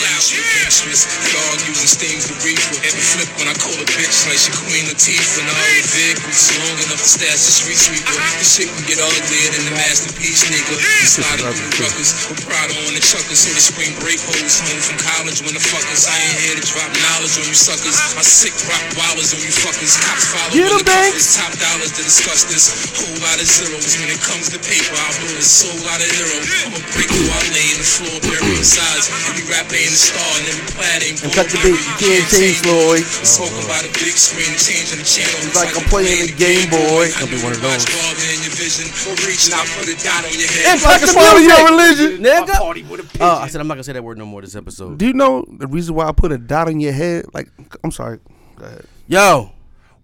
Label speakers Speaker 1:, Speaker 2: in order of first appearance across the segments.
Speaker 1: Mistress, dog using stings to reach with every flip when I call a bitch like she Queen Latifah. And all the vehicles long enough to stash the street sweeper. This shit can get uglier than the masterpiece, nigga. We sliding through the ruckers, with Prada on the chuckers. Hit the spring break hoes home from college when the fuckers. I ain't here to drop knowledge on you suckers. I sick rock wallers on you fuckers. Cops follow
Speaker 2: Get 'em,
Speaker 1: when the cuff
Speaker 2: Banks.
Speaker 1: is top dollars to discuss this. Whole lot of zeros when it comes to paper. I blow the soul out of hero. I'ma break you out lay in the floor, bury the sides. Every rap ain't a star and every plaid ain't
Speaker 2: And cut the beat, you can't change, Floyd.
Speaker 1: Spoken by the big screen, changing the channel. It's
Speaker 2: like I'm playing the Game Boy.
Speaker 1: I'll be one of those. in your vision, or reaching out, put a dot on your head.
Speaker 2: It's like
Speaker 3: the
Speaker 2: it's part of your religion.
Speaker 3: Nigga.
Speaker 4: party with a pigeon.
Speaker 3: Oh, I said I'm not gonna say that word no more this episode.
Speaker 2: Do you know the reason why I put a dot on your head? Like, I'm sorry. Go ahead.
Speaker 3: Yo,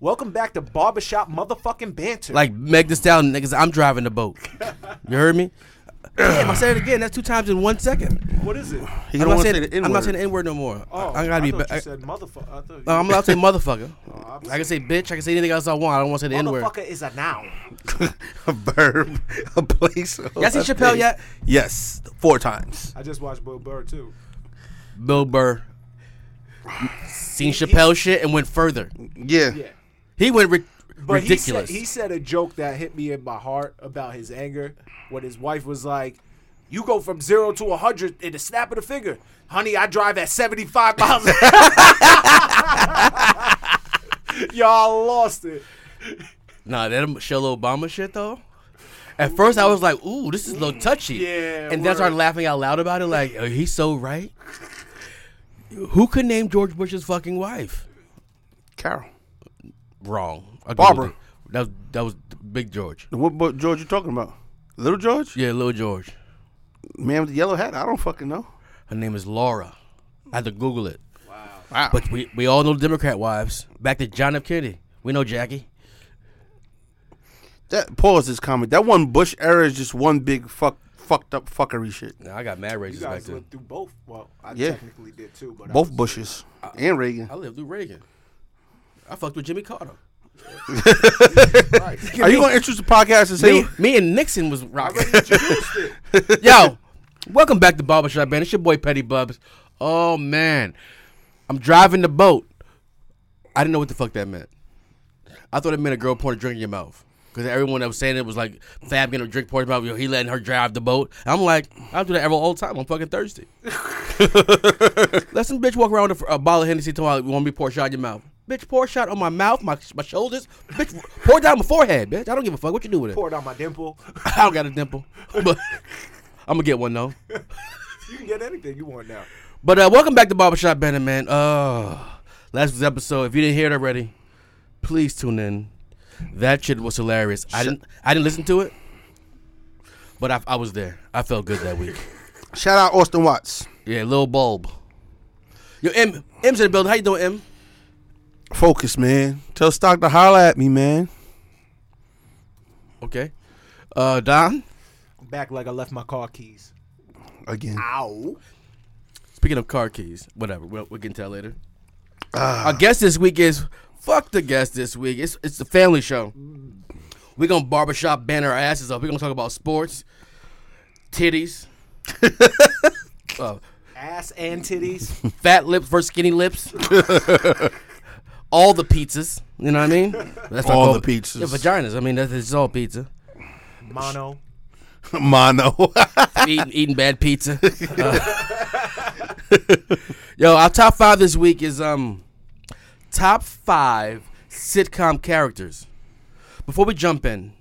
Speaker 4: Welcome back to barbershop motherfucking banter.
Speaker 3: like Meg this down, niggas. I'm driving the boat. You heard me? Damn, I said it again. That's two times in one second.
Speaker 4: what is it?
Speaker 2: He
Speaker 3: I'm
Speaker 2: don't
Speaker 3: not,
Speaker 2: wanna
Speaker 3: saying,
Speaker 2: say the
Speaker 3: I'm
Speaker 2: N-word.
Speaker 3: not saying the N word no more.
Speaker 4: Oh,
Speaker 3: I, I gotta be. ba-
Speaker 4: thought You
Speaker 3: I, Oh,
Speaker 4: said motherfucker. I thought you-
Speaker 3: no, I'm allowed to say motherfucker.
Speaker 4: I'm
Speaker 3: I can say bitch. I can say anything else I want. I don't want to say the N word.
Speaker 4: motherfucker is a noun.
Speaker 2: a verb, a place.
Speaker 3: Y'all seen Chappelle yet?
Speaker 2: Yes, four times.
Speaker 4: I just watched Bill Burr too.
Speaker 3: Bill Burr seen Chappelle shit and went further.
Speaker 2: Yeah.
Speaker 4: Yeah.
Speaker 3: He went ri-
Speaker 4: But
Speaker 3: ridiculous.
Speaker 4: He said, he said a joke that hit me in my heart about his anger when his wife was like, You go from zero to 100 in a snap of the finger. Honey, I drive at 75 miles. an hour." Y'all lost it.
Speaker 3: nah, that Michelle Obama shit though. At first, I was like, "Ooh, this is a little touchy,"
Speaker 4: Yeah,
Speaker 3: and then I started
Speaker 4: word.
Speaker 3: laughing out loud about it. Like, oh, he's so right. Who could name George Bush's fucking wife?
Speaker 2: Carol.
Speaker 3: Wrong. I
Speaker 2: Barbara.
Speaker 3: Googled it. That was that was Big George.
Speaker 2: What boy George you talking about? Little George?
Speaker 3: Yeah, little George.
Speaker 2: Man with the yellow hat? I don't fucking know.
Speaker 3: Her name is Laura. I had to Google it.
Speaker 2: Wow.
Speaker 3: But we, we all know Democrat wives. Back to John F. Kennedy. We know Jackie.
Speaker 2: that pause this comment. That one Bush era is just one big fuck fucked up fuckery shit.
Speaker 3: Nah, I got mad
Speaker 4: You
Speaker 3: races back
Speaker 4: guys
Speaker 3: then.
Speaker 4: lived through both. Well, I
Speaker 2: Yeah.
Speaker 4: technically did too, but I
Speaker 2: Both
Speaker 4: was-
Speaker 2: Bushes. and Reagan.
Speaker 3: I lived through Reagan. I fucked with Jimmy Carter.
Speaker 2: Are you gonna introduce the podcast and say
Speaker 3: Me, me and Nixon was rocking.
Speaker 4: introduced it.
Speaker 3: Yo, welcome back to Barbershop Band. It's your boy Petty Bubs. Oh man, I'm driving the boat. I didn't know what the fuck that meant. I thought it meant a girl pouring a drink in your mouth. Because everyone that was saying it was like Fab getting a drink poured in his mouth. Yo, he letting her drive the boat. I'm like, I do that every all the time. I'm fucking thirsty. Let some bitch walk around with a, a bottle of Hennessy tomorrow. You want me to pour a shot in your mouth? Bitch, pour a shot on my mouth, my, my shoulders. Bitch, pour it down my forehead, bitch. I don't give a fuck what you do with it.
Speaker 4: Poured on my dimple.
Speaker 3: I don't got a dimple, but I'm gonna get one though.
Speaker 4: You can get anything you want now.
Speaker 3: But uh, welcome back to Barbershop Bennett, man. Uh, last week's episode. If you didn't hear it already, please tune in. That shit was hilarious. I didn't. I didn't listen to it, but I, I was there. I felt good that week.
Speaker 2: shout out Austin Watts?
Speaker 3: yeah, little bulb. Yo, M. M's in the building. How you doing, M?
Speaker 2: Focus, man. Tell Stock to holler at me, man.
Speaker 3: Okay. Uh, Don.
Speaker 4: I'm back like I left my car keys.
Speaker 2: Again.
Speaker 4: Ow.
Speaker 3: Speaking of car keys, whatever. We'll, we'll get into that later.
Speaker 2: Ah.
Speaker 3: Our guest this week is fuck the guest this week. It's it's the family show. We're gonna barbershop band our asses up. We're gonna talk about sports, titties, uh,
Speaker 4: Ass and titties.
Speaker 3: fat lips versus skinny lips. all the pizzas. You know what I mean? That's what I
Speaker 2: All
Speaker 3: call
Speaker 2: the
Speaker 3: it.
Speaker 2: pizzas.
Speaker 3: Yeah, vaginas. I mean, that's it's all pizza.
Speaker 4: Mono.
Speaker 2: Mono.
Speaker 3: eating, eating bad pizza. Uh, yo, our top five this week is um top five sitcom characters. Before we jump in,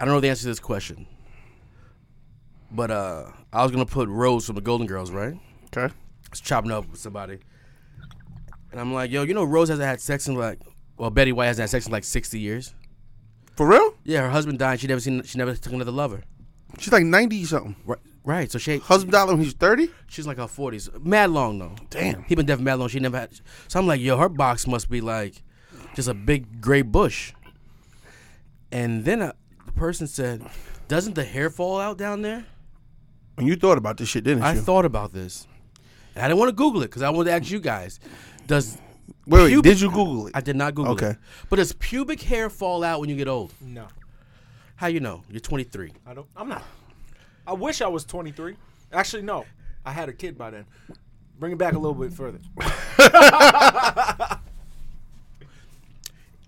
Speaker 3: I don't know the answer to this question, but uh, I was gonna put Rose from the Golden Girls, right?
Speaker 2: okay.
Speaker 3: was chopping up with somebody. And I'm like, yo, you know Rose hasn't had sex in like well, Betty White hasn't had sex in like sixty years.
Speaker 2: For real?
Speaker 3: Yeah, her husband died. She never seen. She never took another lover.
Speaker 2: She's like ninety something.
Speaker 3: Right. Right. So she
Speaker 2: Husband died when he's thirty?
Speaker 3: She's like her forties, mad long though.
Speaker 2: Damn.
Speaker 3: he been deaf mad long. She never had. So I'm like, yo, her box must be like just a big gray bush. And then uh the person said, "Doesn't the hair fall out down there?"
Speaker 2: And you thought about this shit, didn't
Speaker 3: I
Speaker 2: you?
Speaker 3: thought about this, and I didn't want to Google it because I wanted to ask you guys. Does
Speaker 2: wait, wait,
Speaker 3: pubic-
Speaker 2: did you Google it?
Speaker 3: I did not Google it.
Speaker 2: Okay.
Speaker 3: but does pubic hair fall out when you get old?
Speaker 4: No.
Speaker 3: How you know? You're 23.
Speaker 4: I don't. I'm not. I wish I was 23. Actually, no. I had a kid by then. Bring it back a little bit further.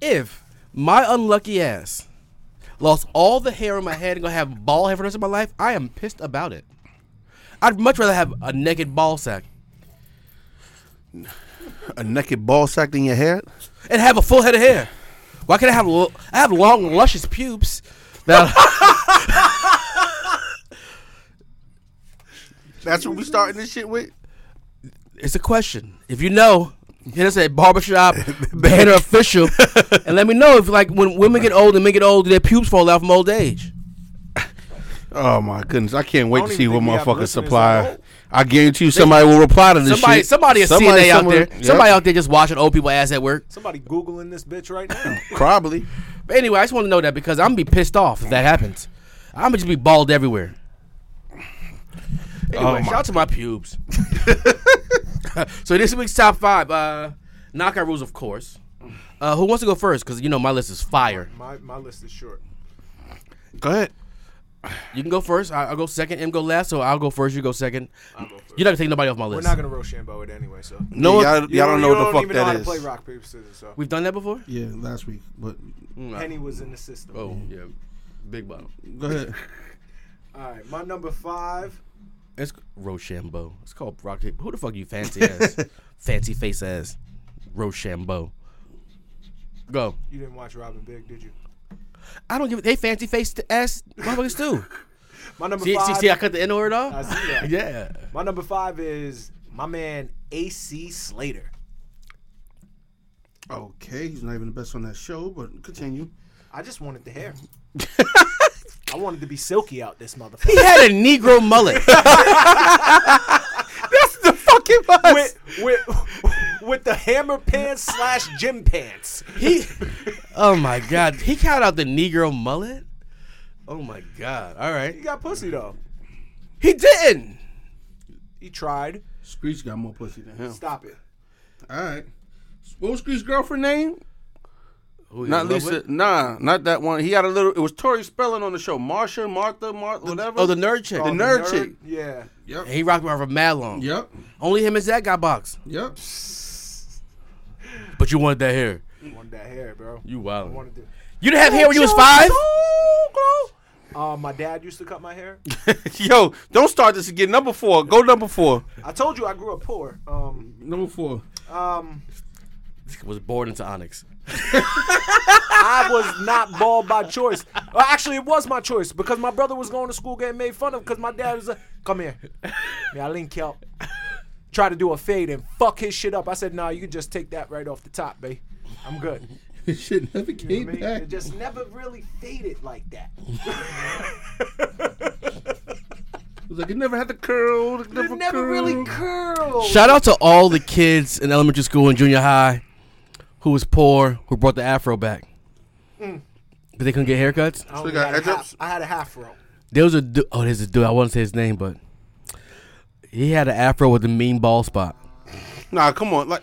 Speaker 3: If my unlucky ass lost all the hair on my head and gonna have ball hair for the rest of my life, I am pissed about it. I'd much rather have a naked ball sack
Speaker 2: A naked ball sack in your head?
Speaker 3: and have a full head of hair. Why can't I have lo- I have long, luscious pubes? That
Speaker 2: That's what we starting this shit with?
Speaker 3: it's a question. If you know, hit us at barbershop banner official, and let me know if like when women get old and men get old, their pubes fall out from old age.
Speaker 2: Oh my goodness! I can't wait
Speaker 4: don't
Speaker 2: to see
Speaker 4: even
Speaker 2: what
Speaker 4: think we have
Speaker 2: motherfucker
Speaker 4: listeners at
Speaker 2: supply.
Speaker 4: all.
Speaker 2: I guarantee you, somebody will reply to this
Speaker 3: Somebody,
Speaker 2: shit.
Speaker 3: somebody, a CNA out there,
Speaker 2: somewhere- yep,
Speaker 3: somebody out there just watching old people ass at work.
Speaker 4: Somebody googling this bitch right now.
Speaker 2: probably.
Speaker 3: But anyway, I just want to know that because I'm gonna be pissed off if that happens. I'm gonna just be bald everywhere.
Speaker 4: Oh
Speaker 3: Anyway, shout out to my pubes. so this week's top five uh, knockout rules, of course. Uh, who wants to go first? Because you know my list is fire.
Speaker 4: my my list is short.
Speaker 2: Go ahead.
Speaker 3: You can go first. I- I'll go second. M go last. So I'll go first. You go second.
Speaker 4: I'll go first.
Speaker 3: You're not gonna take nobody off my
Speaker 4: We're
Speaker 3: list.
Speaker 4: not gonna Rochambeau it anyway, so.
Speaker 2: No, y'all, y'all
Speaker 4: You
Speaker 2: don't know
Speaker 4: you
Speaker 2: what the fuck
Speaker 4: even know how
Speaker 2: that
Speaker 4: to play
Speaker 2: is.
Speaker 4: rock paper scissors. So
Speaker 3: We've done that before.
Speaker 5: Yeah, last week. But
Speaker 4: Penny was in the system.
Speaker 3: Oh yeah, big bottom.
Speaker 5: go ahead.
Speaker 4: All right, my number five.
Speaker 3: It's Rochambeau. It's called rock paper. Who the fuck you fancy ass, fancy face ass, Rochambeau? Go.
Speaker 4: You didn't watch Robin Big, did you?
Speaker 3: I don't give a they fancy face ass motherfuckers too.
Speaker 4: My number
Speaker 3: see,
Speaker 4: five.
Speaker 3: see, see, I cut the N word off.
Speaker 4: I see that.
Speaker 3: Yeah.
Speaker 4: My number five is my man AC Slater.
Speaker 5: Okay, he's not even the best on that show, but continue.
Speaker 4: I just wanted the hair. I wanted to be silky out this
Speaker 3: He
Speaker 4: motherfucker.
Speaker 3: had a Negro mullet. That's the fucking bus.
Speaker 4: with, with, with the hammer pants slash gym pants.
Speaker 3: he, oh my god, he counted out the Negro mullet. Oh my god. All
Speaker 4: He
Speaker 3: right.
Speaker 4: got pussy though.
Speaker 3: He didn't.
Speaker 4: He tried.
Speaker 5: Screech got more pussy than him.
Speaker 4: Stop it.
Speaker 5: All right. What was Screech's girlfriend name?
Speaker 3: Who he
Speaker 2: Not
Speaker 3: in love
Speaker 2: Lisa.
Speaker 3: with?
Speaker 2: Nah, not that one. He had a little. It was Tori Spelling on the show. Marsha, Martha, Martha, whatever.
Speaker 3: Oh, the nerd chick.
Speaker 2: The nerd chick.
Speaker 4: Yeah.
Speaker 3: He rocked with her for mad long.
Speaker 5: Yep.
Speaker 3: Only him and Zach got boxed.
Speaker 5: Yep.
Speaker 3: But you wanted that hair.
Speaker 4: Wanted that hair, bro.
Speaker 3: You wild.
Speaker 4: wanted to.
Speaker 3: You didn't have hair when you was five.
Speaker 4: Uh, my dad used to cut my hair.
Speaker 2: Yo, don't start this again. Number four. Go number four.
Speaker 4: I told you I grew up poor. Um,
Speaker 5: Number four.
Speaker 4: um,
Speaker 3: Was born into Onyx.
Speaker 4: I was not bald by choice. Well, actually, it was my choice because my brother was going to school getting made fun of because my dad was like, "Come here, yeah, I link you up." Try to do a fade and fuck his shit up. I said, "Nah, you can just take that right off the top, babe. I'm good."
Speaker 5: Shit never
Speaker 4: I
Speaker 5: came
Speaker 4: mean,
Speaker 5: back.
Speaker 4: it just never really faded like that.
Speaker 5: It was like it never had the curl. It never,
Speaker 4: It never really curled.
Speaker 3: Shout out to all the kids in elementary school and junior high who was poor who brought the afro back. But they couldn't get haircuts.
Speaker 4: I, only
Speaker 2: got
Speaker 4: had a
Speaker 2: edge-ups?
Speaker 4: half, I had a half row.
Speaker 3: There was a du- oh, there's a dude. I won't say his name, but he had an afro with a mean ball spot.
Speaker 2: Nah, come on. Like,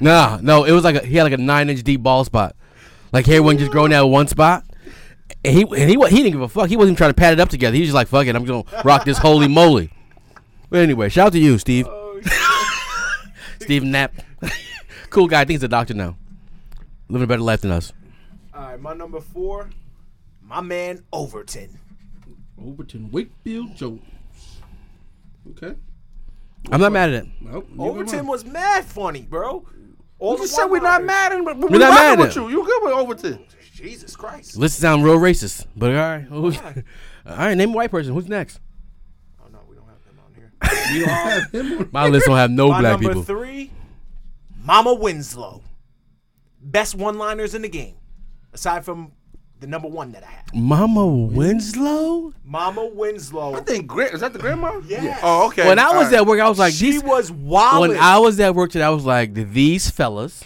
Speaker 3: Nah, no, it was like a, he had like a nine inch deep ball spot. Like hair wasn't just growing out of one spot. And he and he wa- he didn't give a fuck. He wasn't even trying to pat it up together. He was just like, fuck it, I'm gonna rock this holy moly. But anyway, shout out to you, Steve.
Speaker 4: Oh,
Speaker 3: Steve Knapp. cool guy. I think he's a doctor now. Living a better life than us.
Speaker 4: All right, my number four, my man Overton.
Speaker 5: Overton Wakefield Jones. Okay.
Speaker 3: I'm not mad at it.
Speaker 5: Well, leave it
Speaker 4: Overton
Speaker 5: alone.
Speaker 4: was mad funny, bro. All
Speaker 2: you
Speaker 4: the
Speaker 2: said we're not
Speaker 4: one-liners.
Speaker 2: mad, at- but but
Speaker 3: We're
Speaker 2: we're
Speaker 3: not
Speaker 2: not
Speaker 3: mad at
Speaker 2: with
Speaker 3: him.
Speaker 2: you. You good with Overton?
Speaker 4: Jesus Christ.
Speaker 3: Let's sound real racist. But all right. Who's- all right, name a white person. Who's next?
Speaker 4: Oh no, we don't have them on here.
Speaker 5: You don't have him on-
Speaker 3: My list don't have no
Speaker 4: My
Speaker 3: black
Speaker 4: number
Speaker 3: people.
Speaker 4: three, Mama Winslow. Best one-liners in the game, aside from the number one that I have.
Speaker 3: Mama Winslow?
Speaker 4: Mama Winslow.
Speaker 2: I think Grant. Is that the grandma?
Speaker 4: Yes.
Speaker 2: Oh, okay.
Speaker 3: When I was
Speaker 2: All right.
Speaker 3: at work, I was like,
Speaker 4: she
Speaker 3: these
Speaker 4: was wild.
Speaker 3: when I was at work today, I was like, these fellas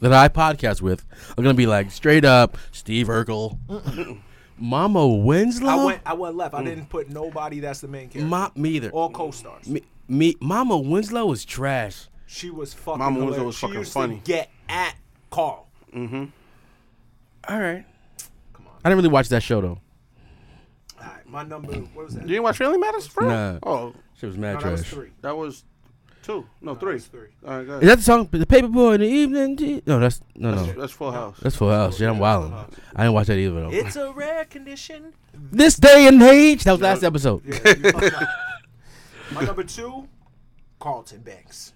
Speaker 3: that I podcast with are gonna be like straight up Steve Urkel, Mama Winslow,
Speaker 4: I went, I went left. I didn't put nobody. That's the main character.
Speaker 3: Mm. Ma- me either.
Speaker 4: All co-stars.
Speaker 3: Me, me, Mama Winslow is trash.
Speaker 4: She was fucking.
Speaker 2: Mama Winslow
Speaker 4: hilarious.
Speaker 2: was
Speaker 4: She
Speaker 2: fucking
Speaker 4: used
Speaker 2: funny.
Speaker 4: To get at Carl.
Speaker 3: All right, come on. I didn't really watch that show though.
Speaker 4: All right, my number. What was that?
Speaker 2: You didn't watch Family Matters, friend?
Speaker 3: Nah.
Speaker 2: Oh,
Speaker 3: She was mad
Speaker 4: No, that was
Speaker 3: trash.
Speaker 4: three.
Speaker 2: that was. Two. No, three.
Speaker 1: it's three.
Speaker 2: All right, go ahead.
Speaker 3: Is that the song? The paper boy in the evening. G-" No, that's no,
Speaker 2: That's,
Speaker 3: no.
Speaker 2: that's Full House.
Speaker 3: That's Full House. Yeah, I'm wilding. I didn't watch that either. Though.
Speaker 4: It's a rare condition.
Speaker 3: This day and age. That was last episode.
Speaker 4: Yeah, you fucked up. My number two, Carlton Banks.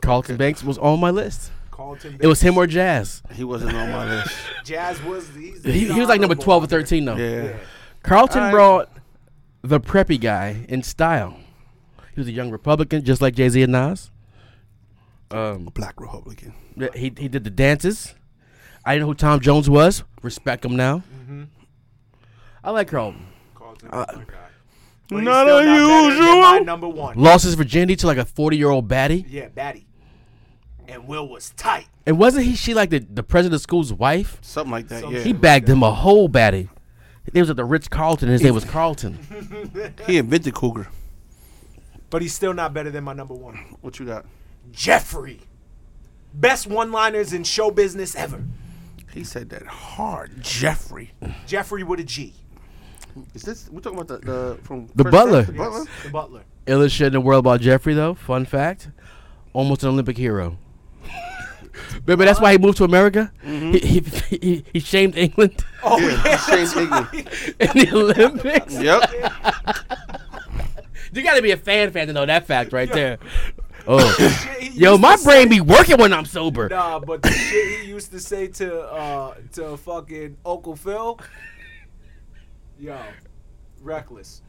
Speaker 3: Carlton Banks was on my list.
Speaker 4: Carlton Banks.
Speaker 3: It was him or Jazz.
Speaker 2: He wasn't on my list.
Speaker 4: Jazz was he's,
Speaker 3: He, he was like number twelve or thirteen though.
Speaker 2: Yeah.
Speaker 3: Carlton
Speaker 2: Alright.
Speaker 3: brought the preppy guy in style. He was a young Republican, just like Jay Z and Nas. Um,
Speaker 2: Black Republican.
Speaker 3: th- he he did the dances. I didn't know who Tom Jones was. Respect him now. Mm-hmm. I like Carlton.
Speaker 4: Carlton
Speaker 3: Uh,
Speaker 4: Banks, my guy. But he's
Speaker 2: Not
Speaker 4: still better than
Speaker 2: unusual.
Speaker 4: My number one.
Speaker 3: Lost his virginity to like a forty-year-old baddie.
Speaker 4: Yeah, Batty. And Will was tight.
Speaker 3: And wasn't he? She like the, the president of school's wife.
Speaker 2: Something like that.
Speaker 4: Something
Speaker 2: Yeah.
Speaker 3: He
Speaker 2: He,
Speaker 3: bagged him a whole baddie. They was at the Ritz Carlton. His name was Carlton.
Speaker 2: invented cougar.
Speaker 4: But he's still not better than my number one.
Speaker 2: What you got?
Speaker 4: Jeffrey. Best one liners in show business ever.
Speaker 2: He said that hard, Jeffrey.
Speaker 4: Jeffrey with a G.
Speaker 2: Is this? We're talking about the, the from
Speaker 3: The
Speaker 2: Fresh
Speaker 3: Butler.
Speaker 2: Prince, the
Speaker 4: Yes,
Speaker 2: Butler.
Speaker 4: the Butler.
Speaker 3: illest shit in the world about Jeffrey, though. Fun fact: almost an Olympic hero. Remember, that's why he moved to America. He, he, he he shamed England
Speaker 4: Oh,
Speaker 2: Yeah, Shane Higgins.
Speaker 3: in the Olympics.
Speaker 2: Yep.
Speaker 3: You got to be a fan fan to know that fact right there. Oh,
Speaker 4: shit he
Speaker 3: yo,
Speaker 4: used
Speaker 3: my
Speaker 4: to say-
Speaker 3: brain be working when I'm sober.
Speaker 4: Nah, but the shit he used to say to uh to fucking Uncle Phil. Yo, reckless.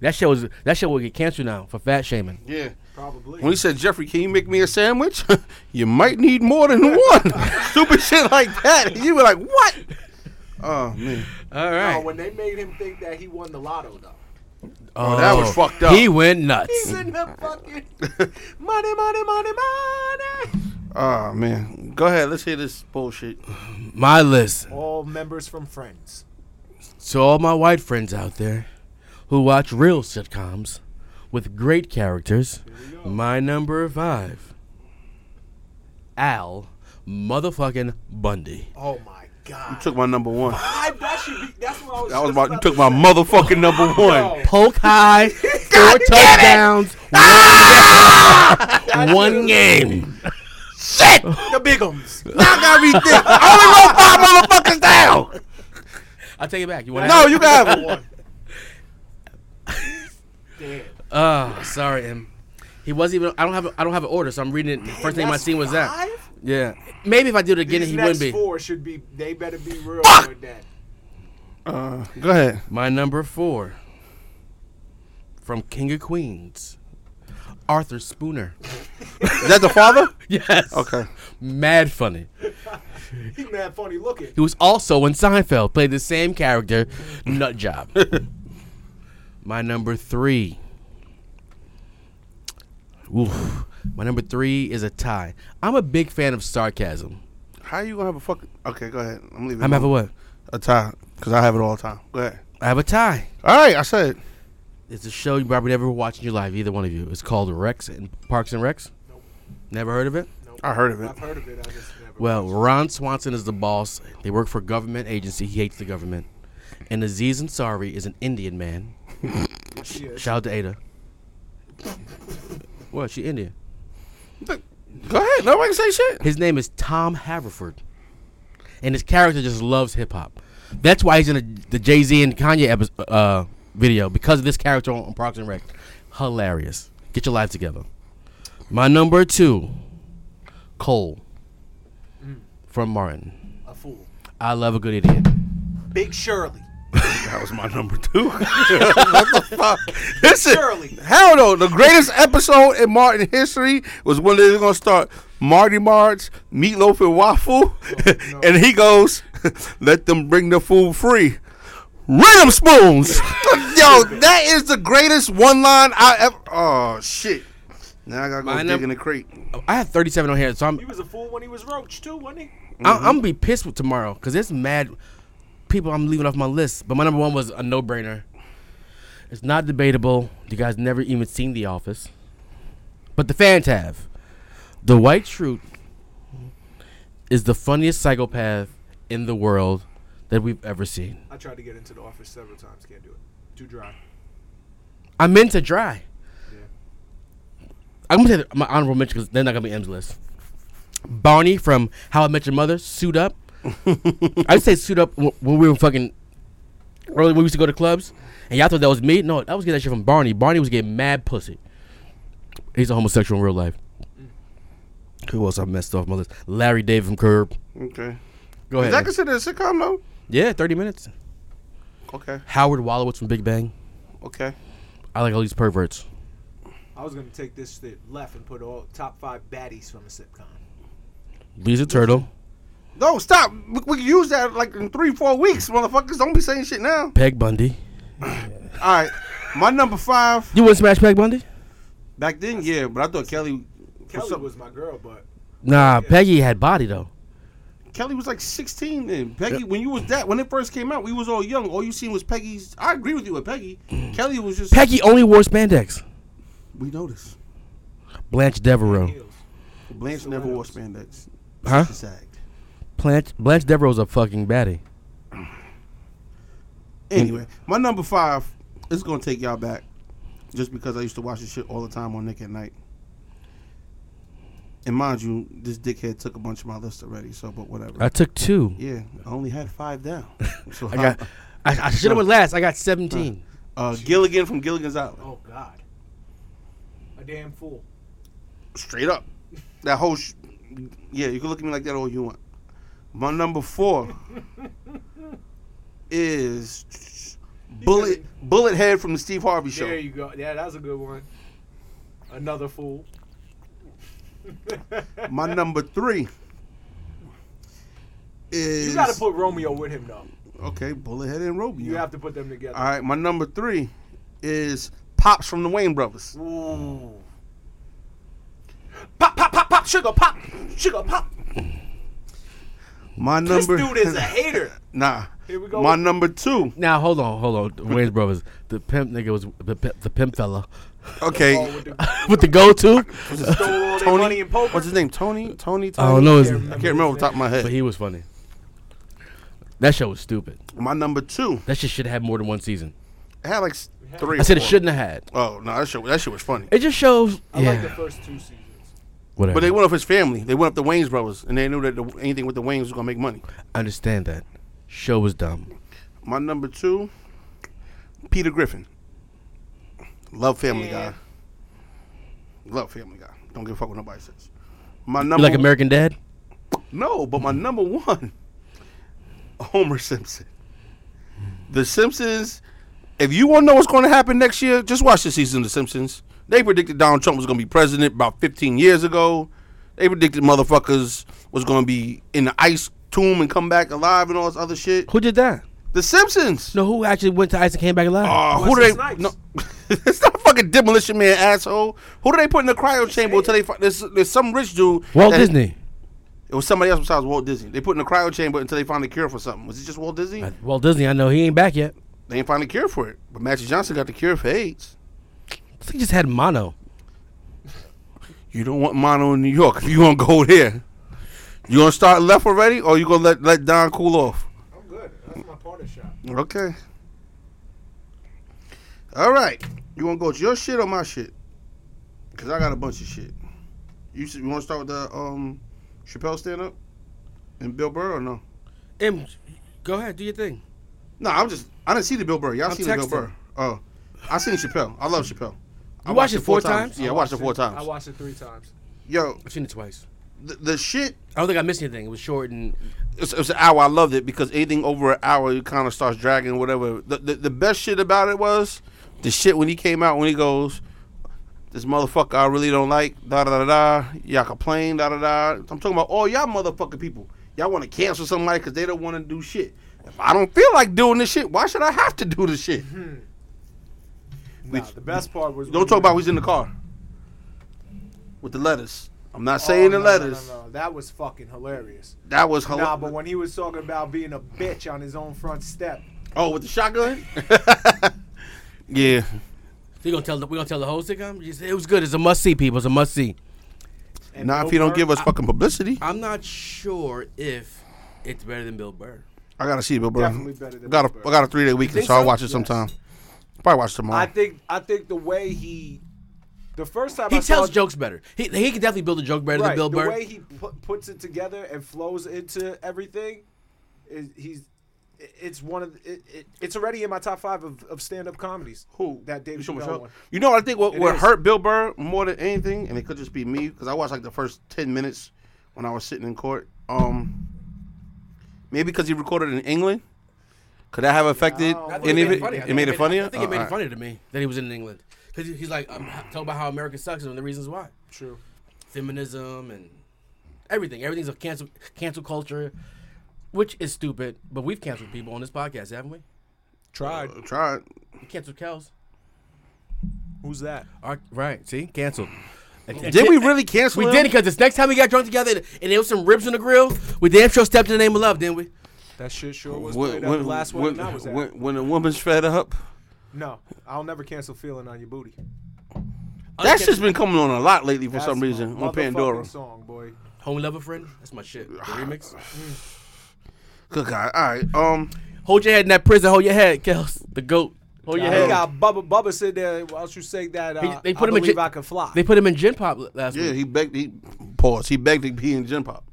Speaker 3: That shit was that shit will get canceled now for fat shaming.
Speaker 2: Yeah.
Speaker 4: Probably.
Speaker 2: When he said, Jeffrey, can you make me a sandwich? you might need more than one. Stupid shit like that. And you were like, what? Oh, man.
Speaker 3: All
Speaker 4: No,
Speaker 3: right,
Speaker 4: when they made him think that he won the lotto though.
Speaker 3: oh,
Speaker 2: that was fucked up.
Speaker 3: He went
Speaker 4: He's
Speaker 3: nuts.
Speaker 4: in the fucking money, money, money, money.
Speaker 2: Oh, man. Go ahead. Let's hear this bullshit.
Speaker 3: My list.
Speaker 4: All members from Friends.
Speaker 3: To all my white friends out there who watch real sitcoms with great characters, my number five, Al motherfucking Bundy.
Speaker 4: Oh my god.
Speaker 2: Took my number one. That
Speaker 4: I, that should be. That's what I
Speaker 2: was
Speaker 4: was. just
Speaker 2: my,
Speaker 4: about
Speaker 2: you
Speaker 4: to
Speaker 2: took my
Speaker 4: say.
Speaker 2: motherfucking number one.
Speaker 4: Yo,
Speaker 3: Poke high, four touchdowns, one, one game.
Speaker 4: the bigums.
Speaker 2: I got me thick. I only wrote five motherfuckers down.
Speaker 3: I'll take it back. You want
Speaker 2: No, you got it.
Speaker 4: Damn.
Speaker 3: Oh, sorry, M. He wasn't even. I don't have. A, I don't have an order, so I'm reading it. The first thing I
Speaker 4: That's
Speaker 3: seen was that.
Speaker 4: five?
Speaker 3: Yeah. Maybe if I did it again,
Speaker 4: These
Speaker 3: he
Speaker 4: next
Speaker 3: wouldn't be.
Speaker 4: four should be. They better be real with that.
Speaker 2: Uh, go ahead.
Speaker 3: My number four from King of Queens, Arthur Spooner.
Speaker 2: Is that the father?
Speaker 3: Yes.
Speaker 2: Okay.
Speaker 3: Mad funny.
Speaker 4: He mad funny looking.
Speaker 3: He was also in Seinfeld, played the same character, nut job. My number three. Oof. My number three is a tie. I'm a big fan of sarcasm.
Speaker 2: How you gonna have a fucking? Okay, go ahead. I'm leaving.
Speaker 3: I'm having what?
Speaker 2: a tie because I have it all the time. Go ahead.
Speaker 3: I have a tie.
Speaker 2: All right, I said. it.
Speaker 3: It's a show you probably never watched in your life, either one of you. It's called Rex and Parks and Recs.
Speaker 4: Nope.
Speaker 3: Never heard of it?
Speaker 2: I heard of it.
Speaker 4: I've heard of it. I just never.
Speaker 3: Well, Ron Swanson is the boss. They work for a government agency. He hates the government. And Aziz Ansari is an Indian man.
Speaker 4: Shit.
Speaker 3: Shout out to Ada. What? She Indian.
Speaker 2: Go ahead. Nobody say shit.
Speaker 3: His name is Tom Haverford, and his character just loves hip hop. That's why he's in a, the Jay Z and Kanye epi- uh, video because of this character on, on Parks and Rec. Hilarious. Get your life together. My number two, Cole from Martin.
Speaker 4: Mm. A fool.
Speaker 3: I love a good idiot.
Speaker 4: Big Shirley.
Speaker 2: That was my number two. what the fuck? This is
Speaker 4: Shirley.
Speaker 2: hell no. The greatest episode in Martin history was when they were gonna start Marty Mart's meatloaf and waffle, and he goes, "Let them bring the food free." Rhythm spoons. Yo, that is the greatest one line I ever. Oh shit. Now I gotta go
Speaker 3: My
Speaker 2: dig
Speaker 3: num-
Speaker 2: in the crate.
Speaker 3: I have 37 on here, so I'm
Speaker 4: He was a fool when he was Roach too, wasn't he?
Speaker 3: I- I'm gonna be pissed with tomorrow because there's mad people I'm leaving off my list. But my number one was a no brainer. It's not debatable. You guys never even seen The Office, but the fans have. The White Truth is the funniest psychopath in the world that we've ever seen.
Speaker 4: I tried to get into the office several times. Can't do it. Too dry.
Speaker 3: I meant to dry. I'm gonna say my honorable mention because they're not gonna be M's list. Barney from How I Met Your Mother, suit up. I used to say suit up wh- when we were fucking early when we used to go to clubs, and y'all thought that was me. No, I was getting that shit from Barney. Barney was getting mad pussy. He's a homosexual in real life.
Speaker 2: Mm.
Speaker 3: Who else I messed off my list? Larry David from Curb.
Speaker 2: Okay.
Speaker 3: Go
Speaker 2: Is
Speaker 3: ahead.
Speaker 2: that considered a sitcom though?
Speaker 3: yeah, thirty minutes.
Speaker 2: Okay.
Speaker 3: Howard Wallowitz from Big Bang.
Speaker 2: Okay.
Speaker 3: I like all these perverts.
Speaker 4: I was gonna take this shit left and put all top five baddies from a sitcom.
Speaker 3: Lisa Turtle,
Speaker 2: No, stop. We, we can use that like in three, four weeks, motherfuckers. Don't be saying shit now.
Speaker 3: Peg Bundy.
Speaker 2: All right. My number five
Speaker 3: You wouldn't smash Peg Bundy?
Speaker 2: back then, yeah, but I thought Kelly.
Speaker 4: Kelly
Speaker 2: some-
Speaker 4: was my girl, but
Speaker 3: Nah, Peggy had body though.
Speaker 2: Kelly was like 16 then. Peggy, when you was that, when it first came out, we was all young. All you seen was Peggy's. I agree with you with Peggy. Kelly was just.
Speaker 3: Mm. Peggy only wore spandex.
Speaker 2: We noticed.
Speaker 3: Blanche Devereaux.
Speaker 4: heels.
Speaker 2: Blanche never wore spandex.
Speaker 3: Huh?
Speaker 2: She sagged.
Speaker 3: Blanche, Blanche Devereaux's a fucking baddie.
Speaker 2: Anyway, my number five is gonna take y'all back, just because I used to watch this shit all the time on Nick at Night. And mind you, this dickhead took a bunch of my list already. So, but whatever.
Speaker 3: I took two.
Speaker 2: yeah, I only had five down. So
Speaker 3: I got. I, I should have went last. I got seventeen.
Speaker 2: uh, Gilligan from Gilligan's Island.
Speaker 4: Oh God, a damn fool.
Speaker 2: Straight up, that whole. Sh- yeah, you can look at me like that all you want. My number four is bullet bullet head from the Steve Harvey show.
Speaker 4: There you go. Yeah, that's a good one. Another fool.
Speaker 2: My number three is
Speaker 4: You got to put Romeo with him though.
Speaker 2: okay. Bullethead and Roby.
Speaker 4: You have to put them together.
Speaker 2: All right, my number three is pops from the Wayne Brothers.
Speaker 4: Ooh. Pop, pop, pop, pop, sugar, pop, sugar, pop.
Speaker 2: My
Speaker 4: This
Speaker 2: number
Speaker 4: dude is a hater.
Speaker 2: nah.
Speaker 4: Here we go.
Speaker 2: My number two.
Speaker 3: Now hold on, hold on. Wayne's brothers. The pimp nigga was the, pi- the pimp fella
Speaker 4: Oh,
Speaker 2: Okay,
Speaker 4: with the-
Speaker 3: with the go to.
Speaker 4: stole all their money in poker.
Speaker 2: What's his name? Tony. Tony. Tony?
Speaker 3: I don't know his,
Speaker 2: I can't remember off the top of my
Speaker 3: but
Speaker 2: head.
Speaker 3: he was funny. That show was stupid.
Speaker 2: My number two.
Speaker 3: That shit should have had more than one season.
Speaker 2: It had like s- three.
Speaker 3: I said
Speaker 2: or
Speaker 3: it
Speaker 2: four.
Speaker 3: shouldn't have had.
Speaker 2: Oh no, that shit. That shit was funny.
Speaker 3: It just shows.
Speaker 4: I
Speaker 3: yeah,
Speaker 4: like the first two seasons.
Speaker 3: whatever.
Speaker 2: But they went up his family. They went up the Wayne's brothers, and they knew that the, anything with the Wayne's was gonna make money.
Speaker 3: I understand that. Show was dumb.
Speaker 2: My number two, Peter Griffin. Love Family
Speaker 4: Yeah.
Speaker 2: Guy. Love Family Guy. Don't give a fuck what nobody says. My
Speaker 3: You
Speaker 2: number
Speaker 3: like American Dad?
Speaker 2: no, but my number one, Homer Simpson. The Simpsons. If you want to know what's going to happen next year, just watch the season of The Simpsons. They predicted Donald Trump was going to be president about 15 years ago. They predicted motherfuckers was going to be in the ice tomb and come back alive and all this other shit.
Speaker 3: Who did that? Oh,
Speaker 2: The Simpsons.
Speaker 3: No, who actually went to ice and came back alive?
Speaker 2: Uh, who do
Speaker 4: Wesley
Speaker 2: they?
Speaker 4: Snipes.
Speaker 2: No, it's not fucking demolition man, asshole. Who do they put in the cryo chamber until they? fi- There's, there's some rich dude.
Speaker 3: Walt
Speaker 2: that-
Speaker 3: Disney.
Speaker 2: It was somebody else besides Walt Disney. They put in the cryo chamber until they find a cure for something. Was it just Walt Disney?
Speaker 3: Walt Disney, I know he ain't back yet.
Speaker 2: They ain't find a cure for it. But Magic Johnson got the cure for AIDS.
Speaker 3: He just had mono.
Speaker 2: You don't want mono in New York. If you gonna go there, you gonna start left already, or you gonna let let Don cool off?
Speaker 4: I'm good. That's my partner shot.
Speaker 2: Okay. All right. You want to go to your shit or my shit? Cause I got a bunch of shit. You, s- you want to start with the um Chappelle stand up and Bill Burr or no?
Speaker 3: M, go ahead, do your thing.
Speaker 2: No, I'm just I didn't see the Bill Burr. Y'all
Speaker 3: I'm
Speaker 2: seen the Bill
Speaker 3: texting.
Speaker 2: Burr? Oh, I seen Chappelle. I love Chappelle. I
Speaker 3: watched it four times?
Speaker 2: Yeah, I watched it four times.
Speaker 4: I watched it three times.
Speaker 2: Yo,
Speaker 3: I've seen it twice.
Speaker 2: the, the shit.
Speaker 3: I don't think I missed anything. It was short and
Speaker 2: It's, it's an hour. I loved it because anything over an hour, it kind of starts dragging. Whatever. The, the the best shit about it was the shit when he came out when he goes, "This motherfucker I really don't like." Da da da da. Y'all complain. Da da da. I'm talking about all y'all motherfucking people. Y'all want to cancel somebody because they don't want to do shit. If I don't feel like doing this shit, why should I have to do this shit?
Speaker 4: Nah, the best part was
Speaker 2: Don't talk about who's in the car with the letters. I'm not saying the letters.
Speaker 4: Oh, No, no, no, that was fucking hilarious.
Speaker 2: That was hilarious.
Speaker 4: Nah, but when he was talking about being a bitch on his own front step,
Speaker 2: oh, with the shotgun. yeah.
Speaker 3: we gonna tell the we gonna tell the whole sitcom. You say It was good. It's a must see, people. It's a must see.
Speaker 4: and
Speaker 2: Not
Speaker 4: Bill
Speaker 2: if you don't
Speaker 4: Burr-
Speaker 2: give us fucking publicity.
Speaker 3: I'm not sure if it's better than Bill Burr.
Speaker 2: I gotta see Bill Burr.
Speaker 4: Definitely better than
Speaker 2: got a,
Speaker 4: Bill Burr.
Speaker 2: I got a three day weekend,
Speaker 3: think
Speaker 2: so I'll
Speaker 3: so?
Speaker 2: watch it
Speaker 3: Yes.
Speaker 2: sometime. Probably watch it tomorrow.
Speaker 4: I think I think the way he The first time
Speaker 3: He
Speaker 4: I saw
Speaker 3: tells
Speaker 4: it-
Speaker 3: jokes better. He he can definitely build a joke better than
Speaker 4: right,
Speaker 3: Bill
Speaker 4: the
Speaker 3: Burr.
Speaker 4: way he pu- puts it together and flows into everything, is he's. i- It's one of the- it, it, it's already in my top five of, of stand up comedies.
Speaker 2: Who
Speaker 4: that David
Speaker 2: You sure
Speaker 4: Chappelle
Speaker 2: Michelle?
Speaker 4: one?
Speaker 2: You know, what I think what,
Speaker 4: It
Speaker 2: what
Speaker 4: is.
Speaker 2: hurt Bill Burr more than anything, and it could just be me because I watched like the first ten minutes when I was sitting in court. Um, maybe because he recorded in England, could that have affected
Speaker 4: I think
Speaker 2: any of
Speaker 3: made
Speaker 2: it?
Speaker 3: funnier. I
Speaker 2: It
Speaker 3: think
Speaker 2: made it funnier.
Speaker 3: I think it
Speaker 2: Oh,
Speaker 3: made it
Speaker 2: alright.
Speaker 3: funnier to me that he was in England because he's like, I'm told about how America sucks and the reasons why,
Speaker 4: True.
Speaker 3: feminism and everything. Everything's a cancel cancel culture, which is stupid. But we've canceled people on this podcast, haven't we?
Speaker 4: Tried.
Speaker 2: Try it.
Speaker 3: We canceled Kels.
Speaker 4: Who's that?
Speaker 3: Our- right? See, canceled.
Speaker 2: Did we really cancel?
Speaker 3: We
Speaker 2: him?
Speaker 3: did because this next time we got drunk together and, and there was some ribs in the grill, we damn sure stepped in the name of love, didn't we?
Speaker 4: That shit sure was
Speaker 2: When,
Speaker 4: played at
Speaker 2: when,
Speaker 4: the last one
Speaker 2: when,
Speaker 4: that I was at.
Speaker 2: when, when a woman's fed up,
Speaker 4: no, I'll never cancel feeling on your booty.
Speaker 2: that's just been coming on a lot lately for some
Speaker 4: That's my
Speaker 2: reason on
Speaker 4: motherfucking
Speaker 2: Pandora.
Speaker 4: song, boy.
Speaker 3: Homie lover friend. That's my shit. The remix.
Speaker 2: Good God! All right, um,
Speaker 3: Hold your head in that prison. Hold your head, Kels. The goat. Hold your
Speaker 4: Oh, He
Speaker 3: head.
Speaker 4: got Bubba Bubba said there while you say that uh,
Speaker 3: He- they
Speaker 4: I
Speaker 3: put him in
Speaker 4: believe
Speaker 3: j-
Speaker 4: I can fly.
Speaker 3: They put him in Gen Pop l- last
Speaker 2: yeah,
Speaker 3: week.
Speaker 2: he begged. He paused. He begged to be in gym pop.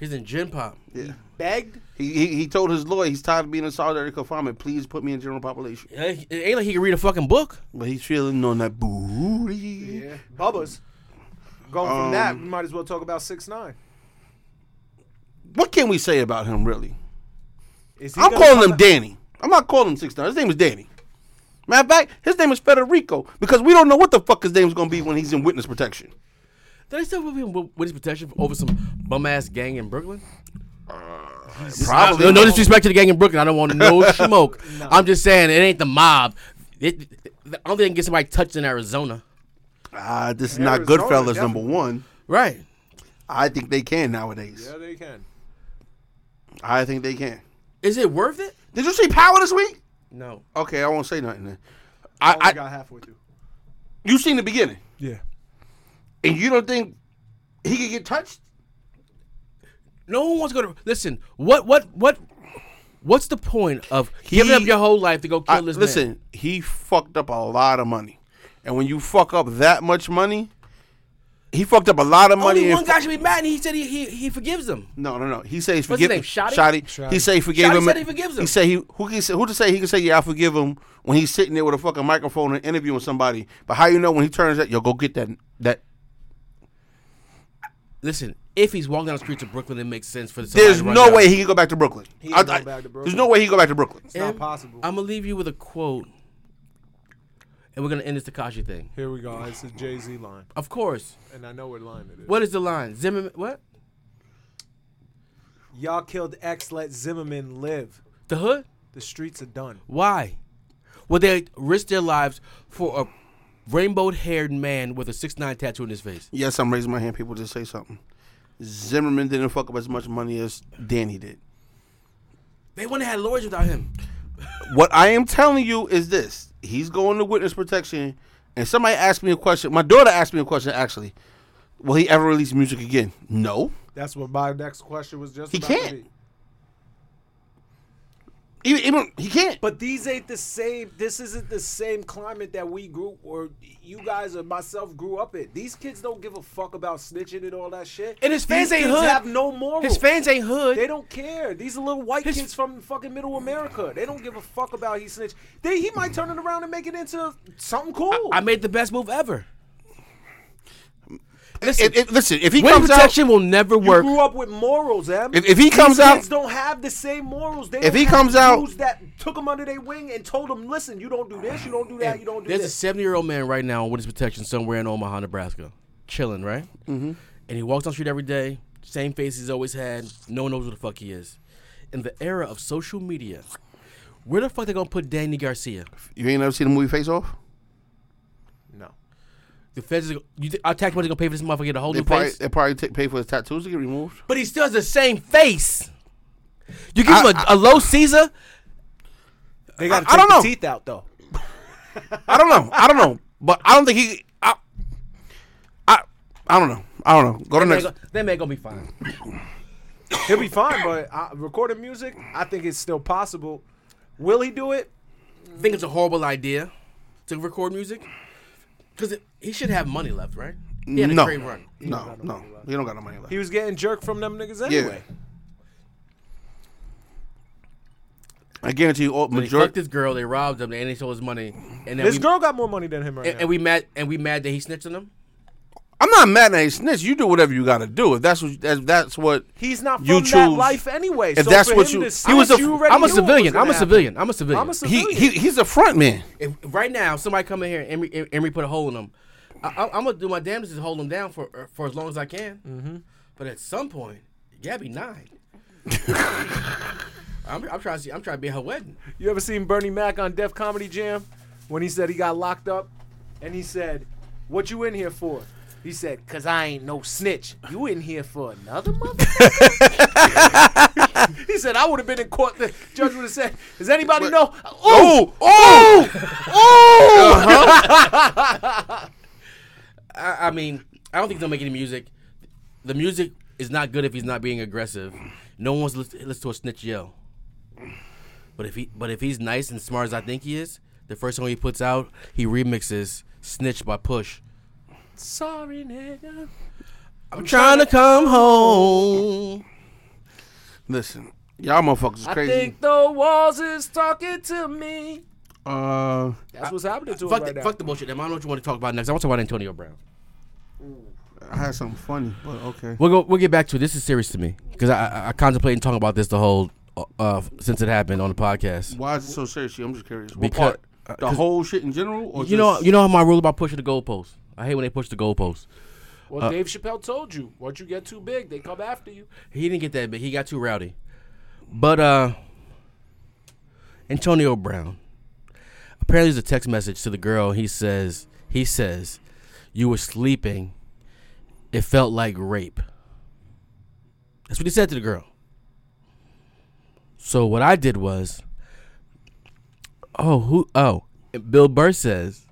Speaker 3: He's in Gen Pop.
Speaker 2: Yeah.
Speaker 4: begged.
Speaker 2: He, he, he told his lawyer he's tired of being in solitary confinement. Please put me in general population.
Speaker 3: Yeah, he- It ain't like he can read a fucking book.
Speaker 2: But he's feeling on that booty.
Speaker 4: Yeah, Bubba's. Going from that,
Speaker 2: Um,
Speaker 4: we might as well talk about six nine.
Speaker 2: What can we say about him really?
Speaker 4: Is
Speaker 2: I'm calling him Danny. I'm not calling him six nine. His name is Danny. Matter of fact, his name is Federico because we don't know what the fuck his name's gonna be when he's in witness protection.
Speaker 3: Did they still with him with with his protection for- over some bum ass gang in Brooklyn?
Speaker 2: Uh, Probably.
Speaker 3: No, no disrespect to the gang in Brooklyn. I don't want no smoke. I'm just saying it ain't the mob. It, I don't think they can get somebody touched in Arizona.
Speaker 2: Ah, this is not
Speaker 4: Arizona,
Speaker 2: Goodfellas
Speaker 4: definitely.
Speaker 2: number one.
Speaker 3: Right.
Speaker 2: I think they can nowadays.
Speaker 4: Yeah, they can.
Speaker 2: I think they can.
Speaker 3: Is it worth it?
Speaker 2: Did you see Power this week?
Speaker 3: No.
Speaker 2: Okay, I won't say nothing then. Oh
Speaker 4: I only
Speaker 2: I, I
Speaker 4: got halfway through.
Speaker 2: you seen the beginning,
Speaker 4: Yeah,
Speaker 2: and you don't think he could get touched?
Speaker 3: No one wants to go to listen. What what what? What's the point of
Speaker 2: He-
Speaker 3: giving up your whole life to go kill
Speaker 2: I-
Speaker 3: this man?
Speaker 2: listen, he fucked up a lot of money, and when you fuck up that much money, he fucked up a lot of money.
Speaker 3: Only
Speaker 2: and
Speaker 3: one
Speaker 2: fu-
Speaker 3: guy should be mad, and he said he he, he forgives them.
Speaker 2: no, no, no. He says he's
Speaker 3: What's his
Speaker 2: forgiven.
Speaker 3: name, Shotty?
Speaker 2: He say he forgave
Speaker 3: Shotty
Speaker 2: him.
Speaker 3: said he forgives him.
Speaker 2: He say he who can say, who to say he can say yeah I forgive him when he's sitting there with a fucking microphone and interviewing somebody. But how you know when he turns that yo go get that that.
Speaker 3: Listen, if he's walking down the streets of Brooklyn, it makes sense for somebody
Speaker 2: There's
Speaker 3: to run
Speaker 2: no
Speaker 3: down.
Speaker 2: way he can go back to Brooklyn.
Speaker 4: He ain't going back to
Speaker 2: There's
Speaker 4: Brooklyn.
Speaker 2: no way he can go back to Brooklyn.
Speaker 4: it's not possible.
Speaker 3: I'm gonna leave you with a quote, and we're gonna end this Takashi thing.
Speaker 4: Here we go. It's a Jay Z line,
Speaker 3: Of course.
Speaker 4: and I know what line it is.
Speaker 3: What is the line? Zimmerman. What?
Speaker 4: Y'all killed X. Let Zimmerman live.
Speaker 3: The hood?
Speaker 4: The streets are done.
Speaker 3: Why? Would they risk their lives for a rainbow-haired man with a six nine tattoo in his face?
Speaker 2: Yes, I'm raising my hand. People just say something. Zimmerman didn't fuck up as much money as Danny did.
Speaker 3: They wouldn't have had lawyers without him.
Speaker 2: What I am telling you is this: He's going to witness protection, and somebody asked me a question. My daughter asked me a question actually. Will he ever release music again? No.
Speaker 4: That's what my next question was just.
Speaker 2: He
Speaker 4: about
Speaker 2: can't.
Speaker 4: to be.
Speaker 2: Even, even he can't.
Speaker 4: But these ain't the same. This isn't the same climate that we grew, or you guys or myself grew up in. These kids don't give a fuck about snitching and all that shit.
Speaker 3: And his fans
Speaker 4: These
Speaker 3: ain't
Speaker 4: kids
Speaker 3: hood.
Speaker 4: Have no moral.
Speaker 3: His fans ain't hood.
Speaker 4: They don't care. These are little white
Speaker 3: His-
Speaker 4: kids from fucking middle America. They don't give a fuck about he snitched. They he might turn it around and make it into something cool.
Speaker 3: I made the best move ever. Listen,
Speaker 2: It- it- listen, if he
Speaker 3: wind
Speaker 2: comes out,
Speaker 3: protection will never
Speaker 4: you
Speaker 3: work.
Speaker 4: grew up with morals, em.
Speaker 2: If- if he
Speaker 4: These
Speaker 2: comes out-
Speaker 4: kids don't have the same morals. They
Speaker 2: If
Speaker 4: don't
Speaker 2: he
Speaker 4: have
Speaker 2: comes out-
Speaker 4: dudes that took them under their wing and told them, listen, you don't do this, you don't do that, you don't do
Speaker 3: There's a
Speaker 4: this.
Speaker 3: 70 year old man right now on witness protection somewhere in Omaha, Nebraska, chilling, right? Mm-hmm. And he walks on the street every day, same face he's always had. No one knows who the fuck he is. In the era of social media, where the fuck they gonna put Danny Garcia?
Speaker 2: you ain't never seen the movie Face Off.
Speaker 4: no.
Speaker 3: The feds, is, you th- our tax money's gonna pay for this motherfucker to get a whole
Speaker 2: They
Speaker 3: new
Speaker 2: probably
Speaker 3: face.
Speaker 2: they probably take, pay for his tattoos to get removed.
Speaker 3: But he still has the same face. You give him a a low Caesar.
Speaker 4: They gotta
Speaker 2: I- I
Speaker 4: take
Speaker 2: don't
Speaker 4: the
Speaker 2: know.
Speaker 4: teeth out though.
Speaker 2: I don't know. I don't know. But I don't think he. I. I. I don't know. I don't know. Go to
Speaker 3: That man
Speaker 2: next.
Speaker 3: go- that man gonna be fine.
Speaker 4: He'll be fine, but uh, recorded music, I think it's still possible. Will he do it?
Speaker 3: think it's a horrible idea to record music. Because he should have money left, right? He had a
Speaker 2: no,
Speaker 3: great run.
Speaker 2: no, no, he don't got no money left.
Speaker 4: He was getting jerked from them niggas
Speaker 2: Yeah.
Speaker 4: anyway.
Speaker 2: I guarantee you, all,
Speaker 3: But he fucked
Speaker 2: majority.
Speaker 3: this girl. They robbed him. And he stole his money. And then
Speaker 4: This
Speaker 3: we,
Speaker 4: girl got more money than him right
Speaker 3: and,
Speaker 4: now.
Speaker 3: and we mad. And we mad that he snitched on him.
Speaker 2: I'm not mad at a snitch. You do whatever you got to do. If that's what that's, that's what
Speaker 4: He's not from
Speaker 2: you
Speaker 4: that
Speaker 2: choose-
Speaker 4: life anyway.
Speaker 2: if
Speaker 4: so
Speaker 2: that's
Speaker 4: for
Speaker 2: what
Speaker 4: him
Speaker 2: you-
Speaker 4: to
Speaker 2: he
Speaker 4: snitch,
Speaker 2: was a-
Speaker 4: you already
Speaker 3: I'm a
Speaker 4: knew what was
Speaker 3: civilian.
Speaker 4: gonna
Speaker 3: I'm a
Speaker 4: happen.
Speaker 3: civilian. I'm a civilian.
Speaker 4: I'm a
Speaker 2: he,
Speaker 4: civilian.
Speaker 2: he he's a front man.
Speaker 3: if right now somebody come in here and Emery, Emery put a hole in them, I, I, I'm gonna do my damnedest to hold them down for uh, for as long as I can.
Speaker 4: Mm-hmm.
Speaker 3: But at some point, you gotta be nine. I'm, I'm trying to see. I'm trying to be at her wedding.
Speaker 4: You ever seen Bernie Mac on Def Comedy Jam when he said he got locked up and he said, "What you in here for?" He said, "Cause I ain't no snitch. You in here for another mother?" he said, "I would have been in court. The judge would have said, does anybody know?' Ooh,
Speaker 2: Oh, oh, oh!
Speaker 3: I, I mean, I don't think they'll make any music. The music is not good if he's not being aggressive. No one wants to listen, listen to a snitch yell. But if he, but if he's nice and smart as I think he is, the first song he puts out, he remixes "Snitch" by Push.
Speaker 4: sorry, nigga."
Speaker 3: I'm trying to come home.
Speaker 2: Listen, y'all motherfuckers is
Speaker 4: I
Speaker 2: crazy.
Speaker 4: think the walls is talking to me.
Speaker 2: uh,
Speaker 4: That's what's happening to him
Speaker 3: Fuck,
Speaker 4: right
Speaker 3: the,
Speaker 4: now.
Speaker 3: fuck the bullshit. Em. I don't know what you want to talk about next. I want to talk about Antonio Brown.
Speaker 2: I had something funny, but okay.
Speaker 3: We'll go. We'll get back to it. This is serious to me because I, I, I contemplated talking about this the whole uh, since it happened on the podcast.
Speaker 2: Why is it so serious? I'm just curious. What
Speaker 3: Because-
Speaker 2: part? The whole shit in general, or
Speaker 3: You know.
Speaker 2: just-
Speaker 3: You know how my rule about pushing the goalpost. I hate when they push the goalpost. Uh.
Speaker 4: Well, Dave Chappelle told you, once you get too big, they come after you.
Speaker 3: He didn't get that, but he got too rowdy. But uh, Antonio Brown. Apparently, there's a text message to the girl. He says, "He says, you were sleeping. It felt like rape." That's what he said to the girl. So what I did was, oh who oh, and Bill Burr says,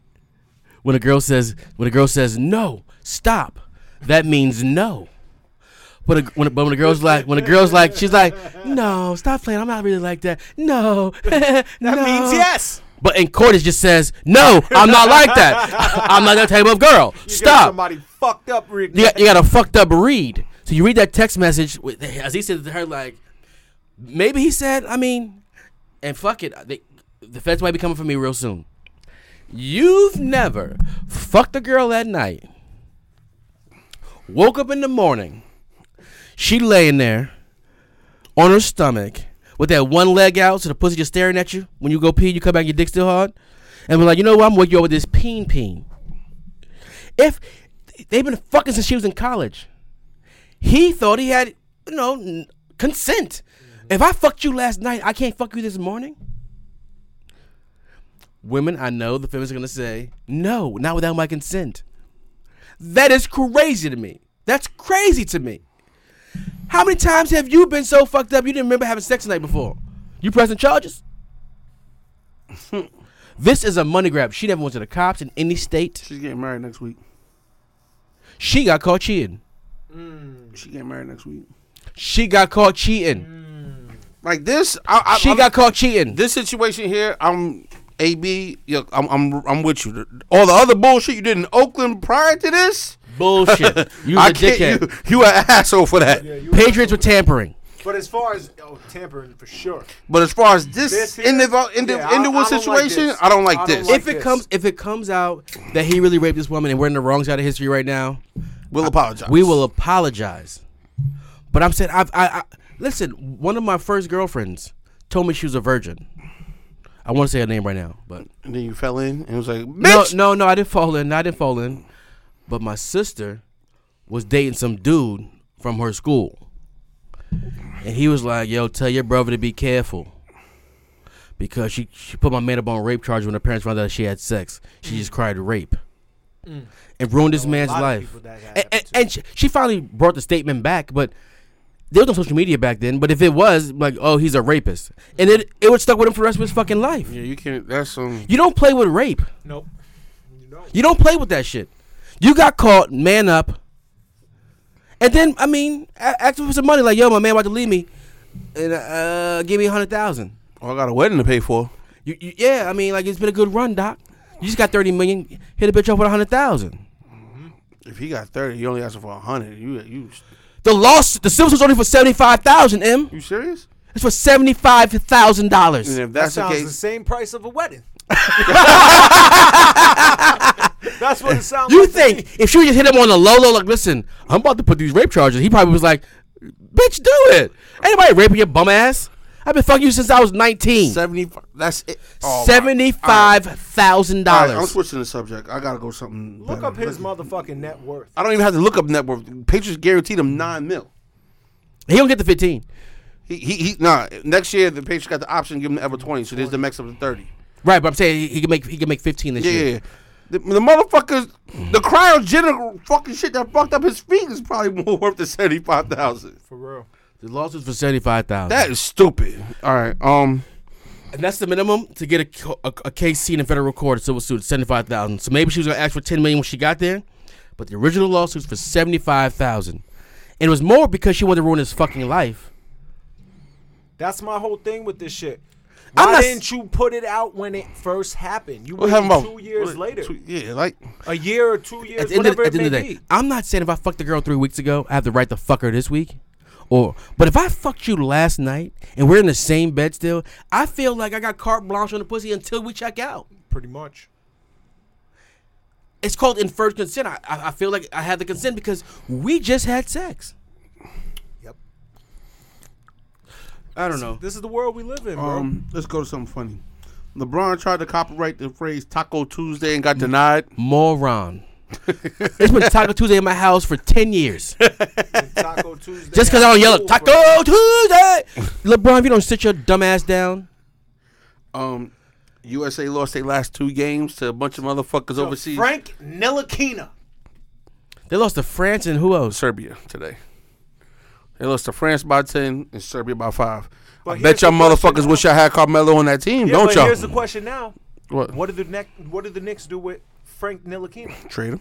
Speaker 3: when a girl says when a girl says no, stop, that means no. But a, when, but when a girl's like, when a girl's like, she's like, no, stop playing. I'm not really like that. No, that
Speaker 4: Means yes.
Speaker 3: But in court, it just says, no, I'm not like that. I'm not that type of girl. Stop.
Speaker 4: Somebody fucked up, Rick.
Speaker 3: You got, you got a fucked up read. So you read that text message with, as he said to her, like, maybe he said, I mean, and fuck it, they, the feds might be coming for me real soon. You've never fucked a girl at night, woke up in the morning, she laying there on her stomach with that one leg out, so the pussy just staring at you. When you go pee, you come back, your dick still hard, and we're like, you know what? I'm gonna wake you up with this peen peen. If they've been fucking since she was in college, he thought he had, you know, n- consent. If I fucked you last night, I can't fuck you this morning. Women, I know the feminists are gonna say, no, not without my consent. That is crazy to me. That's crazy to me. How many times have you been so fucked up you didn't remember having sex the night before? You pressing charges? this is a money grab. She never went to the cops in any state.
Speaker 2: she's getting married next week.
Speaker 3: She got caught cheating.
Speaker 2: She getting married next week.
Speaker 3: She got caught cheating.
Speaker 2: Like this, I, I,
Speaker 3: she
Speaker 2: I'm-
Speaker 3: got caught cheating.
Speaker 2: this situation here. I'm AB. Yo, I'm, I'm I'm with you. All the other bullshit you did in Oakland prior to this,
Speaker 3: bullshit. You was
Speaker 2: I
Speaker 3: a dickhead.
Speaker 2: can't. You, you an asshole for that.
Speaker 3: Patriots were tampering.
Speaker 4: But as far as oh, tampering for sure.
Speaker 2: But as far as this,
Speaker 4: This here?
Speaker 2: individual, indiv-
Speaker 4: Yeah, I-
Speaker 2: individual
Speaker 4: I don't like
Speaker 2: situation,
Speaker 4: this.
Speaker 2: I don't like
Speaker 4: I don't
Speaker 2: this.
Speaker 4: like
Speaker 3: If it
Speaker 4: this.
Speaker 3: comes, if it comes out that he really raped this woman and we're in the wrong side of history right now,
Speaker 2: we'll apologize.
Speaker 3: we will apologize. But I'm saying, I've, I, I listen. One of my first girlfriends told me she was a virgin. I want to say her name right now, but
Speaker 2: And then you fell in and it was like,
Speaker 3: no,
Speaker 2: bitch.
Speaker 3: no, no. I didn't fall in. I didn't fall in. But my sister was dating some dude from her school, and he was like, "Yo, tell your brother to be careful." Because she, she put my man up on rape charge when her parents found out she had sex. She just cried rape.
Speaker 4: Mm.
Speaker 3: And ruined this man's
Speaker 4: lot of
Speaker 3: life.
Speaker 4: people that got
Speaker 3: And, and, and she, she finally brought the statement back, but there was no social media back then. But if it was, like, oh, he's a rapist. And it, it would stuck with him for the rest of his fucking life.
Speaker 2: Yeah, you can't. That's um.
Speaker 3: You don't play with rape.
Speaker 4: Nope.
Speaker 3: You don't play with that shit. You got caught, man up. And then I mean, a- ask me for some money, like yo, my man about to leave me, and uh, give me a hundred thousand.
Speaker 2: Oh, I got a wedding to pay for.
Speaker 3: You, you, yeah, I mean, like it's been a good run, doc. You just got thirty million. Hit a bitch up with a hundred thousand.
Speaker 2: If he got thirty, he only asked for hundred. You you
Speaker 3: The loss, the civil was only for seventy five thousand. M.
Speaker 2: you serious?
Speaker 3: It's for seventy five thousand dollars.
Speaker 2: And if
Speaker 4: That
Speaker 2: that's the
Speaker 4: sounds the
Speaker 2: case,
Speaker 4: same price of a wedding. That's what it sounds
Speaker 3: You
Speaker 4: like. to me.
Speaker 3: think if she would just hit him on the low low, like, listen, I'm about to put these rape charges. He probably was like, bitch, do it. Anybody raping your bum ass? I've been fucking you since I was 19.
Speaker 2: seventy. That's it. Oh, my-
Speaker 3: Seventy-five thousand
Speaker 2: All right, I'm
Speaker 3: dollars.
Speaker 2: switching the subject. I gotta go something.
Speaker 4: Look
Speaker 2: better.
Speaker 4: up his
Speaker 2: Let's-
Speaker 4: motherfucking net worth.
Speaker 2: I don't even have to look up net worth. Patriots guaranteed him nine mil.
Speaker 3: He don't get the fifteen,
Speaker 2: He he, he nah. Next year the Patriots got the option to give him ever twenty, so there's the max up to thirty.
Speaker 3: right? But I'm saying he, he can make he can make fifteen this
Speaker 2: Yeah,
Speaker 3: year.
Speaker 2: yeah. The, the motherfuckers, the cryogenic fucking shit that fucked up his feet is probably more worth than seventy five thousand.
Speaker 4: For real.
Speaker 3: The lawsuits for seventy-five thousand.
Speaker 2: That is stupid. All right, um,
Speaker 3: and that's the minimum to get a, co- a, a case seen in federal court. A civil suit, seventy-five thousand. So maybe she was gonna ask for ten million when she got there, but the original lawsuits for seventy-five thousand, and it was more because she wanted to ruin his fucking life.
Speaker 4: That's my whole thing with this shit.
Speaker 3: I'm
Speaker 4: Why
Speaker 3: not s-
Speaker 4: didn't you put it out when it first happened? You
Speaker 2: we're
Speaker 4: waited
Speaker 2: having about
Speaker 4: two years later,
Speaker 2: Two, yeah, like
Speaker 4: a year or two
Speaker 3: At
Speaker 4: years,
Speaker 3: the end of,
Speaker 4: whatever
Speaker 3: at the
Speaker 4: it
Speaker 3: end
Speaker 4: may
Speaker 3: of the day,
Speaker 4: be.
Speaker 3: I'm not saying if I fucked the girl three weeks ago, I have the right to fuck her this week. Or, but if I fucked you last night and we're in the same bed still, I feel like I got carte blanche on the pussy until we check out.
Speaker 4: Pretty much.
Speaker 3: It's called inferred consent. I, I, I feel like I have the consent because we just had sex.
Speaker 4: Yep.
Speaker 3: I don't know.
Speaker 4: This is the world we live in, bro.
Speaker 2: um, let's go to something funny. LeBron tried to copyright the phrase Taco Tuesday and got denied.
Speaker 3: Moron. it's been Taco Tuesday in my house for 10 years.
Speaker 4: Taco Tuesday. Oh,
Speaker 3: Just because I don't yell
Speaker 4: Cool,
Speaker 3: at Taco
Speaker 4: bro.
Speaker 3: Tuesday. LeBron, if you don't sit your dumb ass down,
Speaker 2: Um, USA lost their last two games to a bunch of motherfuckers overseas.
Speaker 4: Frank Nilakina.
Speaker 3: they lost to France and who else?
Speaker 2: Serbia today. They lost to France by ten and Serbia by five.
Speaker 4: But
Speaker 2: I bet
Speaker 4: here's
Speaker 2: y'all
Speaker 4: the question,
Speaker 2: motherfuckers wish I had Carmelo on that team,
Speaker 4: Yeah,
Speaker 2: don't
Speaker 4: but
Speaker 2: y'all?
Speaker 4: here's the question now.
Speaker 2: What?
Speaker 4: What did the neck? What did the Knicks do with Frank Nilakina?
Speaker 2: Trade him.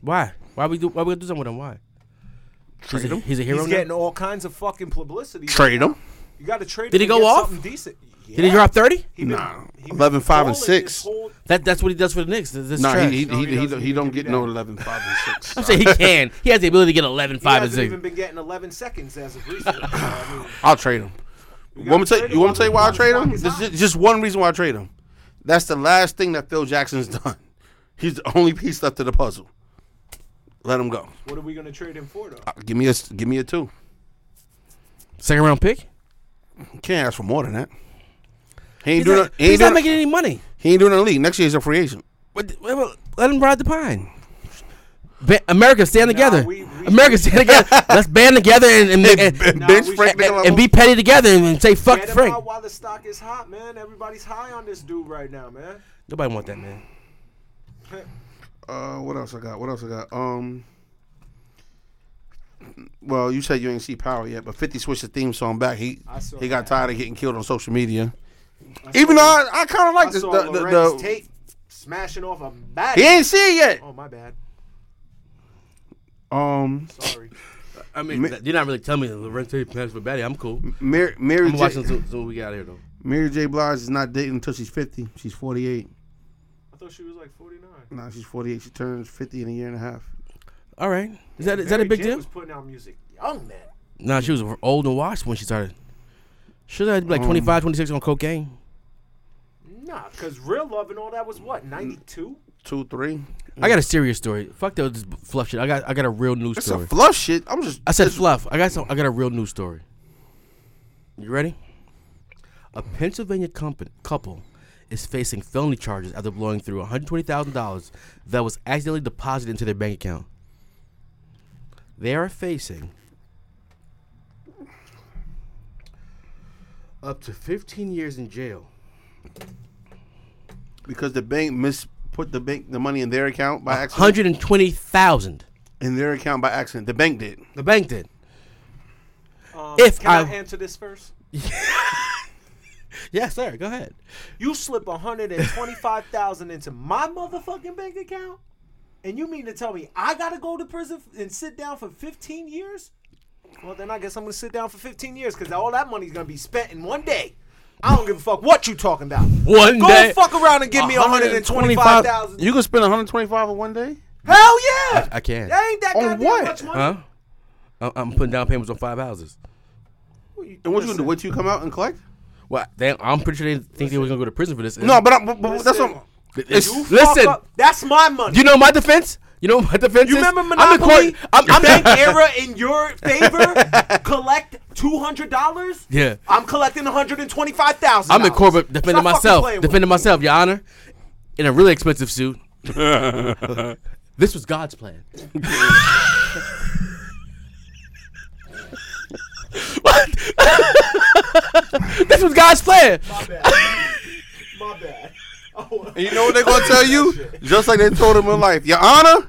Speaker 3: Why? Why we do? Why we gonna do something with him? Why? He's a, he's a hero.
Speaker 4: He's
Speaker 3: now?
Speaker 4: getting all kinds of fucking publicity.
Speaker 2: Trade him.
Speaker 4: You got to trade.
Speaker 3: Did
Speaker 4: him
Speaker 3: he
Speaker 4: and
Speaker 3: go
Speaker 4: get
Speaker 3: off?
Speaker 4: Something decent.
Speaker 3: Did he
Speaker 4: Yeah.
Speaker 3: drop thirty?
Speaker 4: He been-
Speaker 2: Nah,
Speaker 4: he been
Speaker 2: 11, five, and
Speaker 4: balling this
Speaker 2: six.
Speaker 4: whole-
Speaker 3: That that's what he does for the Knicks. This, this
Speaker 2: No,
Speaker 3: trash.
Speaker 2: he he,
Speaker 4: No,
Speaker 2: he,
Speaker 4: he
Speaker 2: he,
Speaker 4: doesn't.
Speaker 2: he
Speaker 4: He
Speaker 2: don't
Speaker 4: can
Speaker 2: get
Speaker 4: do
Speaker 2: no
Speaker 4: that.
Speaker 2: 11, 5, and 6.
Speaker 3: I'm saying he can. He has the ability to get 11,
Speaker 4: He
Speaker 3: 5, and
Speaker 4: hasn't
Speaker 3: six.
Speaker 4: even been getting 11 seconds as of recent. So, I mean,
Speaker 2: I'll trade him. You want me to
Speaker 4: trade
Speaker 2: tell you
Speaker 4: him.
Speaker 2: want me to tell you why I
Speaker 4: Motherfucker's
Speaker 2: trade him?
Speaker 4: hot.
Speaker 2: There's ju- just one reason why I trade him. That's the last thing that Phil Jackson's done. He's the only piece left to the puzzle. Let him go.
Speaker 4: what are we going to trade him for, though?
Speaker 2: Uh, Give me a s- give me a two.
Speaker 3: Second round pick.
Speaker 2: Can't ask for more than that. He ain't
Speaker 3: He's
Speaker 2: doing.
Speaker 3: not,
Speaker 2: he, ain't
Speaker 3: he's not
Speaker 2: doing
Speaker 3: making any money.
Speaker 2: he ain't doing in the league. Next year he's a free agent.
Speaker 3: But, th- well, well, let him ride the pine. Ba- America, stand together.
Speaker 4: we- we-
Speaker 3: America, stand together. Let's band together and and, and, and,
Speaker 4: Nah,
Speaker 2: bench
Speaker 4: we-
Speaker 2: Frank Nicola-
Speaker 3: and be petty together and, and say fuck
Speaker 4: Get him
Speaker 3: Frank.
Speaker 4: out while the stock is hot, man. Everybody's high on this dude right now, man.
Speaker 3: Nobody want that man.
Speaker 2: Uh, what else I got? What else I got? Um. Well, you said you ain't see power yet, but Fifty switched the theme song back. He
Speaker 4: I saw
Speaker 2: he got
Speaker 4: that.
Speaker 2: tired of getting killed on social media. Even though I, I kind of like
Speaker 4: I
Speaker 2: this.
Speaker 4: saw
Speaker 2: the, the,
Speaker 4: Lorenz
Speaker 2: the-
Speaker 4: Tate smashing off a bat.
Speaker 2: he ain't see it
Speaker 4: Oh, my bad.
Speaker 2: yet. Um,
Speaker 4: Sorry.
Speaker 3: I mean, you're not really telling me that Lorenzo passed for Batty. I'm cool.
Speaker 2: Mary Mary
Speaker 3: I'm watching
Speaker 2: J,
Speaker 3: until until we get out of here though.
Speaker 2: Mary J. Blige is not dating until she's fifty. She's forty eight.
Speaker 4: I thought she was like 49.
Speaker 2: Now she's forty eight. She turns fifty in a year and a half.
Speaker 3: All right. Is that is that a
Speaker 4: Mary
Speaker 3: big
Speaker 4: J
Speaker 3: deal?
Speaker 4: was putting out music. Young, man.
Speaker 3: Nah, she was old and washed when she started. Should I be
Speaker 2: Um,
Speaker 3: like 25, 26 on cocaine?
Speaker 4: Nah, because Real Love and all that was what, 92?
Speaker 2: Two three.
Speaker 3: I got a serious story. Fuck that was just fluff shit. I got I got a real news
Speaker 2: mm. That's
Speaker 3: story.
Speaker 2: a flush shit. I'm just.
Speaker 3: I said
Speaker 2: it's-
Speaker 3: fluff. I got some. I got a real news story. You ready? A Pennsylvania compa- couple is facing felony charges after blowing through one hundred twenty thousand dollars that was accidentally deposited into their bank account. They are facing up to fifteen years in jail.
Speaker 2: because the bank mis put the bank the money in their account by accident.
Speaker 3: Hundred and twenty thousand.
Speaker 2: in their account by accident. The bank did.
Speaker 3: The bank did.
Speaker 4: Um,
Speaker 3: If
Speaker 4: can I
Speaker 3: I-
Speaker 4: answer this first?
Speaker 3: Yes, sir. Go ahead.
Speaker 4: You slip 125,000 into my motherfucking bank account? And you mean to tell me I gotta go to prison f- and sit down for 15 years? Well, then I guess I'm gonna sit down for 15 years because all that money's gonna be spent in one day. I don't give a fuck what you talking about.
Speaker 3: One
Speaker 4: Go
Speaker 3: day.
Speaker 4: fuck around and give me 125,000.
Speaker 2: You can spend 125 in one day?
Speaker 4: Hell yeah.
Speaker 3: I can.
Speaker 4: That ain't that
Speaker 2: On
Speaker 4: goddamn
Speaker 2: what?
Speaker 4: much money.
Speaker 3: Huh? I- I'm putting down payments on five houses.
Speaker 2: And what you gonna do? What you come out and collect?
Speaker 3: Well, they, I'm pretty sure they think they were gonna go to prison for this.
Speaker 2: No, but, I, but, but that's what. It's,
Speaker 4: You fuck
Speaker 3: Listen.
Speaker 4: up. That's my money.
Speaker 3: you know my defense. You know my defense.
Speaker 4: You
Speaker 3: is?
Speaker 4: remember
Speaker 3: I'm in
Speaker 4: Monopoly?
Speaker 3: court. I'm, I'm
Speaker 4: Bank error in your favor. Collect two hundred dollars.
Speaker 3: Yeah.
Speaker 4: I'm collecting one hundred and twenty-five thousand.
Speaker 3: I'm in court, but defending myself. Defending myself, Your Honor, in a really expensive suit. this was God's plan. what? this was God's plan.
Speaker 4: My bad.
Speaker 2: and you know what they're gonna tell you? Just like they told him in life, Your Honor,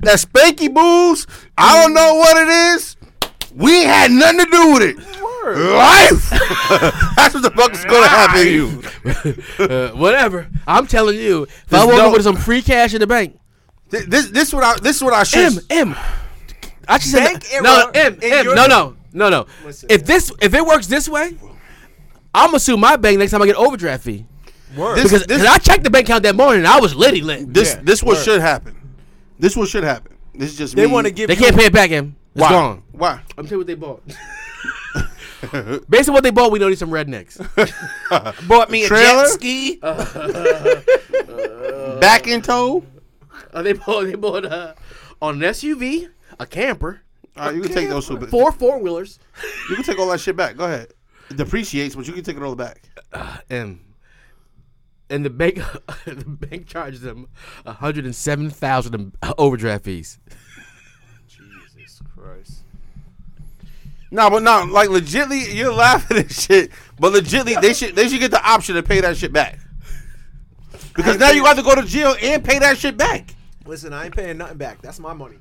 Speaker 2: that spanky booze. I don't know what it is. We ain't had nothing to do with it. Life. that's what the fuck is gonna happen to you.
Speaker 3: Uh, whatever. I'm telling you, if I
Speaker 2: There's
Speaker 3: woke
Speaker 2: no-
Speaker 3: up with some free cash in the bank,
Speaker 2: Th- This this what I this what I should.
Speaker 3: M M. I should say
Speaker 4: Bank
Speaker 3: no
Speaker 4: error
Speaker 3: M
Speaker 4: in
Speaker 3: M.
Speaker 4: your-
Speaker 3: No no no no.
Speaker 4: Listen,
Speaker 3: if
Speaker 4: man.
Speaker 3: this if it works this way, I'm gonna sue my bank next time I get overdraft fee.
Speaker 4: Word.
Speaker 2: This-
Speaker 3: Because cause I checked the bank account that morning and I was litty lit.
Speaker 2: This
Speaker 4: Yeah,
Speaker 2: this what
Speaker 4: word.
Speaker 2: should happen. This what should happen. This is just
Speaker 4: they
Speaker 2: me.
Speaker 4: want to give.
Speaker 3: They
Speaker 4: you-
Speaker 3: can't pay it back, him. It's
Speaker 2: Why?
Speaker 3: gone.
Speaker 2: Why?
Speaker 3: I'm telling you what they bought. Based on what they bought, we know these some rednecks.
Speaker 4: bought me a
Speaker 2: Trailer?
Speaker 4: jet ski.
Speaker 2: Back in tow.
Speaker 3: Uh, they bought they bought uh, on an SUV, a camper,
Speaker 2: All right, you can take those two. but-
Speaker 3: four four wheelers.
Speaker 2: You can take all that shit back. Go ahead. It depreciates, but you can take it all back.
Speaker 3: M. And the bank, the bank charged them one hundred and seven thousand in overdraft fees.
Speaker 4: Jesus Christ.
Speaker 2: No, but no, like legitly, you're laughing at shit. But legitly, they should they should get the option to pay that shit back. Because now you have to go to jail and pay that shit back.
Speaker 4: Listen, I ain't paying nothing back. That's my money.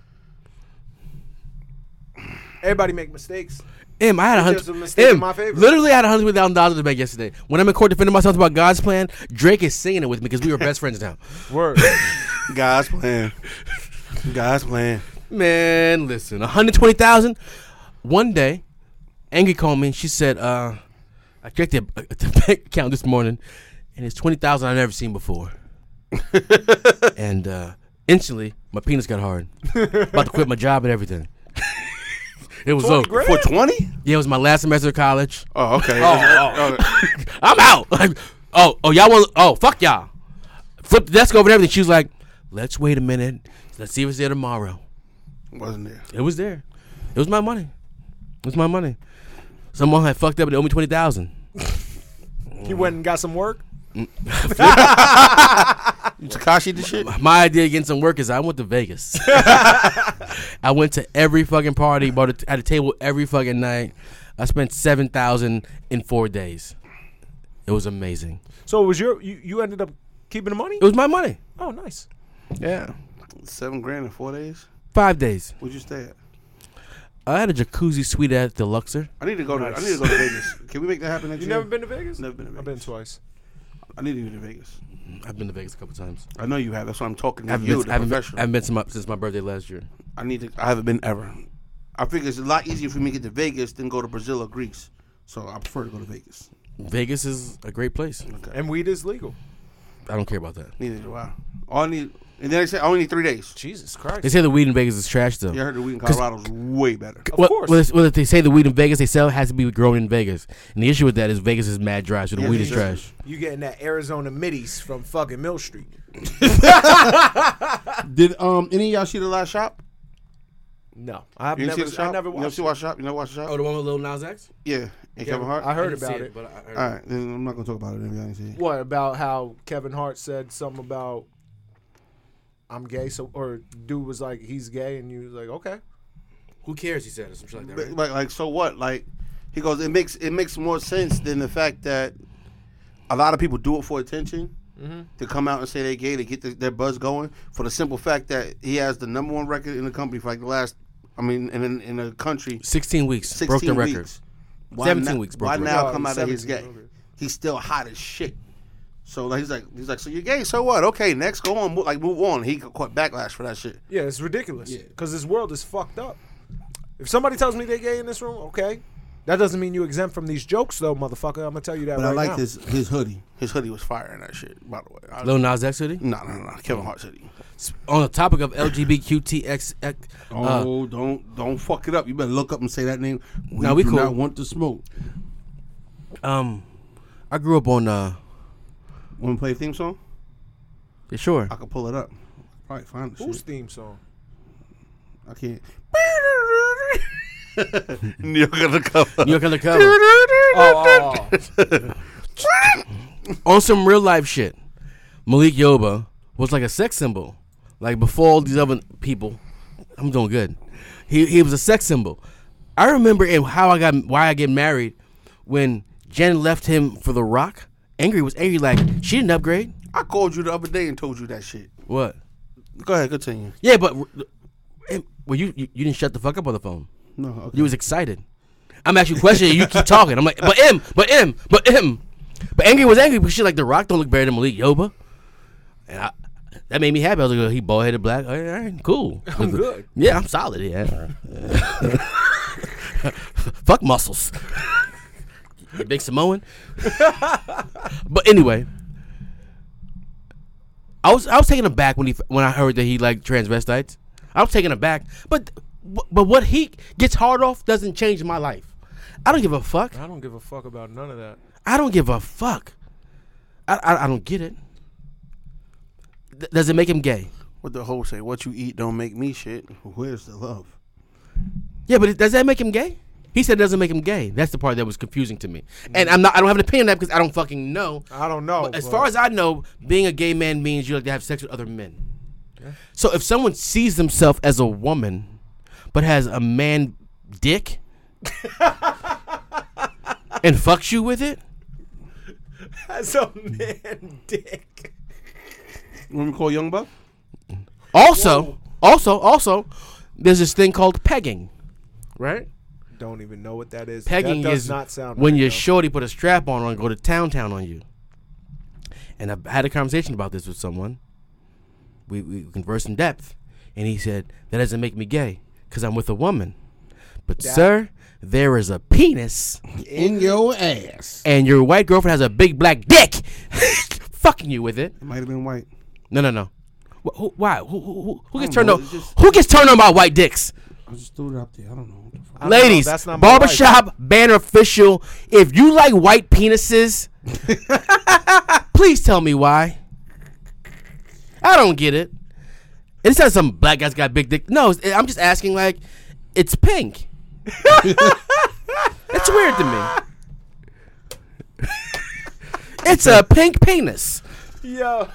Speaker 4: Everybody make mistakes.
Speaker 3: M, I had a
Speaker 4: just a
Speaker 3: hundred.
Speaker 4: mistake in
Speaker 3: M,
Speaker 4: my favor.
Speaker 3: literally, I had a hundred thousand dollars in the bank yesterday. When I'm in court defending myself about God's plan, Drake is singing it with me because we were best friends now.
Speaker 4: Word.
Speaker 2: God's plan. God's plan.
Speaker 3: Man, listen, one hundred twenty thousand. One day, Angie called me. and She said, uh, "I checked the, uh, the bank account this morning, and it's twenty thousand I've never seen before." and uh, instantly, my penis got hard. About to quit my job and everything. it was over.
Speaker 2: For twenty?
Speaker 3: Yeah, it was my last semester of college.
Speaker 2: Oh, okay.
Speaker 3: I'm out. Like, oh, oh, y'all want? Oh, fuck y'all. Flip the desk over and everything. She was like, "Let's wait a minute. Let's see if it's there tomorrow."
Speaker 2: Wasn't there?
Speaker 3: It was there. It was my money. It was my money. Someone had fucked up and they owed me twenty thousand.
Speaker 4: you went and got some work.
Speaker 2: You Takashi the shit.
Speaker 3: My idea of getting some work is I went to Vegas. I went to every fucking party, bought a t- at a table every fucking night. I spent seven thousand in four days. It was amazing.
Speaker 4: So it was your you, you ended up keeping the money?
Speaker 3: It was my money.
Speaker 4: Oh, nice.
Speaker 2: Yeah. Seven grand in four days.
Speaker 3: Five days.
Speaker 2: Where'd you stay at?
Speaker 3: I had a jacuzzi suite at the Luxor.
Speaker 2: I need to go to. I need to go to Vegas. Can we make that happen next
Speaker 4: You
Speaker 2: year?
Speaker 4: never been to Vegas?
Speaker 2: Never been to
Speaker 4: I've been twice.
Speaker 2: I need to go to Vegas.
Speaker 3: I've been to Vegas a couple times.
Speaker 2: I know you have. That's why I'm talking to
Speaker 3: I've
Speaker 2: you,
Speaker 3: been,
Speaker 2: the
Speaker 3: I've been,
Speaker 2: professional.
Speaker 3: I've been to my, since my birthday last year.
Speaker 2: I need to. I haven't been ever. I figure it's a lot easier for me to get to Vegas than go to Brazil or Greece. So I prefer to go to Vegas.
Speaker 3: Vegas is a great place.
Speaker 4: And weed is legal.
Speaker 3: I don't care about that.
Speaker 2: Neither do I. All I need, and then I say I only need three days.
Speaker 4: Jesus
Speaker 3: They
Speaker 4: Christ.
Speaker 3: say the weed in Vegas is trash though.
Speaker 2: Yeah, I heard the weed in Colorado's way better.
Speaker 4: Of
Speaker 3: well,
Speaker 4: course.
Speaker 3: Well, it's- well, if they say the weed in Vegas they sell has to be grown in Vegas, and the issue with that is Vegas is mad dry, so the
Speaker 2: Yeah,
Speaker 3: weed is
Speaker 2: they-
Speaker 3: trash.
Speaker 4: You getting that Arizona middies from fucking Mill Street.
Speaker 2: Did um any of y'all see the last shop?
Speaker 4: No. I've
Speaker 2: You didn't
Speaker 4: never,
Speaker 2: see the shop.
Speaker 4: I never
Speaker 2: You never
Speaker 4: watched
Speaker 2: see
Speaker 4: it. Oh,
Speaker 2: watch shop. You never watch the shop.
Speaker 3: Oh, the one with Lil Nas X.
Speaker 2: yeah, and Kevin Hart.
Speaker 4: I heard about it.
Speaker 3: but I
Speaker 2: All right, then I'm not gonna talk about it. If y'all didn't see it.
Speaker 4: What about how Kevin Hart said something about I'm gay, so or dude was like he's gay, and you was like okay,
Speaker 3: who cares? He said or something like that.
Speaker 2: But, Like, like, so what? Like, he goes. It makes it makes more sense than the fact that a lot of people do it for attention.
Speaker 3: Mm-hmm.
Speaker 2: To come out and say they gay to get the, their buzz going for the simple fact that he has the number one record in the company for like the last, I mean, in in, in the country,
Speaker 3: Sixteen weeks,
Speaker 2: 16
Speaker 3: broke the record.
Speaker 2: weeks. Why
Speaker 3: 17
Speaker 2: not-
Speaker 3: weeks broke
Speaker 2: Why
Speaker 3: the
Speaker 2: now
Speaker 4: record.
Speaker 2: come out that he's
Speaker 4: 17
Speaker 2: gay?
Speaker 4: broke it.
Speaker 2: He's still hot as shit. So like he's like he's like so you're gay. So what? Okay, next go on. mo- Like move on. He got caught backlash for that shit.
Speaker 4: yeah, it's ridiculous because this world is fucked up. If somebody tells me they're gay in this room, okay, That doesn't mean you exempt from these jokes, though, motherfucker. I'm gonna tell you that.
Speaker 2: But
Speaker 4: right
Speaker 2: I like
Speaker 4: now.
Speaker 2: his his hoodie. His hoodie was fire in that shit. By the way, I,
Speaker 3: Lil Nas X hoodie.
Speaker 2: no, no, no, Kevin Hart's hoodie.
Speaker 3: On the topic of LGBTQTX, uh,
Speaker 2: Oh, don't don't fuck it up. You better look up and say that name. We
Speaker 3: Nah, we
Speaker 2: do
Speaker 3: cool.
Speaker 2: not want to smoke.
Speaker 3: um, I grew up on uh,
Speaker 2: Want to play a theme song?
Speaker 3: yeah, sure.
Speaker 2: I can pull it up. Probably find the
Speaker 4: Whose
Speaker 2: shit.
Speaker 4: theme song?
Speaker 2: I can't. New York undercover.
Speaker 3: New York undercover.
Speaker 4: Oh, oh,
Speaker 3: on some real life shit, Malik Yoba was like a sex symbol. Like before all these other people, I'm doing good. He he was a sex symbol. I remember in how I got why I get married when Jen left him for The Rock. Angry was angry like she didn't upgrade.
Speaker 2: I called you the other day and told you that shit.
Speaker 3: What?
Speaker 2: Go ahead, continue.
Speaker 3: Yeah, but eh, well, you, you you didn't shut the fuck up on the phone.
Speaker 2: No, okay.
Speaker 3: You was excited. I'm actually questioning you. You keep talking. I'm like, but M, but M, but M. But Angry was angry because she like The Rock don't look better than Malik Yoba. And I, that made me happy. I was like, oh, he bald headed black. All right, all right, cool. I'm
Speaker 4: good.
Speaker 3: Yeah, I'm solid. Yeah. Fuck muscles. You Big Samoan. but anyway, I was I was taken aback when he when I heard that he liked transvestites. I was taken aback, but but what he gets hard off doesn't change my life. I don't give a fuck.
Speaker 4: I don't give a fuck about none of that.
Speaker 3: I don't give a fuck. I I, I don't get it. Th- does it make him gay?
Speaker 2: What the whole say? What you eat don't make me shit. Where's the love?
Speaker 3: Yeah, but it- does that make him gay? He said it doesn't make him gay. That's the part that was confusing to me. And I'm not I don't have an opinion on that because I don't fucking know.
Speaker 4: I don't know.
Speaker 3: But as far as I know, being a gay man means you like to have sex with other men. So if someone sees themselves as a woman, but has a man dick, and fucks you with it,
Speaker 4: as a man, dick.
Speaker 2: When we call Young Buck?
Speaker 3: also, also, also, there's this thing called pegging, right?
Speaker 4: Don't even know what that is.
Speaker 3: Pegging
Speaker 4: that does
Speaker 3: is
Speaker 4: not sound
Speaker 3: when
Speaker 4: right,
Speaker 3: your
Speaker 4: though.
Speaker 3: shorty put a strap on and go to town town on you. And I had a conversation about this with someone. We we conversed in depth, and he said that doesn't make me gay because I'm with a woman. But sir, there is a penis,
Speaker 5: In your ass.
Speaker 3: and your white girlfriend has a big black dick, fucking you with it.
Speaker 2: It might have been white.
Speaker 3: No no no. Wh- who, why? Who, who, who- who gets
Speaker 2: I don't
Speaker 3: turned
Speaker 2: know,
Speaker 3: on?
Speaker 2: it's just-
Speaker 3: Who gets turned on by white dicks?
Speaker 2: I just threw it out there. I don't know. What the fuck.
Speaker 4: I don't know,
Speaker 3: Ladies,
Speaker 4: that's not my life.
Speaker 3: barbershop banner official. If you like white penises, please tell me why. I don't get it. It's not some black guy's got big dick. No, it's- I'm just asking. Like, it's pink. it's weird to me. it's a pink penis.
Speaker 4: Yo,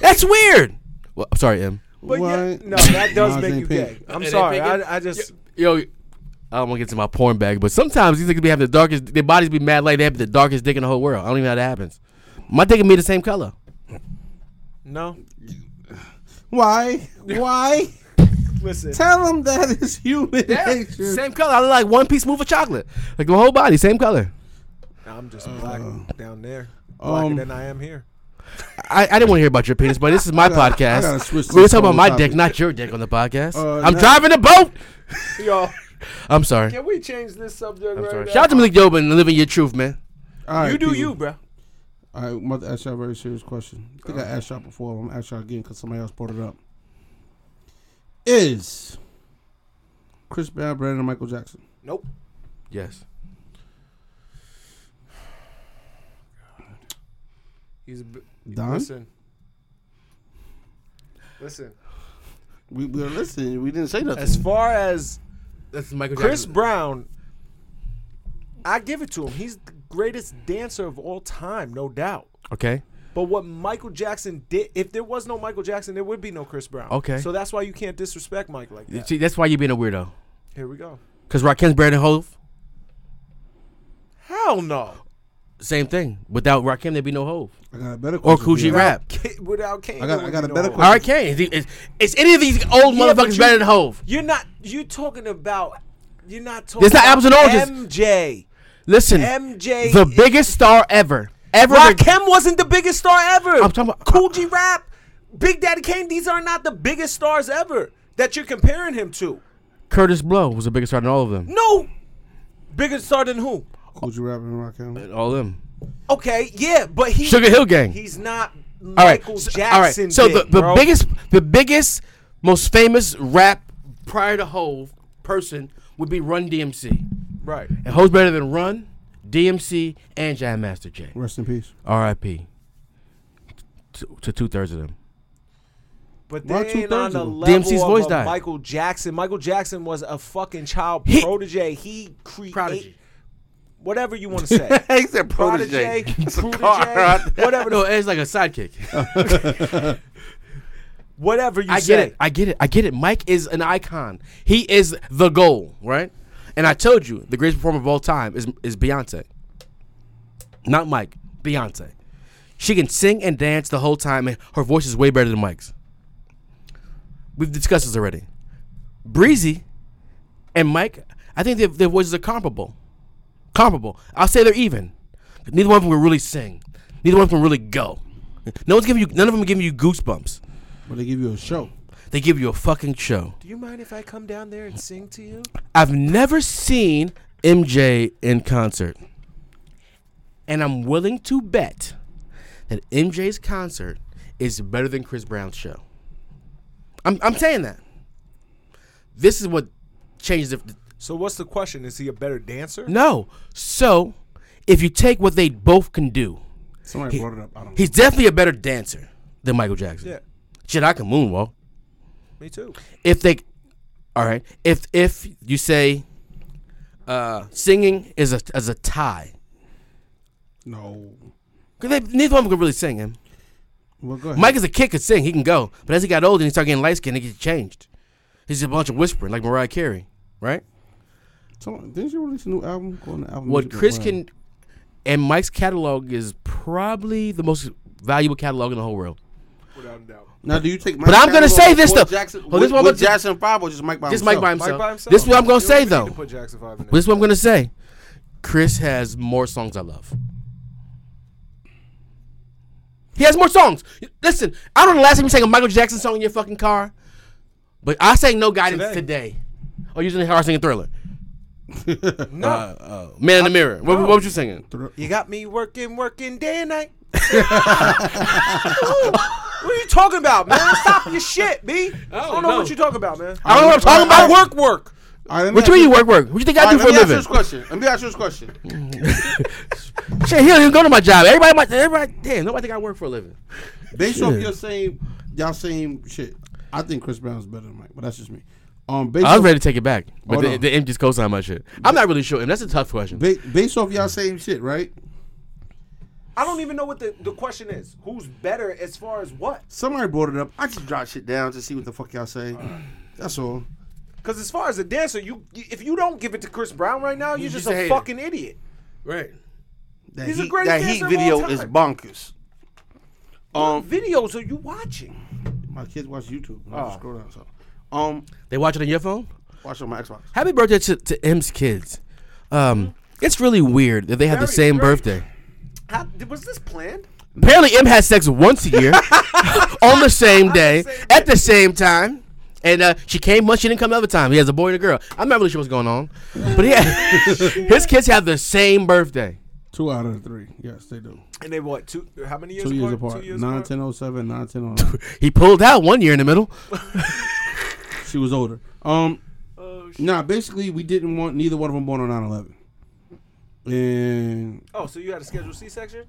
Speaker 3: That's weird. Well, I'm sorry, M.
Speaker 4: but yeah,
Speaker 2: What?
Speaker 4: no, that does
Speaker 2: Mine
Speaker 4: make
Speaker 2: ain't
Speaker 4: you
Speaker 2: pink.
Speaker 4: gay. I'm
Speaker 3: It ain't
Speaker 4: sorry.
Speaker 3: pink yet?
Speaker 4: I, I just
Speaker 3: Yo, I don't want to get to my porn bag, but sometimes these niggas be having the darkest. Their bodies be mad like they have the darkest dick in the whole world. I don't even know how that happens. My dick and me the same color.
Speaker 4: no.
Speaker 5: Why? Why?
Speaker 4: Listen,
Speaker 5: Tell them that is human nature.
Speaker 3: same color. I look like one piece move of chocolate. Like my whole body, same color.
Speaker 4: I'm just
Speaker 3: Uh,
Speaker 4: black down there, blacker
Speaker 5: um,
Speaker 4: than I am here.
Speaker 3: I, I didn't want to hear about your penis, but this is my
Speaker 5: gotta- I
Speaker 3: podcast.
Speaker 5: gotta switch
Speaker 3: we were
Speaker 5: this
Speaker 3: talking about
Speaker 5: whole
Speaker 3: my
Speaker 5: topic.
Speaker 3: dick, not your dick, on the podcast.
Speaker 5: Uh,
Speaker 3: I'm
Speaker 5: now-
Speaker 3: driving the boat.
Speaker 4: Yo,
Speaker 3: I'm sorry.
Speaker 4: can we change this subject
Speaker 3: I'm
Speaker 4: right
Speaker 3: sorry.
Speaker 4: now?
Speaker 3: Shout out to Malik Jobin and living your truth, man.
Speaker 5: All right,
Speaker 4: you do
Speaker 5: people.
Speaker 4: you, bro.
Speaker 5: All right, I'm about to ask y'all a very serious question. I think I
Speaker 4: Uh-huh.
Speaker 5: asked y'all before. I'm gonna ask y'all again because somebody else brought it up. Is Chris Brown better than Michael Jackson?
Speaker 4: Nope.
Speaker 3: Yes.
Speaker 4: He's a b-
Speaker 5: Don,
Speaker 4: listen. Listen.
Speaker 2: We, we were listening. We didn't say nothing.
Speaker 4: As far as
Speaker 3: That's Michael
Speaker 4: Chris Brown, I give it to him. He's the greatest dancer of all time, no doubt.
Speaker 3: okay.
Speaker 4: But what Michael Jackson did, if there was no Michael Jackson, there would be no Chris Brown.
Speaker 3: Okay.
Speaker 4: So that's why you can't disrespect Mike like that.
Speaker 3: See, that's why you being a weirdo.
Speaker 4: Here we go.
Speaker 3: Because Rakim Brandon Hove,
Speaker 4: Hell no.
Speaker 3: same thing. Without Rakim, there'd be no Hove.
Speaker 5: I got a better
Speaker 3: Or
Speaker 5: question. for
Speaker 3: Coogee
Speaker 5: y'all.
Speaker 3: Rap.
Speaker 4: Ki- Without Kane,
Speaker 5: I got-
Speaker 4: there
Speaker 5: I
Speaker 4: would
Speaker 5: got
Speaker 4: be
Speaker 5: a
Speaker 4: no
Speaker 5: better
Speaker 4: Hov.
Speaker 5: question.
Speaker 3: R. Kane. Is, he- is, is any of these old
Speaker 4: Yeah, but
Speaker 3: motherfuckers
Speaker 4: you-
Speaker 3: better than Hove?
Speaker 4: You're not. You talking about? You're not talking.
Speaker 3: It's not
Speaker 4: about
Speaker 3: apples and oranges.
Speaker 4: MJ.
Speaker 3: Listen,
Speaker 4: MJ
Speaker 3: the
Speaker 4: is-
Speaker 3: biggest star ever, ever.
Speaker 4: Rakim wasn't the biggest star ever.
Speaker 3: I'm talking about-
Speaker 4: Cool G Rap, Big Daddy Kane. These are not the biggest stars ever that you're comparing him to.
Speaker 3: Curtis Blow was the biggest star in all of them.
Speaker 4: No, Bigger star than who?
Speaker 2: Would you rather rock him?
Speaker 3: All them.
Speaker 4: Okay, yeah, but he
Speaker 3: Sugar Hill Gang.
Speaker 4: He's not
Speaker 3: all right.
Speaker 4: Michael
Speaker 3: so-
Speaker 4: Jackson.
Speaker 3: all right. So the,
Speaker 4: big,
Speaker 3: the
Speaker 4: bro.
Speaker 3: biggest, the biggest, most famous rap prior to Hove person would be Run DMC,
Speaker 4: right?
Speaker 3: and Hove's better than Run, DMC, and Jam Master J.
Speaker 2: Rest in peace.
Speaker 3: R.I.P. To, to two thirds of them.
Speaker 4: But
Speaker 2: Why
Speaker 4: they
Speaker 2: two
Speaker 4: ain't on
Speaker 2: thirds
Speaker 4: the
Speaker 2: of them?
Speaker 4: level
Speaker 3: DMC's
Speaker 4: of
Speaker 3: voice
Speaker 4: a
Speaker 3: died.
Speaker 4: Michael Jackson. Michael Jackson was a fucking child
Speaker 3: He-
Speaker 4: protege. He created
Speaker 3: Prodigy.
Speaker 4: whatever you want to say.
Speaker 1: he said protege.
Speaker 4: protege,
Speaker 1: That's a car right
Speaker 4: protege,
Speaker 1: there.
Speaker 4: whatever,
Speaker 3: No,
Speaker 4: the,
Speaker 3: it's like a sidekick.
Speaker 4: whatever you
Speaker 3: I
Speaker 4: say.
Speaker 3: get it. I get it. I get it. Mike is an icon. He is the goal, right? And I told you, the greatest performer of all time is is Beyonce. Not Mike, Beyonce. She can sing and dance the whole time, and her voice is way better than Mike's. We've discussed this already. Breezy and Mike, I think their, their voices are comparable. Comparable. I'll say they're even. Neither one of them can really sing. Neither one of them can really go. No one's giving you. None of them are giving you goosebumps.
Speaker 2: But they give you a show.
Speaker 3: They give you a fucking show.
Speaker 4: Do you mind if I come down there and sing to you?
Speaker 3: I've never seen MJ in concert. And I'm willing to bet that MJ's concert is better than Chris Brown's show. I'm, I'm saying that. This is what changes the,
Speaker 4: So what's the question? Is he a better dancer?
Speaker 3: No. So, if you take what they both can do,
Speaker 2: Somebody brought it up. I don't know.
Speaker 3: he's definitely a better dancer than Michael Jackson.
Speaker 4: Yeah,
Speaker 3: Shit, I can moonwalk.
Speaker 4: me too.
Speaker 3: if they all right if if you say uh singing is a as a tie
Speaker 2: No.
Speaker 3: because neither one of them could really sing him
Speaker 2: Well, go ahead.
Speaker 3: mike is a kid could sing he can go but as he got older and he started getting light skinned he gets changed he's just a bunch of whispering like mariah carey right
Speaker 2: Someone, didn't you release a new album called the album?
Speaker 3: what
Speaker 2: Music
Speaker 3: chris
Speaker 2: Around?
Speaker 3: can and mike's catalog is probably the most valuable catalog in the whole world
Speaker 4: Without a doubt.
Speaker 2: Now, do you take? Mike
Speaker 3: But I'm gonna
Speaker 2: Jackson
Speaker 3: say
Speaker 2: or
Speaker 3: this,
Speaker 2: Will
Speaker 3: though.
Speaker 2: Jackson,
Speaker 3: Oh, this
Speaker 2: Will,
Speaker 3: one
Speaker 2: Will
Speaker 3: was-
Speaker 2: Jackson Five or just Mike by
Speaker 3: just
Speaker 2: himself?
Speaker 3: mike by himself.
Speaker 4: Oh, Mike by himself.
Speaker 3: this is what i'm gonna
Speaker 4: You don't
Speaker 3: say
Speaker 4: even need
Speaker 3: though
Speaker 4: to put Jackson Five in there.
Speaker 3: this is what i'm gonna say chris has more songs i love He has more songs. Listen, I don't know the last time you sang a Michael Jackson song in your fucking car, but I sang No Guidance
Speaker 4: Today.
Speaker 3: today. Oh, Or using the car singing Thriller. Uh,
Speaker 4: No,
Speaker 3: Man in the Mirror. What, what was you singing?
Speaker 4: you got me working, working day and night. what are you talking about, man? Stop your shit, B. I don't know
Speaker 3: no.
Speaker 4: what you're talking about, man.
Speaker 3: I don't know what I'm talking about. Work.
Speaker 4: Work, work.
Speaker 2: All right, let me
Speaker 3: What
Speaker 2: ask
Speaker 3: you mean you work, work? What you think I
Speaker 2: All
Speaker 3: do
Speaker 2: right,
Speaker 3: for
Speaker 2: let
Speaker 3: a
Speaker 2: me ask you this
Speaker 3: living?
Speaker 2: question. Let me ask you this question.
Speaker 3: Shit, he don't even go to my job. Everybody, might- everybody, damn, nobody think I work for a living.
Speaker 2: Based off your same, y'all same shit. I think Chris Brown's better than Mike, but that's just me. Um, based
Speaker 3: I was
Speaker 2: off,
Speaker 3: ready to take it back, but
Speaker 2: Hold
Speaker 3: the,
Speaker 2: on.
Speaker 3: the M just co-signed my shit. I'm not really sure, and that's a tough question.
Speaker 2: ba- based off y'all same shit, right?
Speaker 4: I don't even know what the, the question is. Who's better as far as what?
Speaker 2: Somebody brought it up. I just jot shit down to see what the fuck y'all say. That's all.
Speaker 4: Because as far as a dancer, you if you don't give it to Chris Brown right now, you're just,
Speaker 3: just a
Speaker 4: a
Speaker 3: hater.
Speaker 4: fucking idiot.
Speaker 3: Right.
Speaker 2: That
Speaker 4: He's the
Speaker 2: heat,
Speaker 4: greatest
Speaker 2: that
Speaker 4: dancer
Speaker 2: heat
Speaker 4: of
Speaker 2: video
Speaker 4: all
Speaker 2: is
Speaker 4: time.
Speaker 2: bonkers. Um,
Speaker 4: What videos are you watching?
Speaker 2: My kids watch YouTube. I just scroll down. So, um,
Speaker 3: They watch it on your phone?
Speaker 2: watch on my Xbox.
Speaker 3: Happy birthday to, to M's kids. Um, it's really weird that they have the
Speaker 4: Very
Speaker 3: same
Speaker 4: great.
Speaker 3: birthday.
Speaker 4: How, was this planned?
Speaker 3: Apparently, M has sex once a year on the same day
Speaker 4: same
Speaker 3: at the same time. And uh, she came once, she didn't come the other time. He has a boy and a girl. I'm not really sure what's going on. But yeah, his kids have the same birthday.
Speaker 2: Two out of the three. Yes, they do.
Speaker 4: And they what? Two? How many years?
Speaker 2: Two years
Speaker 4: apart?
Speaker 2: apart.
Speaker 4: Two years
Speaker 2: Nine
Speaker 4: apart.
Speaker 2: ten oh seven. Nine ten oh nine.
Speaker 3: He pulled out one year in the middle.
Speaker 2: She was older. Um, nah. Basically, we didn't want neither one of them born on 9-11. and
Speaker 4: Oh, so you had a scheduled C-section?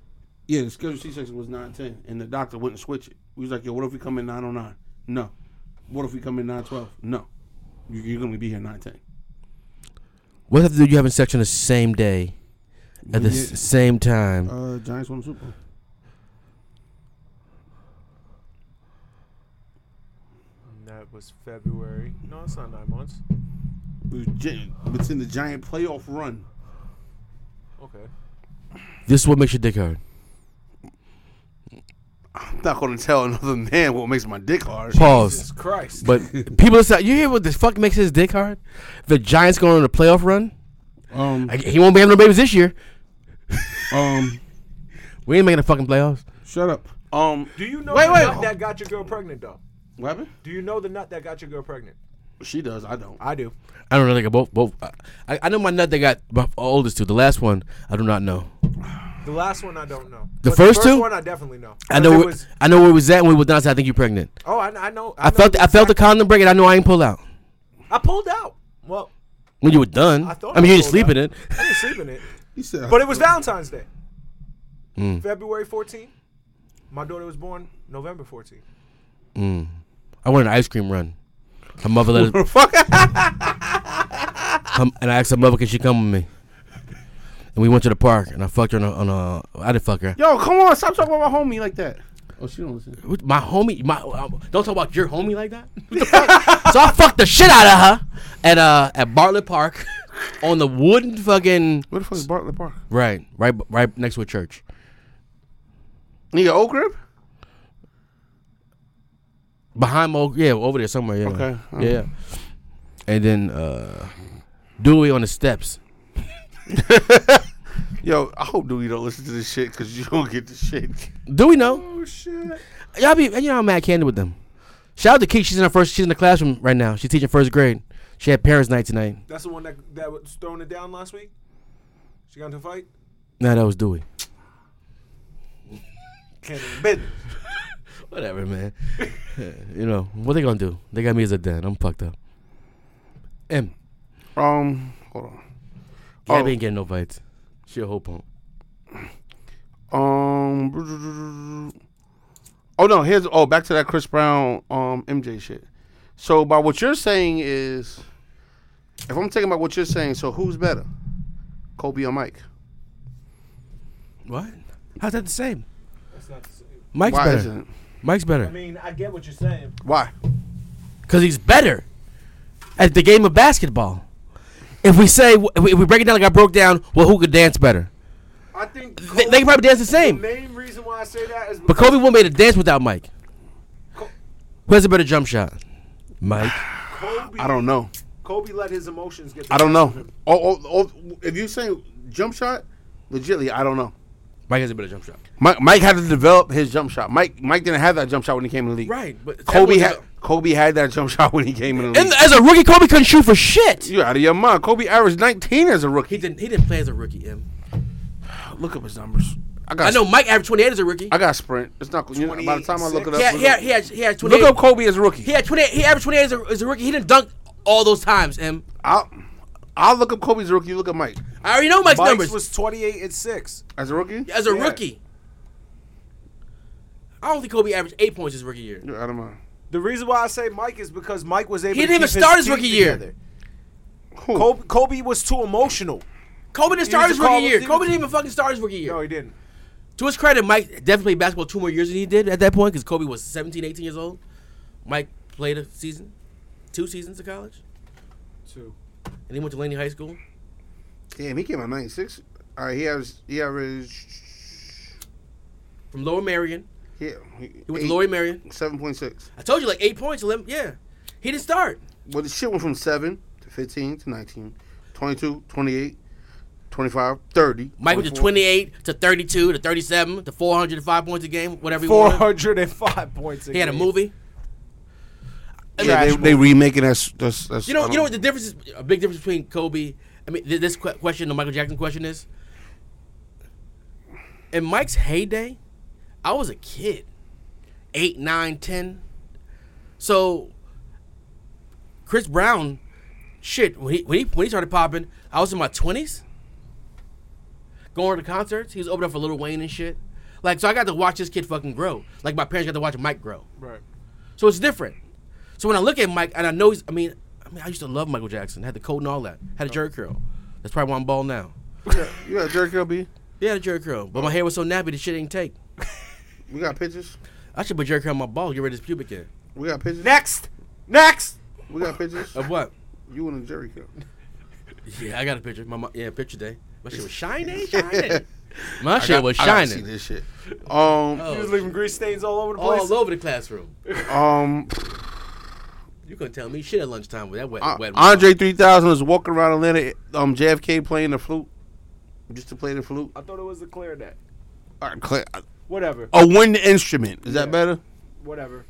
Speaker 2: yeah, the scheduled C section was nine ten, and the doctor wouldn't switch it. We was like, yo, what if we come in nine oh nine? No. What if we come in nine twelve? No. You, you're gonna be here nine ten.
Speaker 3: What have to do you having sex on the same day at the
Speaker 2: Yeah.
Speaker 3: s- same time?
Speaker 2: Uh, Giants won the Super Bowl.
Speaker 4: That was February. No, it's not nine months.
Speaker 2: We was gi- it's in the giant playoff run.
Speaker 4: Okay.
Speaker 3: this is what makes your dick hard.
Speaker 2: I'm not gonna tell another man what makes my dick hard.
Speaker 3: Pause.
Speaker 4: Christ.
Speaker 3: But people, are, you hear what the fuck makes his dick hard? The Giants going on a playoff run.
Speaker 2: Um,
Speaker 3: Like, he won't be having no babies this year.
Speaker 2: um,
Speaker 3: We ain't making the fucking playoffs.
Speaker 2: shut up. Um,
Speaker 4: do you know
Speaker 2: Wait,
Speaker 4: the
Speaker 2: wait.
Speaker 4: nut that got your girl pregnant though?
Speaker 2: what happened?
Speaker 4: Do you know the nut that got your girl pregnant?
Speaker 2: She does. I don't.
Speaker 4: I do.
Speaker 3: I don't know. Like both, both. uh, I, I know my nut that got my oldest two. The last one, I do not know.
Speaker 4: The last one I don't know.
Speaker 3: The
Speaker 4: But
Speaker 3: first
Speaker 4: the first
Speaker 3: two?
Speaker 4: one I definitely know.
Speaker 3: I
Speaker 4: 'Cause
Speaker 3: know.
Speaker 4: it
Speaker 3: Where,
Speaker 4: was.
Speaker 3: I know where we was at when we was dancing. I think you pregnant.
Speaker 4: Oh, I, I know.
Speaker 3: I, felt. I felt the condom break, and I know I ain't pull out
Speaker 4: I pulled out. Well,
Speaker 3: when you were done.
Speaker 4: I
Speaker 3: I,
Speaker 4: thought
Speaker 3: mean,
Speaker 4: I
Speaker 3: you didn't
Speaker 4: pulled
Speaker 3: sleep in it.
Speaker 4: I didn't sleep in it,
Speaker 2: He said,
Speaker 4: but it was Valentine's Day,
Speaker 3: Mm.
Speaker 4: February 14th. My daughter was born November 14th.
Speaker 3: I went on an ice cream run. Her mother let us. her, and I asked her mother, "Can she come with me?" And we went to the park, and I fucked her on a. On a I didn't fuck her.
Speaker 2: "Yo, come on, stop talking about my homie like that." Oh, she don't listen.
Speaker 3: What- My homie, my uh, don't talk about your homie like that. What the fuck? so I fucked the shit out of her at uh at Bartlett Park on the wooden fucking
Speaker 2: Where the fuck is Bartlett Park?
Speaker 3: right right right next to a church.
Speaker 2: Nigga, Oak Crib?
Speaker 3: behind Mo, yeah, over there somewhere. Yeah,
Speaker 2: Okay, alright.
Speaker 3: yeah. And then uh Dewey on the steps.
Speaker 2: Yo, I hope Dewey don't listen to this shit because you don't get the shit.
Speaker 3: Dewey know
Speaker 2: Oh shit.
Speaker 3: y'all be you know I'm mad candid with them. Shout out to Keith. She's in her first. She's in the classroom right now. She's teaching first grade. She had parents' night tonight.
Speaker 4: That's the one that that was throwing it down last week. She got into a fight.
Speaker 3: No, that was Dewey.
Speaker 4: Can't even business.
Speaker 3: Whatever, man. you know what they gonna do? They got me as a dad. I'm fucked up. M.
Speaker 2: Um, hold on.
Speaker 3: Gabby ain't getting no fights. She a whole punk.
Speaker 2: Um. Oh no, here's oh back to that Chris Brown um MJ shit. So by what you're saying is, if I'm thinking about what you're saying, so who's better, Kobe or Mike?
Speaker 3: What? How's that the same?
Speaker 4: That's not. The same.
Speaker 3: Mike's
Speaker 2: Why
Speaker 3: better.
Speaker 2: isn't it?
Speaker 3: Mike's better.
Speaker 4: I mean, I get what you're saying.
Speaker 2: Why?
Speaker 3: because he's better at the game of basketball. If we say if we break it down like I broke down, well, who could dance better?
Speaker 4: I think
Speaker 3: They, they can probably dance the
Speaker 4: the
Speaker 3: same,
Speaker 4: main reason why I say that is
Speaker 3: but
Speaker 4: because
Speaker 3: Kobe won't be able to dance without Mike. Who has a better jump shot? Mike.
Speaker 4: Kobe,
Speaker 2: I don't know.
Speaker 4: Kobe let his emotions get. the
Speaker 2: I don't
Speaker 4: best
Speaker 2: know.
Speaker 4: of him.
Speaker 2: Oh, oh, oh if you're saying jump shot, legitly, I don't know.
Speaker 3: Mike has a better jump shot.
Speaker 2: Mike, Mike had to develop his jump shot. Mike Mike didn't have that jump shot when he came in the league.
Speaker 3: Right, but
Speaker 2: Kobe
Speaker 3: everyone
Speaker 2: had
Speaker 3: develop-
Speaker 2: Kobe had that jump shot when he came in the league.
Speaker 3: And as a rookie, Kobe couldn't shoot for shit.
Speaker 2: you out of your mind. Kobe averaged 19 as a rookie.
Speaker 3: He didn't. He didn't play as a rookie. M.
Speaker 2: Look up his numbers. I got
Speaker 3: I know Mike averaged 28 as a rookie.
Speaker 2: I got Sprint. It's not. You know, by the time I look it up,
Speaker 3: He had,
Speaker 2: look,
Speaker 3: he had,
Speaker 2: up
Speaker 3: he had, he had 28.
Speaker 2: look up Kobe as a rookie.
Speaker 3: He had 28. He averaged 28 as a, as a rookie. He didn't dunk all those times. M.
Speaker 2: I'll, I'll look up Kobe as a rookie. You look up Mike
Speaker 3: I already know Mike's
Speaker 4: Mike's
Speaker 3: numbers.
Speaker 4: was 28 and six.
Speaker 2: as a rookie.
Speaker 3: as a
Speaker 4: Yeah.
Speaker 3: rookie. I don't think Kobe averaged eight points his rookie year.
Speaker 2: You're out of mind.
Speaker 4: The reason why I say Mike is because Mike was able.
Speaker 3: He
Speaker 4: to
Speaker 3: didn't even
Speaker 4: keep
Speaker 3: start his
Speaker 4: team
Speaker 3: rookie year.
Speaker 4: together.
Speaker 2: Who?
Speaker 4: Kobe, Kobe was too emotional.
Speaker 3: Kobe didn't
Speaker 4: He
Speaker 3: start
Speaker 4: was
Speaker 3: his
Speaker 4: a call-
Speaker 3: rookie year.
Speaker 4: he
Speaker 3: Kobe
Speaker 4: was-
Speaker 3: didn't even fucking start his rookie year.
Speaker 4: No, he didn't.
Speaker 3: To his credit, Mike definitely played basketball two more years than he did at that point because Kobe was 17, 18 years old. Mike played a season, two seasons of college,
Speaker 4: Two.
Speaker 3: and he went to Laney High School.
Speaker 2: Damn, he came out 96. All right, he has. He averaged.
Speaker 3: From Lower Marion,
Speaker 2: Yeah, he,
Speaker 3: he went to Lower Marion.
Speaker 2: Seven point six.
Speaker 3: I told you, like eight points. 11, yeah, he didn't start.
Speaker 2: Well, the shit went from seven to fifteen to 19, 22, 28, 25, 30.
Speaker 3: Mike went to
Speaker 2: 24.
Speaker 3: 28 to 32 to 37 to 405 points a game, whatever. Four. You want.
Speaker 4: 405 points.
Speaker 3: He had a
Speaker 4: game.
Speaker 3: movie.
Speaker 2: Yeah, they, they remaking that. um, That's, that's,
Speaker 3: You know,
Speaker 2: I
Speaker 3: you know what the difference is? A big difference between Kobe. I mean, th- this que- question, the Michael Jackson question is. In Mike's heyday, I was a kid, eight, nine, ten. So, Chris Brown, shit, when he when he, when he started popping, I was in my twenties. Going to concerts, he was opening up for Lil Wayne and shit. Like, so I got to watch this kid fucking grow. Like my parents got to watch Mike grow.
Speaker 4: Right.
Speaker 3: So it's different. So when I look at Mike, and I know he's, I mean, I mean, I used to love Michael Jackson. Had the coat and all that. Had a jerk curl. That's probably why I'm bald now.
Speaker 2: You got Jerry LB.
Speaker 3: Yeah, the jerk curl. But my hair was so nappy, the shit ain't take.
Speaker 2: We got pictures.
Speaker 3: I should put jerk curl on my ball. Get rid of this pubic hair.
Speaker 2: We got pictures.
Speaker 4: Next. Next.
Speaker 2: We got pictures.
Speaker 3: Of what?
Speaker 2: You and a Jerry curl.
Speaker 3: Yeah, I got a picture. My, mo- yeah, picture day. My shit was shining, shining. My
Speaker 2: I
Speaker 3: shit
Speaker 2: got-
Speaker 3: was
Speaker 2: I gotta see
Speaker 3: shining.
Speaker 2: this shit. Um,
Speaker 4: He was
Speaker 3: Oh,
Speaker 4: leaving grease stains all over the place.
Speaker 3: all over the classroom.
Speaker 2: um,
Speaker 3: You couldn't tell me shit at lunchtime with that wet,
Speaker 2: uh,
Speaker 3: wet.
Speaker 2: Andre 3000 is walking around Atlanta. Um, JFK playing the flute, just to play the flute.
Speaker 4: I thought it was the clarinet.
Speaker 2: All right, cla-
Speaker 3: Oh.
Speaker 4: Whatever.
Speaker 2: A wind instrument is that better?
Speaker 4: Whatever.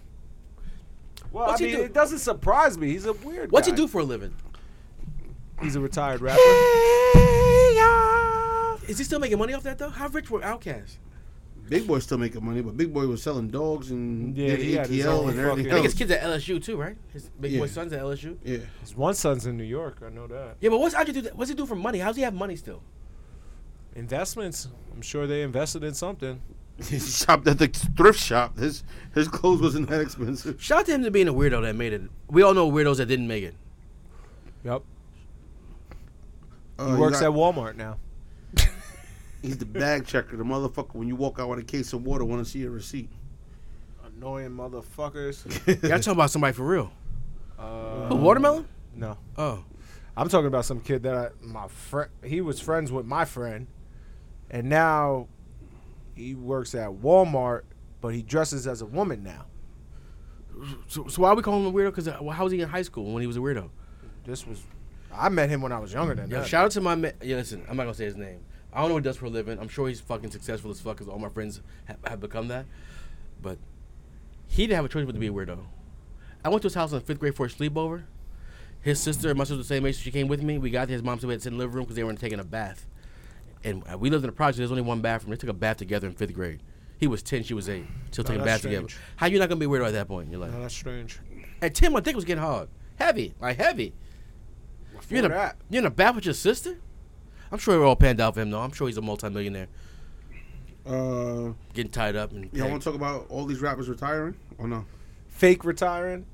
Speaker 4: Well,
Speaker 3: What's
Speaker 4: I
Speaker 3: he
Speaker 4: mean,
Speaker 3: do?
Speaker 4: it doesn't surprise me. He's a weird.
Speaker 3: What's he
Speaker 4: guy.
Speaker 3: do for a living?
Speaker 4: He's a retired rapper.
Speaker 3: Is he still making money off that though? How rich were Outkast?
Speaker 5: Big Boy still making money, but Big Boy was selling dogs and
Speaker 4: Yeah,
Speaker 5: did
Speaker 4: he had his
Speaker 5: ATL
Speaker 4: own
Speaker 5: and everything
Speaker 4: fucking-
Speaker 3: I think his
Speaker 5: else.
Speaker 3: kids at LSU too, right? His big
Speaker 5: Yeah.
Speaker 3: boy son's at LSU.
Speaker 5: Yeah,
Speaker 4: His one son's in New York. I know that.
Speaker 3: Yeah, but what's Outkast do? What's he do for money? How's he have money still?
Speaker 4: Investments. I'm sure they invested in something.
Speaker 5: he shopped at the thrift shop. His his clothes wasn't that expensive.
Speaker 3: Shout out to him to being a weirdo that made it. We all know weirdos that didn't make it.
Speaker 4: Yep.
Speaker 5: Uh,
Speaker 4: He
Speaker 5: you
Speaker 4: works
Speaker 5: Uh, got-
Speaker 4: at Walmart now.
Speaker 5: He's the bag checker, the motherfucker. When you walk out with a case of water, want to see a receipt.
Speaker 4: Annoying motherfuckers.
Speaker 3: Y'all talking about somebody for real?
Speaker 4: Uh,
Speaker 3: A watermelon?
Speaker 4: no.
Speaker 3: Oh,
Speaker 4: I'm talking about some kid that I, my friend he was friends with my friend, and now he works at Walmart, but he dresses as a woman now.
Speaker 3: so, so why are we calling him a weirdo? Because how was he in high school when he was a weirdo?
Speaker 4: This was I met him when I was younger than
Speaker 3: Yo,
Speaker 4: that.
Speaker 3: shout out to my man. Yeah, listen, I'm not gonna say his name. I don't know what he does for a living. I'm sure he's fucking successful as fuck, 'cause all my friends have, have become that. But he didn't have a choice but to be a weirdo. I went to his house in fifth grade for a sleepover. His sister and my sister were the same age, so she came with me. We got there, his mom said we had to sit in the living room because they were taking a bath. And uh, we lived in a project. There's only one bathroom. They took a bath together in fifth grade. He was ten, she was eight. Still taking a bath
Speaker 4: Oh, that's
Speaker 3: together.
Speaker 4: strange.
Speaker 3: How you not gonna be a weirdo at that point in your life?
Speaker 4: No, that's strange.
Speaker 3: At ten, my dick was getting hard, heavy, like heavy.
Speaker 4: Before
Speaker 3: You're in, a,
Speaker 4: that,
Speaker 3: you're in a bath with your sister? I'm sure it all panned out for him, though. I'm sure he's a multimillionaire.
Speaker 5: Uh,
Speaker 3: Getting tied up and.
Speaker 5: y'all want to talk about all these rappers retiring or no?
Speaker 4: fake retiring.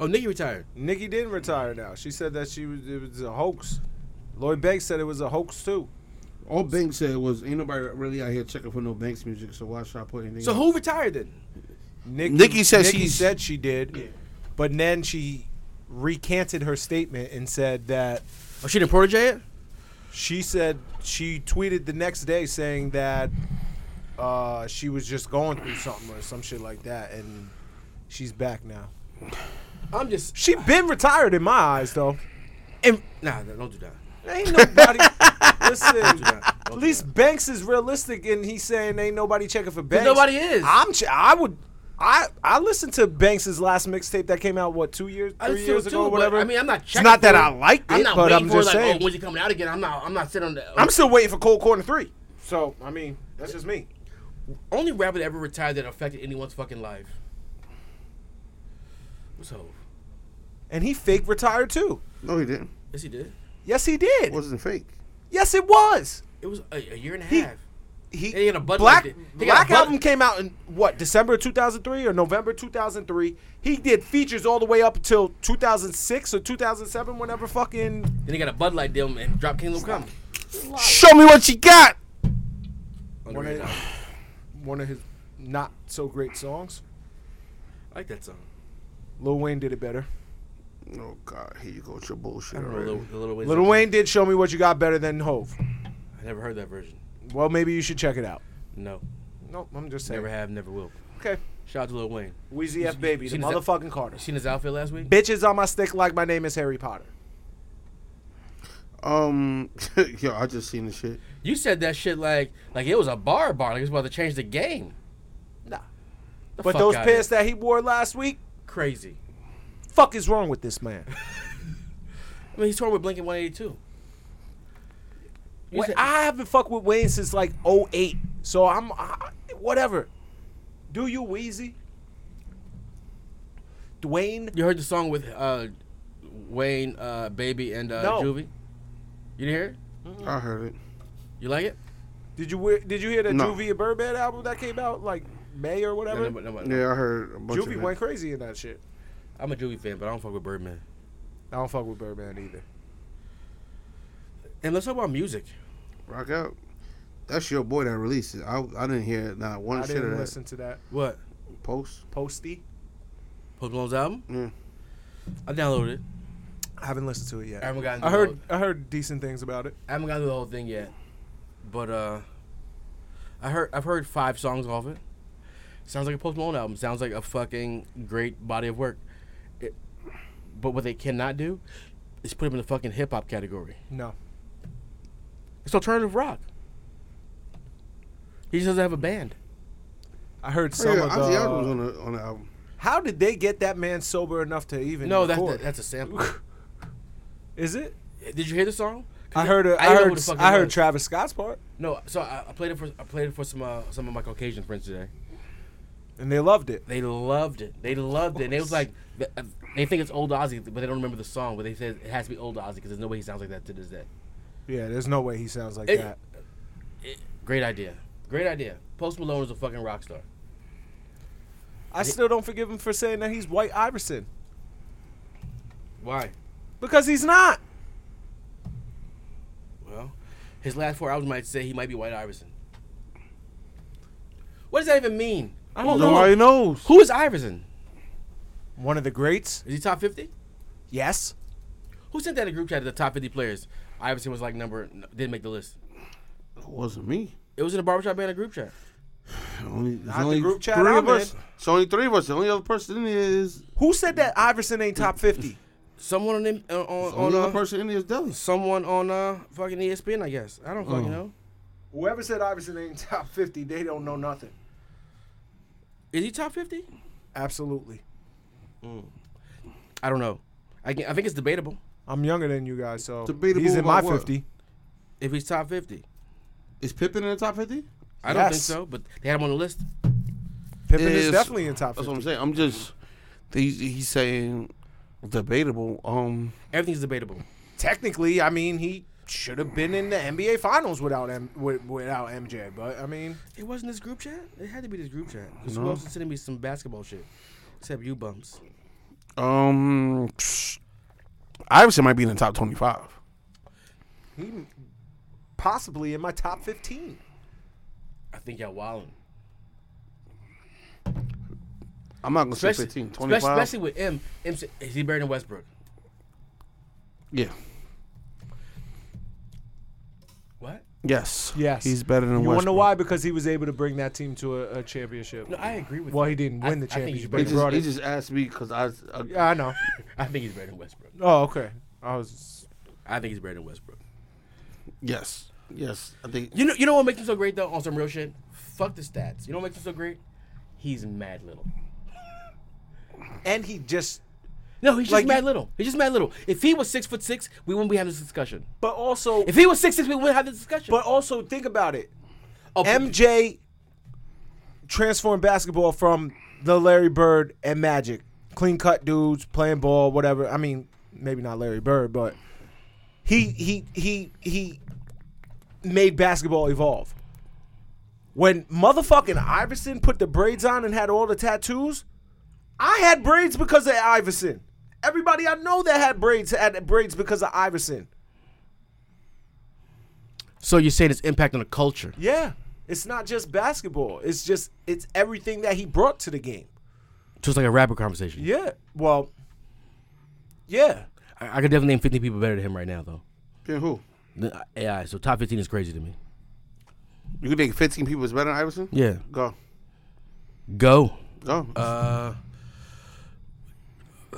Speaker 3: oh, Nicki retired.
Speaker 4: Nikki didn't retire now. She said that she was it was a hoax. Lloyd Banks said it was a hoax too.
Speaker 5: All Banks said was, ain't nobody really out here checking for no Banks music, so why should I put anything?
Speaker 3: So
Speaker 5: out?
Speaker 3: who retired then?
Speaker 4: Nikki,
Speaker 2: Nikki said she's-
Speaker 4: said she did, but then she recanted her statement and said that
Speaker 3: Oh, she didn't protege it?
Speaker 4: She said she tweeted the next day saying that uh, she was just going through something or some shit like that, and she's back now.
Speaker 3: I'm just.
Speaker 4: She been retired in my eyes though.
Speaker 3: And, nah, nah, don't do that.
Speaker 4: Ain't nobody. listen,
Speaker 3: that.
Speaker 4: at least Banks is realistic, and he's saying ain't nobody checking for Banks.
Speaker 3: nobody is.
Speaker 4: I'm. Ch- I would. I I listened to Banks' last mixtape that came out what two years,
Speaker 3: I
Speaker 4: three
Speaker 3: still
Speaker 4: years
Speaker 3: do,
Speaker 4: ago,
Speaker 3: but,
Speaker 4: whatever.
Speaker 3: I mean, I'm not
Speaker 4: It's
Speaker 3: checking
Speaker 4: not that
Speaker 3: for it.
Speaker 4: I like
Speaker 3: I'm
Speaker 4: it,
Speaker 3: not
Speaker 4: but
Speaker 3: waiting
Speaker 4: I'm
Speaker 3: for
Speaker 4: just
Speaker 3: it, like,
Speaker 4: saying.
Speaker 3: oh, when's he coming out again? I'm not, I'm not sitting on the.
Speaker 4: I'm still waiting for Cold Corner Three. So I mean, that's just me.
Speaker 3: only rapper that ever retired that affected anyone's fucking life. What's Hov?
Speaker 4: and he fake retired too.
Speaker 5: No, he didn't.
Speaker 3: Yes, he did.
Speaker 4: Yes, he did.
Speaker 5: It wasn't fake.
Speaker 4: yes, it was.
Speaker 3: It was a, a year and a
Speaker 4: He-
Speaker 3: half.
Speaker 4: He,
Speaker 3: He had a button
Speaker 4: black
Speaker 3: like that. He got a
Speaker 4: black
Speaker 3: button-
Speaker 4: album came out in what December 2003 or November 2003. He did features all the way up until 2006 or 2007, whenever fucking
Speaker 3: Then he got a Bud Light deal and dropped Kingdom Come.
Speaker 2: Show me what you got.
Speaker 3: on the
Speaker 4: one
Speaker 3: radio.
Speaker 4: of, one of his not so great songs.
Speaker 3: I like that song.
Speaker 4: Lil Wayne did it better.
Speaker 5: Oh God, here you go with your bullshit.
Speaker 3: I don't know
Speaker 5: already.
Speaker 3: Lil, the Lil Wayne's
Speaker 4: Lil
Speaker 3: like-
Speaker 4: Wayne did show me what you got better than Hove.
Speaker 3: I never heard that version.
Speaker 4: Well, maybe you should check it out.
Speaker 3: No,
Speaker 4: Nope, I'm just saying.
Speaker 3: never have, never will.
Speaker 4: Okay,
Speaker 3: Shout out to Lil Wayne.
Speaker 4: Weezy F Baby, the
Speaker 3: seen his-
Speaker 4: motherfucking Carter.
Speaker 3: You seen his outfit last week?
Speaker 4: Bitches on my stick like my name is Harry Potter.
Speaker 5: Um, yo, I just seen the shit.
Speaker 3: You said that shit like like it was a bar bar, like it was about to change the game.
Speaker 4: Nah.
Speaker 3: The
Speaker 4: But
Speaker 3: fuck
Speaker 4: those
Speaker 3: outta
Speaker 4: pants
Speaker 3: here.
Speaker 4: that he wore last week,
Speaker 3: crazy.
Speaker 4: fuck is wrong with this man?
Speaker 3: I mean, he's touring with Blink 182. You
Speaker 4: Wait,
Speaker 3: said-
Speaker 4: I haven't fucked with Wayne since like 08. So I'm I, whatever. Do you Wheezy? Dwayne?
Speaker 3: You heard the song with uh, Wayne, uh, Baby, and uh,
Speaker 4: No.
Speaker 3: Juvie. You didn't hear it?
Speaker 5: I heard it.
Speaker 3: You like it?
Speaker 4: Did you wear- did you hear that
Speaker 5: No.
Speaker 4: Juvie and Birdman album that came out like May or
Speaker 3: No,
Speaker 4: whatever?
Speaker 3: no, but- no, but- no.
Speaker 5: Yeah, I heard a bunch
Speaker 4: Juvie
Speaker 5: of
Speaker 4: went
Speaker 5: it.
Speaker 4: crazy in that shit.
Speaker 3: I'm a Juvie fan, but I don't fuck with Birdman.
Speaker 4: I don't fuck with Birdman either.
Speaker 3: And let's talk about music.
Speaker 5: Rock out. That's your boy that released it. I, I didn't hear not one
Speaker 4: I
Speaker 5: shit of
Speaker 4: didn't
Speaker 5: that
Speaker 4: listen to that
Speaker 3: What?
Speaker 5: post.
Speaker 4: Posty.
Speaker 3: Post Malone's album?
Speaker 5: Yeah.
Speaker 3: I downloaded it.
Speaker 4: I haven't listened to it yet.
Speaker 3: I haven't gotten.
Speaker 4: I
Speaker 3: through
Speaker 4: heard I heard decent things about it.
Speaker 3: I haven't gone through the whole thing yet, but uh, I heard I've heard five songs off it. Sounds like a Post Malone album. Sounds like a fucking great body of work. It, but what they cannot do is put him in the fucking hip hop category.
Speaker 4: No.
Speaker 3: It's alternative rock. He just doesn't have a band.
Speaker 4: I heard
Speaker 5: Oh,
Speaker 4: some
Speaker 5: yeah,
Speaker 4: of
Speaker 5: Ozzy
Speaker 4: the uh,
Speaker 5: Osbourne's on the on the album.
Speaker 4: How did they get that man sober enough to even?
Speaker 3: No, that's
Speaker 4: record?
Speaker 3: that's a sample.
Speaker 4: is it.
Speaker 3: Did you hear the song?
Speaker 4: I heard a,
Speaker 3: I
Speaker 4: I
Speaker 3: know
Speaker 4: heard
Speaker 3: who the fuck it
Speaker 4: I heard
Speaker 3: was.
Speaker 4: Travis Scott's part,
Speaker 3: No, so I, I played it for I played it for some uh, some of my Caucasian friends today.
Speaker 4: and they loved it.
Speaker 3: They loved it. They loved it. And it was like th- uh, they think it's old Ozzy, but they don't remember the song. But they said it has to be old Ozzy because there's no way he sounds like that to this day.
Speaker 4: Yeah, there's no way he sounds like
Speaker 3: It-
Speaker 4: that.
Speaker 3: Great idea. Great idea. Post Malone is a fucking rock star.
Speaker 4: I still don't forgive him for saying that he's White Iverson
Speaker 3: Why?
Speaker 4: because he's not.
Speaker 3: Well, his last four albums might say he might be White Iverson. What does that even mean?
Speaker 4: I don't know.
Speaker 2: Nobody knows.
Speaker 3: Who is Iverson?
Speaker 4: One of the greats.
Speaker 3: Is he top fifty?
Speaker 4: Yes.
Speaker 3: Who sent that in a group chat of the top fifty players? Iverson was like number n- didn't make the list.
Speaker 2: It wasn't me.
Speaker 3: It was in a barbershop band group chat.
Speaker 2: Only, there's
Speaker 4: Not the group chat
Speaker 2: three
Speaker 4: I'm
Speaker 2: of us.
Speaker 4: in.
Speaker 2: It's only three of us. The only other person in here is
Speaker 4: Who said that Iverson ain't top fifty?
Speaker 3: Someone on them, uh, on,
Speaker 2: the
Speaker 3: on
Speaker 2: only other
Speaker 3: uh,
Speaker 2: person in here is Deli.
Speaker 3: someone on uh fucking ESPN, I guess. I don't
Speaker 4: Mm.
Speaker 3: fucking
Speaker 2: Oh.
Speaker 3: know.
Speaker 4: Whoever said Iverson ain't top fifty, they don't know nothing.
Speaker 3: Is he top fifty?
Speaker 4: Absolutely.
Speaker 3: I don't know. I can, I think it's debatable
Speaker 4: I'm younger than you guys, so
Speaker 2: Debatable
Speaker 4: he's in my
Speaker 2: about what?
Speaker 4: fifty.
Speaker 3: if he's top fifty.
Speaker 2: Is Pippen in the top fifty?
Speaker 3: I don't think
Speaker 4: Yes.
Speaker 3: so, but they had him on the list.
Speaker 4: Pippen is,
Speaker 2: Is-
Speaker 4: definitely in top
Speaker 2: That's what I'm
Speaker 4: fifty.
Speaker 2: saying. I'm just he's, he's saying debatable. Um,
Speaker 3: Everything's debatable.
Speaker 4: Technically, I mean he should have been in the NBA Finals without M- wi- without MJ, but I mean
Speaker 3: It wasn't this group chat. It had to be this group chat. 'Cause Who
Speaker 2: No.
Speaker 3: else is sending me some basketball shit? Except you bumps.
Speaker 2: um, Iverson might be in the top twenty-five.
Speaker 4: he possibly in my top fifteen.
Speaker 3: I think y'all wildin'.
Speaker 2: I'm not gonna say
Speaker 3: Especially,
Speaker 2: 15,
Speaker 3: especially,
Speaker 2: 25.
Speaker 3: especially with M. M said- is he buried in Westbrook?
Speaker 2: yeah.
Speaker 3: What?
Speaker 2: Yes.
Speaker 4: Yes.
Speaker 2: He's better than
Speaker 4: You
Speaker 2: Westbrook.
Speaker 4: want to know why? Because he was able to bring that team to a, a championship.
Speaker 3: No, I agree with
Speaker 4: well,
Speaker 3: you.
Speaker 4: he didn't
Speaker 3: I-
Speaker 4: win the
Speaker 3: I think he's
Speaker 4: championship, but
Speaker 2: He
Speaker 4: he
Speaker 3: better
Speaker 4: brought
Speaker 2: just, he
Speaker 4: it.
Speaker 2: just asked me because I, I
Speaker 4: Yeah, I know.
Speaker 3: I think he's buried in Westbrook.
Speaker 4: Oh, okay. I was.
Speaker 3: I think he's buried in Westbrook.
Speaker 2: yes yes I think
Speaker 3: You know, you know what makes him so great though? On some real shit, fuck the stats. You know what makes him so great? He's mad little.
Speaker 4: And he just.
Speaker 3: No, he's just
Speaker 4: Like,
Speaker 3: mad
Speaker 4: you-
Speaker 3: little. He's just mad little. If he was six foot six, we wouldn't be having this discussion.
Speaker 4: But also,
Speaker 3: If he was six six, we wouldn't have this discussion.
Speaker 4: but also think about it.
Speaker 3: oh,
Speaker 4: MJ transformed basketball from the Larry Bird and Magic, clean cut dudes playing ball, whatever. I mean, maybe not Larry Bird, but he he he he made basketball evolve. When motherfucking Iverson put the braids on and had all the tattoos, I had braids because of Iverson. Everybody I know that had braids had braids because of Iverson.
Speaker 3: so you're saying his impact on the culture?
Speaker 4: Yeah. It's not just basketball. It's just it's everything that he brought to the game.
Speaker 3: Just like a rapper conversation.
Speaker 4: Yeah. Well. Yeah.
Speaker 3: I, I could definitely name 15 people better than him right now though.
Speaker 2: Then who
Speaker 3: The uh, AI. So top 15 is crazy to me.
Speaker 2: you can think 15 people is better than Iverson
Speaker 3: Yeah.
Speaker 2: go
Speaker 3: Go.
Speaker 2: go
Speaker 3: Uh.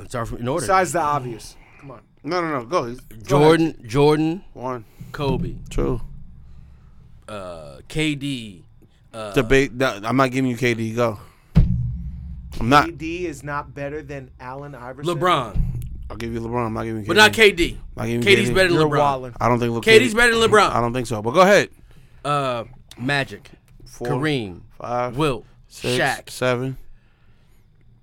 Speaker 3: Start from in order.
Speaker 4: Besides the obvious. Come on.
Speaker 2: no no no go he's
Speaker 3: Jordan. Jordan.
Speaker 2: go ahead. one
Speaker 3: Kobe.
Speaker 2: two
Speaker 3: Uh. KD.
Speaker 2: Uh, debate no, I'm not giving you KD go I'm not
Speaker 4: AD is not better than Allen Iverson.
Speaker 3: Uh, LeBron.
Speaker 2: I'll give you LeBron I'm not giving you KD
Speaker 3: But not KD.
Speaker 2: Not giving
Speaker 3: KD's
Speaker 2: KD.
Speaker 3: better than
Speaker 4: You're
Speaker 3: LeBron.
Speaker 4: wildin'.
Speaker 2: I don't think look
Speaker 3: KD's better than LeBron.
Speaker 2: I don't think so but go ahead
Speaker 3: Uh, Magic,
Speaker 2: Four,
Speaker 3: Kareem,
Speaker 2: five,
Speaker 3: Will,
Speaker 2: six,
Speaker 3: Shaq.
Speaker 2: seven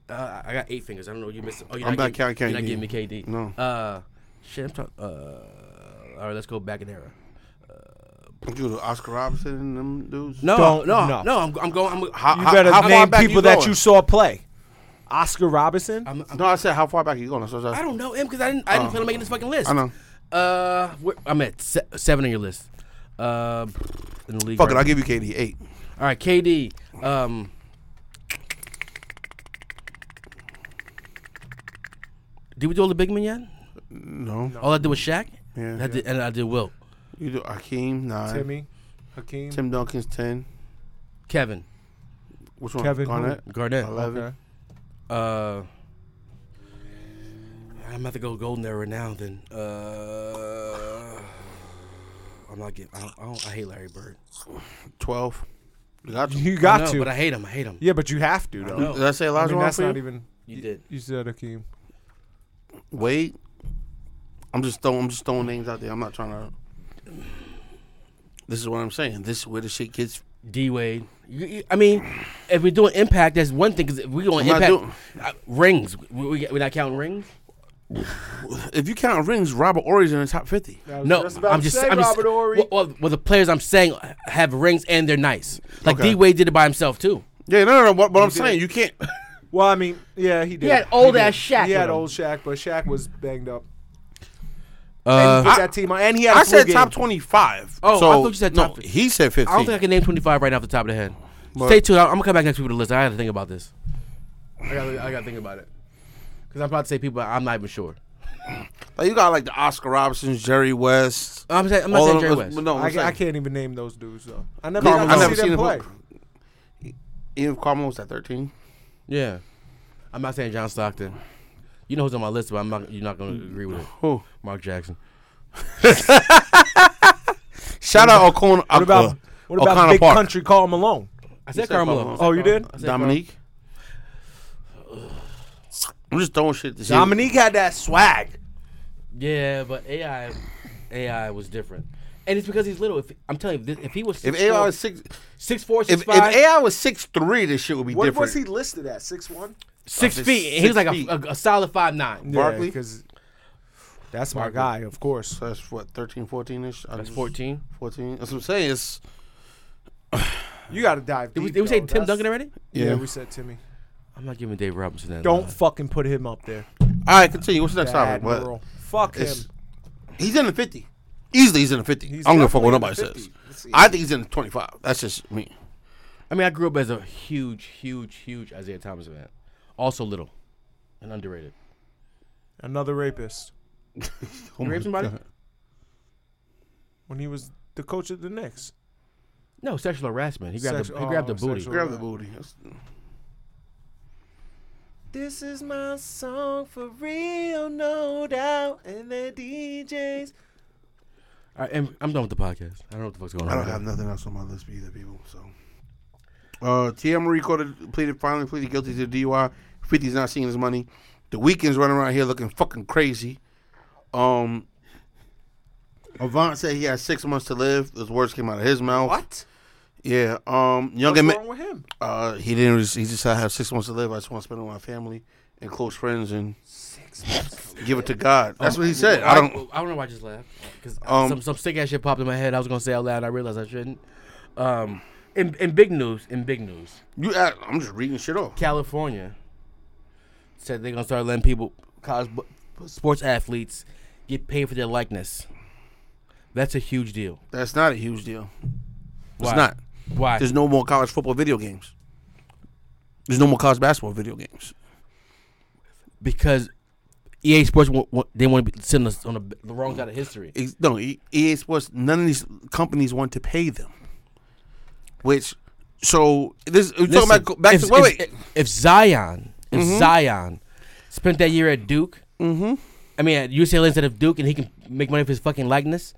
Speaker 3: Uh, I got eight fingers. I don't know. You missed. Oh, you're
Speaker 2: I'm not
Speaker 3: giving-
Speaker 2: counting
Speaker 3: You're not
Speaker 2: KD.
Speaker 3: giving me KD.
Speaker 2: No.
Speaker 3: Uh, shit. I'm talking. Uh, all right. Let's go back in era.
Speaker 2: you the Oscar Robertson and them dudes
Speaker 3: No,
Speaker 4: Don't-
Speaker 3: no,
Speaker 4: no.
Speaker 3: no, I'm, I'm going. I'm,
Speaker 2: How-
Speaker 4: You
Speaker 2: how-
Speaker 4: better
Speaker 2: how far
Speaker 4: name
Speaker 2: back
Speaker 4: people that
Speaker 2: going?
Speaker 4: you saw play. Oscar Robinson.
Speaker 3: I'm, I'm,
Speaker 2: no I said how far back you going That's what
Speaker 3: I
Speaker 2: I
Speaker 3: don't know him because I didn't. I didn't plan on making this fucking list.
Speaker 2: Oh. I know.
Speaker 3: Uh, where, I'm at se- seven on your list. Uh, in the league.
Speaker 2: fuck it
Speaker 3: right
Speaker 2: I'll give you KD eight
Speaker 3: All right, KD. Um, did we do all the big men yet?
Speaker 2: no
Speaker 3: All I did was Shaq.
Speaker 2: Yeah.
Speaker 3: And I did, and I did Will,
Speaker 2: you do Akeem nine
Speaker 4: Timmy. Hakeem.
Speaker 2: Tim Duncan's ten
Speaker 3: Kevin,
Speaker 2: which one
Speaker 4: Kevin who?
Speaker 2: Garnett
Speaker 3: Garnett.
Speaker 2: eleven
Speaker 4: Okay.
Speaker 3: Uh, I'm about to go golden era now. Then uh, I'm not getting. I, don't, I, don't, I hate Larry Bird.
Speaker 2: 12. You got to.
Speaker 4: You
Speaker 3: I
Speaker 4: got
Speaker 3: know,
Speaker 4: to.
Speaker 3: but I hate him. I hate him.
Speaker 4: yeah, but you have to though.
Speaker 3: know.
Speaker 2: Did I say
Speaker 4: I
Speaker 2: Elijah
Speaker 4: mean,
Speaker 2: Wan
Speaker 4: that's
Speaker 2: for you?
Speaker 4: not even.
Speaker 6: You did.
Speaker 4: You said Akeem.
Speaker 2: Wade. I'm just throwing. I'm just throwing names out there. I'm not trying to. This is what I'm saying. This is where the shit gets.
Speaker 3: D Wade. You- you- I mean, if we're doing impact, that's one thing. Cause if we're going
Speaker 2: I'm not
Speaker 3: impact uh, rings, we, we, we're not counting rings.
Speaker 2: If you count rings, Robert Ory's in the top fifty.
Speaker 3: No, I'm just. I'm just. Well, well, well, the players I'm saying have rings and they're nice. Like
Speaker 2: Okay.
Speaker 3: D Wade did it by himself too.
Speaker 2: Yeah, no, no, no. But, but I'm saying you can't.
Speaker 4: Well, I mean, yeah, he did.
Speaker 6: had old
Speaker 4: did.
Speaker 6: ass Shaq
Speaker 4: He
Speaker 6: with
Speaker 4: had
Speaker 6: him.
Speaker 4: old Shaq, but Shaq was banged up.
Speaker 3: Uh,
Speaker 4: and he put that team on, and he had. a
Speaker 2: I
Speaker 4: flu
Speaker 2: said
Speaker 4: game.
Speaker 2: top twenty-five.
Speaker 3: Oh,
Speaker 2: So-
Speaker 3: I thought you said top
Speaker 2: No,
Speaker 3: 50.
Speaker 2: he said fifteen.
Speaker 3: I don't think I can name 25 right now off the top of the head. Stay tuned. I- I'm gonna come back next week with a list. I gotta think about this. I gotta, I gotta think about it. Cause I'm about to say people I'm not even sure.
Speaker 2: Like, you got like the Oscar Robertsons, Jerry West.
Speaker 3: I'm, saying, Uh, I'm not
Speaker 2: all
Speaker 3: saying
Speaker 2: of
Speaker 3: Jerry
Speaker 2: them-
Speaker 3: West.
Speaker 2: No, I'm
Speaker 4: I,
Speaker 2: saying-
Speaker 4: I can't even name those dudes though. I never,
Speaker 2: Carmelo.
Speaker 4: I
Speaker 2: I never
Speaker 4: see
Speaker 2: seen
Speaker 4: them
Speaker 2: him
Speaker 4: play.
Speaker 2: Even Carmelo was at thirteen.
Speaker 3: Yeah, I'm not saying John Stockton. You know who's on my list, but I'm not. You're not gonna agree with it.
Speaker 2: Who?
Speaker 3: Mark Jackson.
Speaker 2: Shout out O'Connor.
Speaker 4: What about what about
Speaker 2: O'Connor
Speaker 4: big
Speaker 2: Uh, Park.
Speaker 4: country Carl Malone?
Speaker 3: I said
Speaker 2: said
Speaker 3: Carmelo.
Speaker 2: Carmelo.
Speaker 4: Oh, you did?
Speaker 2: Dominique? I'm just throwing shit. To see.
Speaker 4: Dominique had that swag.
Speaker 3: Yeah, but AI, AI was different, and it's because he's little. If I'm telling you, if he was
Speaker 2: If
Speaker 3: six
Speaker 2: AI
Speaker 3: four,
Speaker 2: was six,
Speaker 3: six four,
Speaker 2: if,
Speaker 3: six
Speaker 2: if
Speaker 3: five,
Speaker 2: AI was six three, this shit would be
Speaker 4: What
Speaker 2: different.
Speaker 4: was he listed at? Six one.
Speaker 3: six
Speaker 2: Six
Speaker 3: feet, and he was like
Speaker 2: feet.
Speaker 3: a, a, a solid five nine.
Speaker 2: Barkley?
Speaker 4: because that's my guy, of course.
Speaker 2: So that's what 13, 14 ish.
Speaker 3: That's 14.
Speaker 2: 14. That's what I'm saying. It's
Speaker 4: You got to dive.
Speaker 3: Did we,
Speaker 4: deep,
Speaker 3: did we say
Speaker 4: though.
Speaker 3: Tim
Speaker 4: That's-
Speaker 3: Duncan already?
Speaker 4: Yeah.
Speaker 2: Yeah.
Speaker 4: we said Timmy.
Speaker 3: I'm not giving Dave Robinson that.
Speaker 4: Don't
Speaker 3: nod.
Speaker 4: fucking put him up there.
Speaker 2: all right. Continue. What's the next
Speaker 4: The
Speaker 2: topic? But
Speaker 4: Admiral. Fuck him.
Speaker 2: it's- he's in the 50. Easily, he's in the 50.
Speaker 4: He's
Speaker 2: I don't give a fuck what
Speaker 4: definitely
Speaker 2: nobody
Speaker 4: in the 50.
Speaker 2: says.
Speaker 4: Let's see.
Speaker 2: I think he's in the 25. That's just me.
Speaker 3: I mean, I grew up as a huge, huge, huge Isaiah Thomas fan. Also little and underrated.
Speaker 4: Another rapist.
Speaker 3: You rape somebody?
Speaker 4: When he was the coach of the Knicks.
Speaker 3: No, sexual harassment. He grabbed, the,
Speaker 4: Sex-
Speaker 3: he grabbed
Speaker 4: oh,
Speaker 3: the booty.
Speaker 4: sexual-
Speaker 2: Grab the booty. That's-
Speaker 4: This is my song for real, no doubt. And the DJs.
Speaker 3: All right, and I'm done with the podcast. I don't know what the fuck's going on.
Speaker 2: I don't
Speaker 3: with
Speaker 2: have
Speaker 3: that.
Speaker 2: nothing else on my list either, people. So, uh, TM recorded pleaded finally pleaded guilty to DUI. 50's not seeing his money. The weekend's running around here looking fucking crazy. Um, Avant said he had six months to live. Those words came out of his mouth.
Speaker 4: What?
Speaker 2: Yeah. Um, young
Speaker 4: What's
Speaker 2: and
Speaker 4: wrong with him?
Speaker 2: uh, he didn't. res- He just said I have six months to live. I just want to spend it with my family and close friends and give it to God. That's what he said. I don't.
Speaker 3: I don't know Oh, why I just laughed because
Speaker 2: Um,
Speaker 3: some some sick ass shit popped in my head. I was gonna say out loud. I realized I shouldn't. Um, in in big news, in big news,
Speaker 2: You. act- I'm just reading shit off.
Speaker 3: California said they're gonna start letting people college bo- sports athletes get paid for their likeness. That's a huge deal.
Speaker 2: That's not a huge deal.
Speaker 3: Why?
Speaker 2: It's not.
Speaker 3: Why?
Speaker 2: There's no more college football video games. There's no more college basketball video games.
Speaker 3: because EA Sports wa- wa- they want to send us on the, the wrong side of history.
Speaker 2: Ex- No, E- EA Sports. None of these companies want to pay them. Which, so this we're talking about go- back
Speaker 3: if,
Speaker 2: to wait,
Speaker 3: if,
Speaker 2: wait. Mm-hmm.
Speaker 3: if Zion, if Zion spent that year at Duke, mm-hmm. I mean at UCLA instead of Duke, and he can make money for his fucking likeness,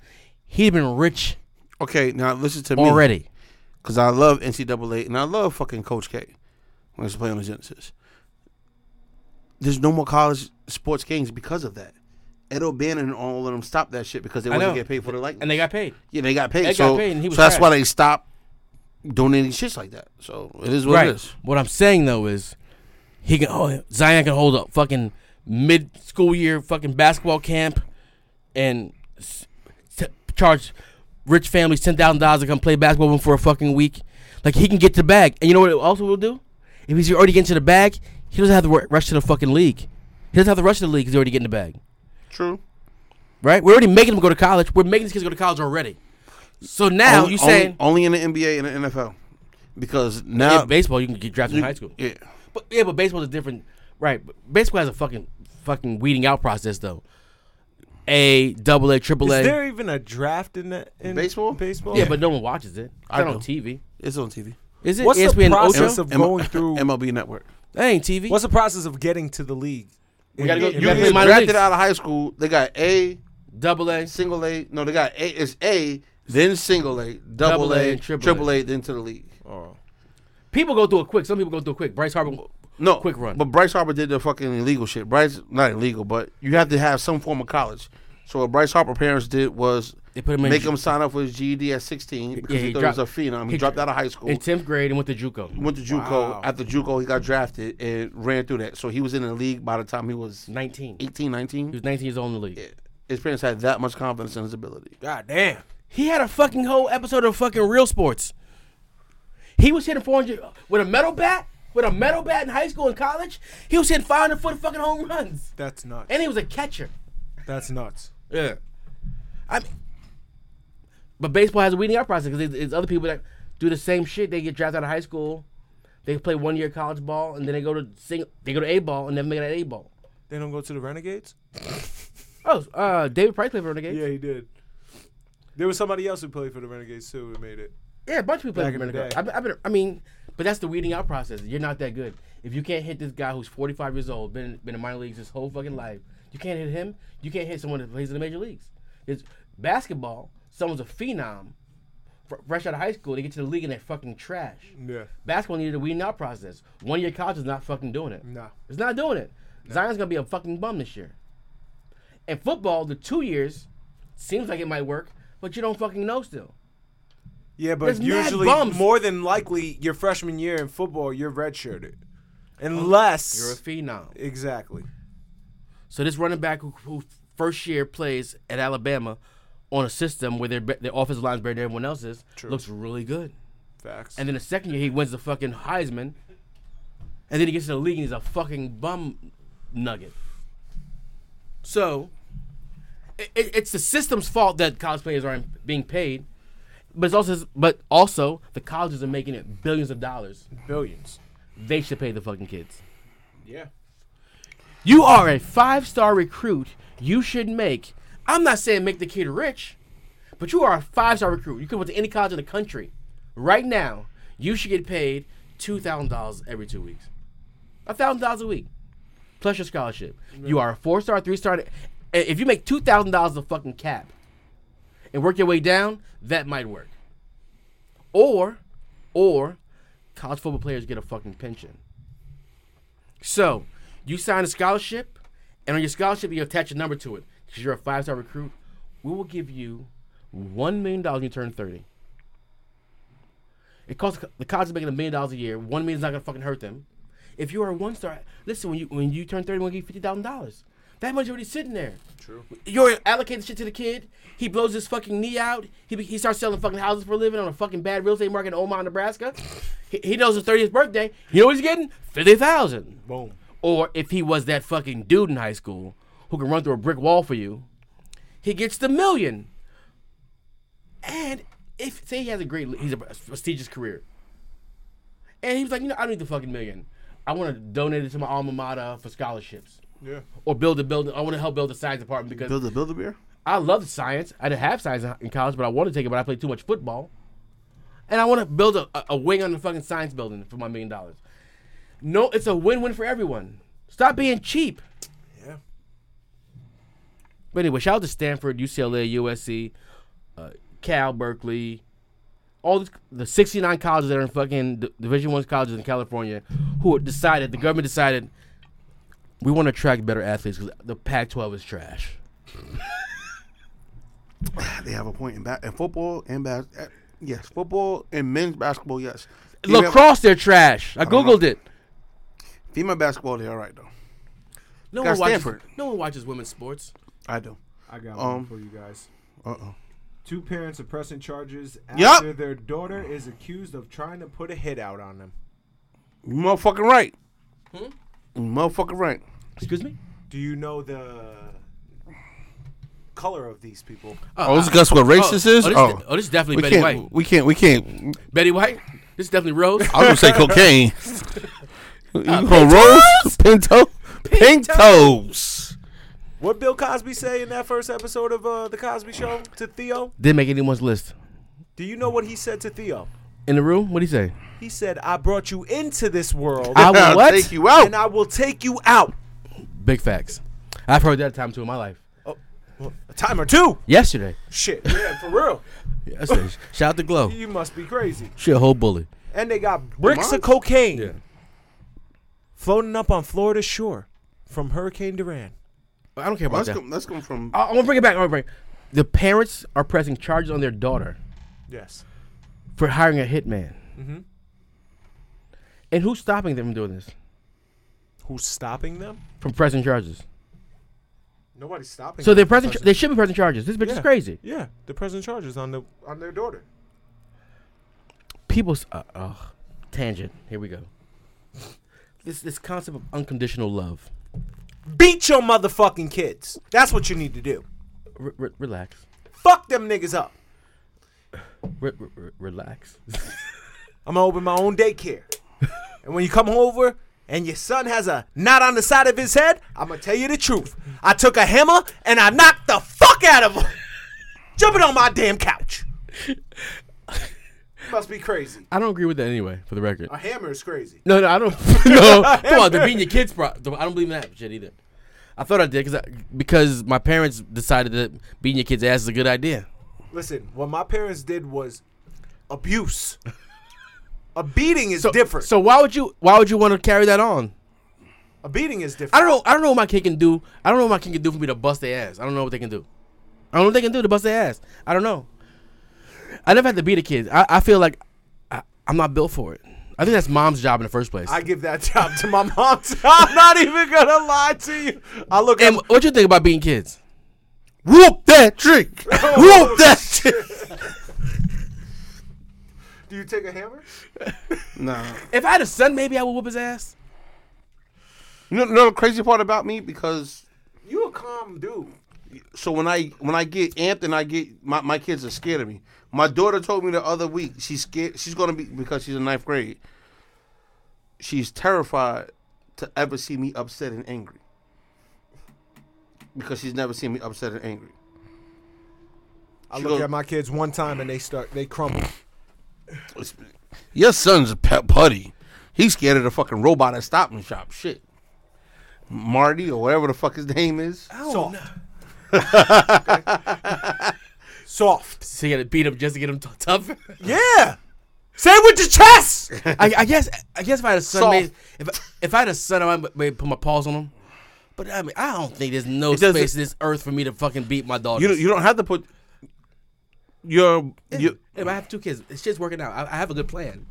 Speaker 3: he'd been rich
Speaker 2: Okay, now listen to me.
Speaker 3: already.
Speaker 2: because I love NCAA and I love fucking Coach K when I was playing on the Genesis. There's no more college sports games because of that. Ed O'Bannon and all of them stopped that shit because they
Speaker 3: I
Speaker 2: wanted
Speaker 3: know.
Speaker 2: to get paid for the likeness.
Speaker 3: And they got paid.
Speaker 2: yeah, they got paid.
Speaker 3: Ed got
Speaker 2: so
Speaker 3: paid and he was
Speaker 2: so that's
Speaker 3: trash.
Speaker 2: why they stopped donating shits like that. So it is what it is.
Speaker 3: What I'm saying though is, he can. Oh, Zion can hold a fucking mid-school year fucking basketball camp, and s- t- charge rich families ten thousand dollars to come play basketball with him for a fucking week. Like he can get to the bag, and you know what? It also will do if he's already getting to the bag, he doesn't have to wor- rush to the fucking league. He doesn't have to rush to the league. 'cause He's already getting the bag,
Speaker 2: True.
Speaker 3: right? We're already making them go to college. We're making these kids go to college already. So now
Speaker 2: only,
Speaker 3: you saying
Speaker 2: only, only in the NBA and the NFL because
Speaker 3: in
Speaker 2: now
Speaker 3: baseball you can get drafted
Speaker 2: you-
Speaker 3: in high school.
Speaker 2: Yeah.
Speaker 3: But yeah, but baseball's a different right. but Baseball has a fucking fucking weeding out process though. A, double A, triple
Speaker 4: Is
Speaker 3: A.
Speaker 4: there even a draft in, the, in
Speaker 2: Baseball?
Speaker 4: Baseball.
Speaker 3: Yeah, but no one watches it. It's
Speaker 2: I
Speaker 3: not
Speaker 2: do.
Speaker 3: on TV.
Speaker 2: It's on TV.
Speaker 3: Is it E
Speaker 4: What's the
Speaker 3: ESPN
Speaker 4: process
Speaker 3: Ocho?
Speaker 4: of going through-
Speaker 2: MLB Network.
Speaker 3: that ain't TV.
Speaker 4: what's the process of getting to the league? You
Speaker 3: gotta go-
Speaker 2: You
Speaker 3: You gotta
Speaker 2: get
Speaker 3: play minor
Speaker 2: drafted
Speaker 3: leagues.
Speaker 2: out of high school. They got A,
Speaker 3: double A?
Speaker 2: single A. No, they got A. It's A, then single A, double
Speaker 3: Double A
Speaker 2: A,
Speaker 3: and triple
Speaker 2: triple A, then to the league.
Speaker 3: People go through it quick. Some people go through it quick. Bryce Harper
Speaker 5: No,
Speaker 3: quick run.
Speaker 5: But Bryce Harper did the fucking illegal shit. Bryce, not illegal, but you have to have some form of college. So what Bryce Harper parents did was
Speaker 3: They put him in
Speaker 5: make
Speaker 3: ju-
Speaker 5: him sign up for his GED at 16 because
Speaker 3: Yeah,
Speaker 5: he,
Speaker 3: he
Speaker 5: thought he was
Speaker 3: dropped-
Speaker 5: a phenom. He,
Speaker 3: he
Speaker 5: dropped
Speaker 3: dro-
Speaker 5: out of high school.
Speaker 3: in tenth grade and went to JUCO.
Speaker 5: went to JUCO. After JUCO, he got drafted and ran through that. So he was in the league by the time he was
Speaker 3: Nineteen. He
Speaker 5: 18, 19.
Speaker 3: was nineteen years old in the league.
Speaker 5: His parents had that much confidence in his ability.
Speaker 4: God damn.
Speaker 3: He had a fucking whole episode of fucking Real Sports. He was hitting 400 with a metal bat, with a metal bat in high school and college. He was hitting 500 foot fucking home runs,
Speaker 4: That's nuts.
Speaker 3: and he was a catcher.
Speaker 4: That's nuts.
Speaker 3: Yeah, I mean, but baseball has a weeding out process because it's other people that do the same shit. They get drafted out of high school, they play one year college ball, and then they go to sing, they go to A ball and never make it at A ball.
Speaker 4: They don't go to the Renegades?
Speaker 3: Oh, uh, David Price played for Renegades.
Speaker 4: Yeah, he did. There was somebody else who played for the Renegades too who made it.
Speaker 3: Yeah, a bunch of people
Speaker 4: Back
Speaker 3: play
Speaker 4: in the
Speaker 3: Dominican.
Speaker 4: day.
Speaker 3: I, be- I, better, I mean, but that's the weeding out process. You're not that good. If you can't hit this guy who's 45 years old, been been in minor leagues his whole fucking life, you can't hit him. You can't hit someone that plays in the major leagues. It's basketball. Someone's a phenom, fr- fresh out of high school. They get to the league and they're fucking trash.
Speaker 4: Yeah.
Speaker 3: Basketball needed a weeding out process. One year college is not fucking doing it.
Speaker 4: Nah.
Speaker 3: It's not doing it. Zion's gonna be a fucking bum this year. And football, the two years seems like it might work, but you don't fucking know still.
Speaker 4: Yeah, but
Speaker 3: There's mad
Speaker 4: usually,
Speaker 3: bums.
Speaker 4: more than likely, your freshman year in football, you're redshirted. Unless.
Speaker 3: You're a phenom.
Speaker 4: exactly.
Speaker 3: So this running back who, who first year plays at Alabama on a system where their be- their offensive line's better than everyone else's looks really good.
Speaker 4: Facts.
Speaker 3: And then the second year he wins the fucking Heisman, and then he gets to the league and he's a fucking bum nugget. So it, it- it's the system's fault that college players aren't being paid, but it's also but also the colleges are making it billions of dollars.
Speaker 4: billions.
Speaker 3: They should pay the fucking kids.
Speaker 4: Yeah.
Speaker 3: You are a five star recruit. You should make. I'm not saying make the kid rich, but you are a five star recruit. You could go to any college in the country. Right now, you should get paid two thousand dollars every two weeks, a thousand dollars a week, plus your scholarship. You are a four star, three star. If you make two thousand dollars a fucking cap, and work your way down, that might work. Or, or, college football players get a fucking pension. So you sign a scholarship, and on your scholarship you attach a number to it because you're a five star recruit. We will give you one million dollars when you turn thirty. It costs the college is making a million dollars a year. One million's not gonna fucking hurt them. If you are a one star, listen when you when you turn thirty, we'll give you fifty thousand dollars. That money's already sitting there. True. You're allocating shit to the kid. He blows his fucking knee out. He, be- he starts selling fucking houses for a living on a fucking bad real estate market in Omaha, Nebraska. he, he knows his thirtieth birthday. You know what he's getting? Fifty thousand
Speaker 4: Boom.
Speaker 3: or if he was that fucking dude in high school who can run through a brick wall for you, he gets the million. And if say he has a great, he's a prestigious career, and he was like, you know, I don't need the fucking million. I want to donate it to my alma mater for scholarships,
Speaker 4: Yeah.
Speaker 3: or build a building. I want to help build a science department because
Speaker 5: Build a build a beer.
Speaker 3: I love science. I didn't have science in- in college, but I wanted to take it, but I played too much football. And I want to build a, a- a wing on the fucking science building for my million dollars. No, it's a win win for everyone. Stop being cheap.
Speaker 4: Yeah.
Speaker 3: But anyway, shout out to Stanford, UCLA, USC, uh, Cal, Berkeley, all this, the 69 colleges that are in fucking D- Division One colleges in California who decided, the government decided, we want to attract better athletes because the Pac 12 is trash.
Speaker 5: They have a point in, ba- in football and bas- eh, Yes, football and men's basketball. Yes, Female-
Speaker 3: Lacrosse, they're trash. I
Speaker 5: don't know.
Speaker 3: Googled it.
Speaker 5: Female basketball, they all right though.
Speaker 3: No
Speaker 5: Got
Speaker 3: one watches.
Speaker 5: Stanford.
Speaker 3: No one watches women's sports.
Speaker 5: I do.
Speaker 1: I got
Speaker 5: Um,
Speaker 1: one for you guys.
Speaker 5: Uh oh.
Speaker 1: Two parents are pressing charges
Speaker 5: Yup.
Speaker 1: after their daughter is accused of trying to put a hit out on them.
Speaker 5: You motherfucking right.
Speaker 2: Hmm?
Speaker 5: You motherfucking right.
Speaker 3: Excuse me.
Speaker 4: Do you know the color of these people?
Speaker 5: Oh, let's guess what race this is.
Speaker 3: Oh, this,
Speaker 5: Oh,
Speaker 3: oh, this is definitely
Speaker 5: we
Speaker 3: Betty
Speaker 5: can't.
Speaker 3: White.
Speaker 5: We can't. We can't.
Speaker 3: Betty White. This is definitely Rose.
Speaker 5: I was gonna say cocaine. you gonna rose pinto pintos.
Speaker 4: What Bill Cosby say in that first episode of uh, the Cosby Show to Theo?
Speaker 3: Didn't make anyone's list.
Speaker 4: Do you know what he said to Theo?
Speaker 3: In the room, what do you say?
Speaker 4: He said, "I brought you into this world,
Speaker 3: I
Speaker 5: I'll
Speaker 3: will what?
Speaker 5: Take you out.
Speaker 4: and I will take you out."
Speaker 3: Big facts. I've heard that a time too in my life.
Speaker 4: Oh, well, a time or two.
Speaker 3: Yesterday.
Speaker 4: Shit. Yeah, for real.
Speaker 3: Yesterday. Shout out to Glow.
Speaker 4: You must be crazy.
Speaker 3: She a whole bully.
Speaker 4: And they got bricks of cocaine. floating up on Florida shore from Hurricane Duran.
Speaker 3: I don't care about
Speaker 2: Let's
Speaker 3: that.
Speaker 2: come. Let's come from.
Speaker 3: I, I want to bring it back. I want to bring. The parents are pressing charges on their daughter
Speaker 4: Yes.
Speaker 3: for hiring a hitman.
Speaker 5: Mm-hmm.
Speaker 3: And who's stopping them from doing this?
Speaker 4: Who's stopping them?
Speaker 3: From pressing charges.
Speaker 4: Nobody's stopping.
Speaker 3: So
Speaker 4: them.
Speaker 3: they're pressing. They should be pressing charges. This bitch is
Speaker 4: Yeah.
Speaker 3: crazy.
Speaker 4: Yeah, the present charges on the on their daughter.
Speaker 3: People's uh, oh, tangent. Here we go. This this concept of unconditional love.
Speaker 4: Beat your motherfucking kids. That's what you need to do.
Speaker 3: R- r- relax.
Speaker 4: Fuck them niggas up.
Speaker 3: R- r- r- relax.
Speaker 4: I'm gonna open my own daycare. and when you come over and your son has a knot on the side of his head, I'm gonna tell you the truth. I took a hammer and I knocked the fuck out of him. Jumping on my damn couch. Must be crazy.
Speaker 3: I don't agree with that anyway. For the record.
Speaker 4: A hammer is crazy.
Speaker 3: No, no, I don't. no, come on, they're beating your kids. Pro- I don't believe in that shit either. I thought I did because because my parents decided that beating your kids' ass is a good idea.
Speaker 4: Listen, what my parents did was abuse. A beating is different.
Speaker 3: So why would you why would you want to carry that on?
Speaker 4: a beating is different.
Speaker 3: I don't know. I don't know what my kid can do. I don't know what my kid can do for me to bust their ass. I don't know what they can do. I don't know what they can do to bust their ass. I don't know. I never had to beat a kid. I, I feel like I, I'm not built for it. I think that's mom's job in the first place.
Speaker 4: I give that job to my mom. I'm not even gonna lie to you. I look at
Speaker 3: and what you think about beating kids?
Speaker 2: Whoop that trick. Whoop that shit.
Speaker 4: Do you take a hammer?
Speaker 2: Nah.
Speaker 3: If I had a son, maybe I would whoop his ass.
Speaker 2: You know, you know the crazy part about me because
Speaker 4: You a calm dude.
Speaker 2: so when I when I get amped and I get my, my kids are scared of me. My daughter told me the other week she's scared. She's gonna be because she's in ninth grade. She's terrified to ever see me upset and angry because she's never seen me upset and angry.
Speaker 4: I
Speaker 2: She
Speaker 4: look
Speaker 2: goes-
Speaker 4: at my kids one time and they start they crumble.
Speaker 2: It's- Your son's a pet putty. He's scared of the fucking robot at Stop and Shop. Shit. Marty or whatever the fuck his name is.
Speaker 4: Soft. Soft.
Speaker 3: So you gotta beat him just to get him t- tougher.
Speaker 4: Yeah. Say it with your chest.
Speaker 3: I, I guess I guess if I had a son,
Speaker 2: Soft.
Speaker 3: maybe, if I- if I had a son, I might maybe put my paws on him. But I mean, I don't think there's no
Speaker 2: doesn't-
Speaker 3: space in this earth for me to fucking beat my daughter.
Speaker 2: You don't- you don't have to put your your
Speaker 3: If I have two kids, it's just working out. I, I have a good plan.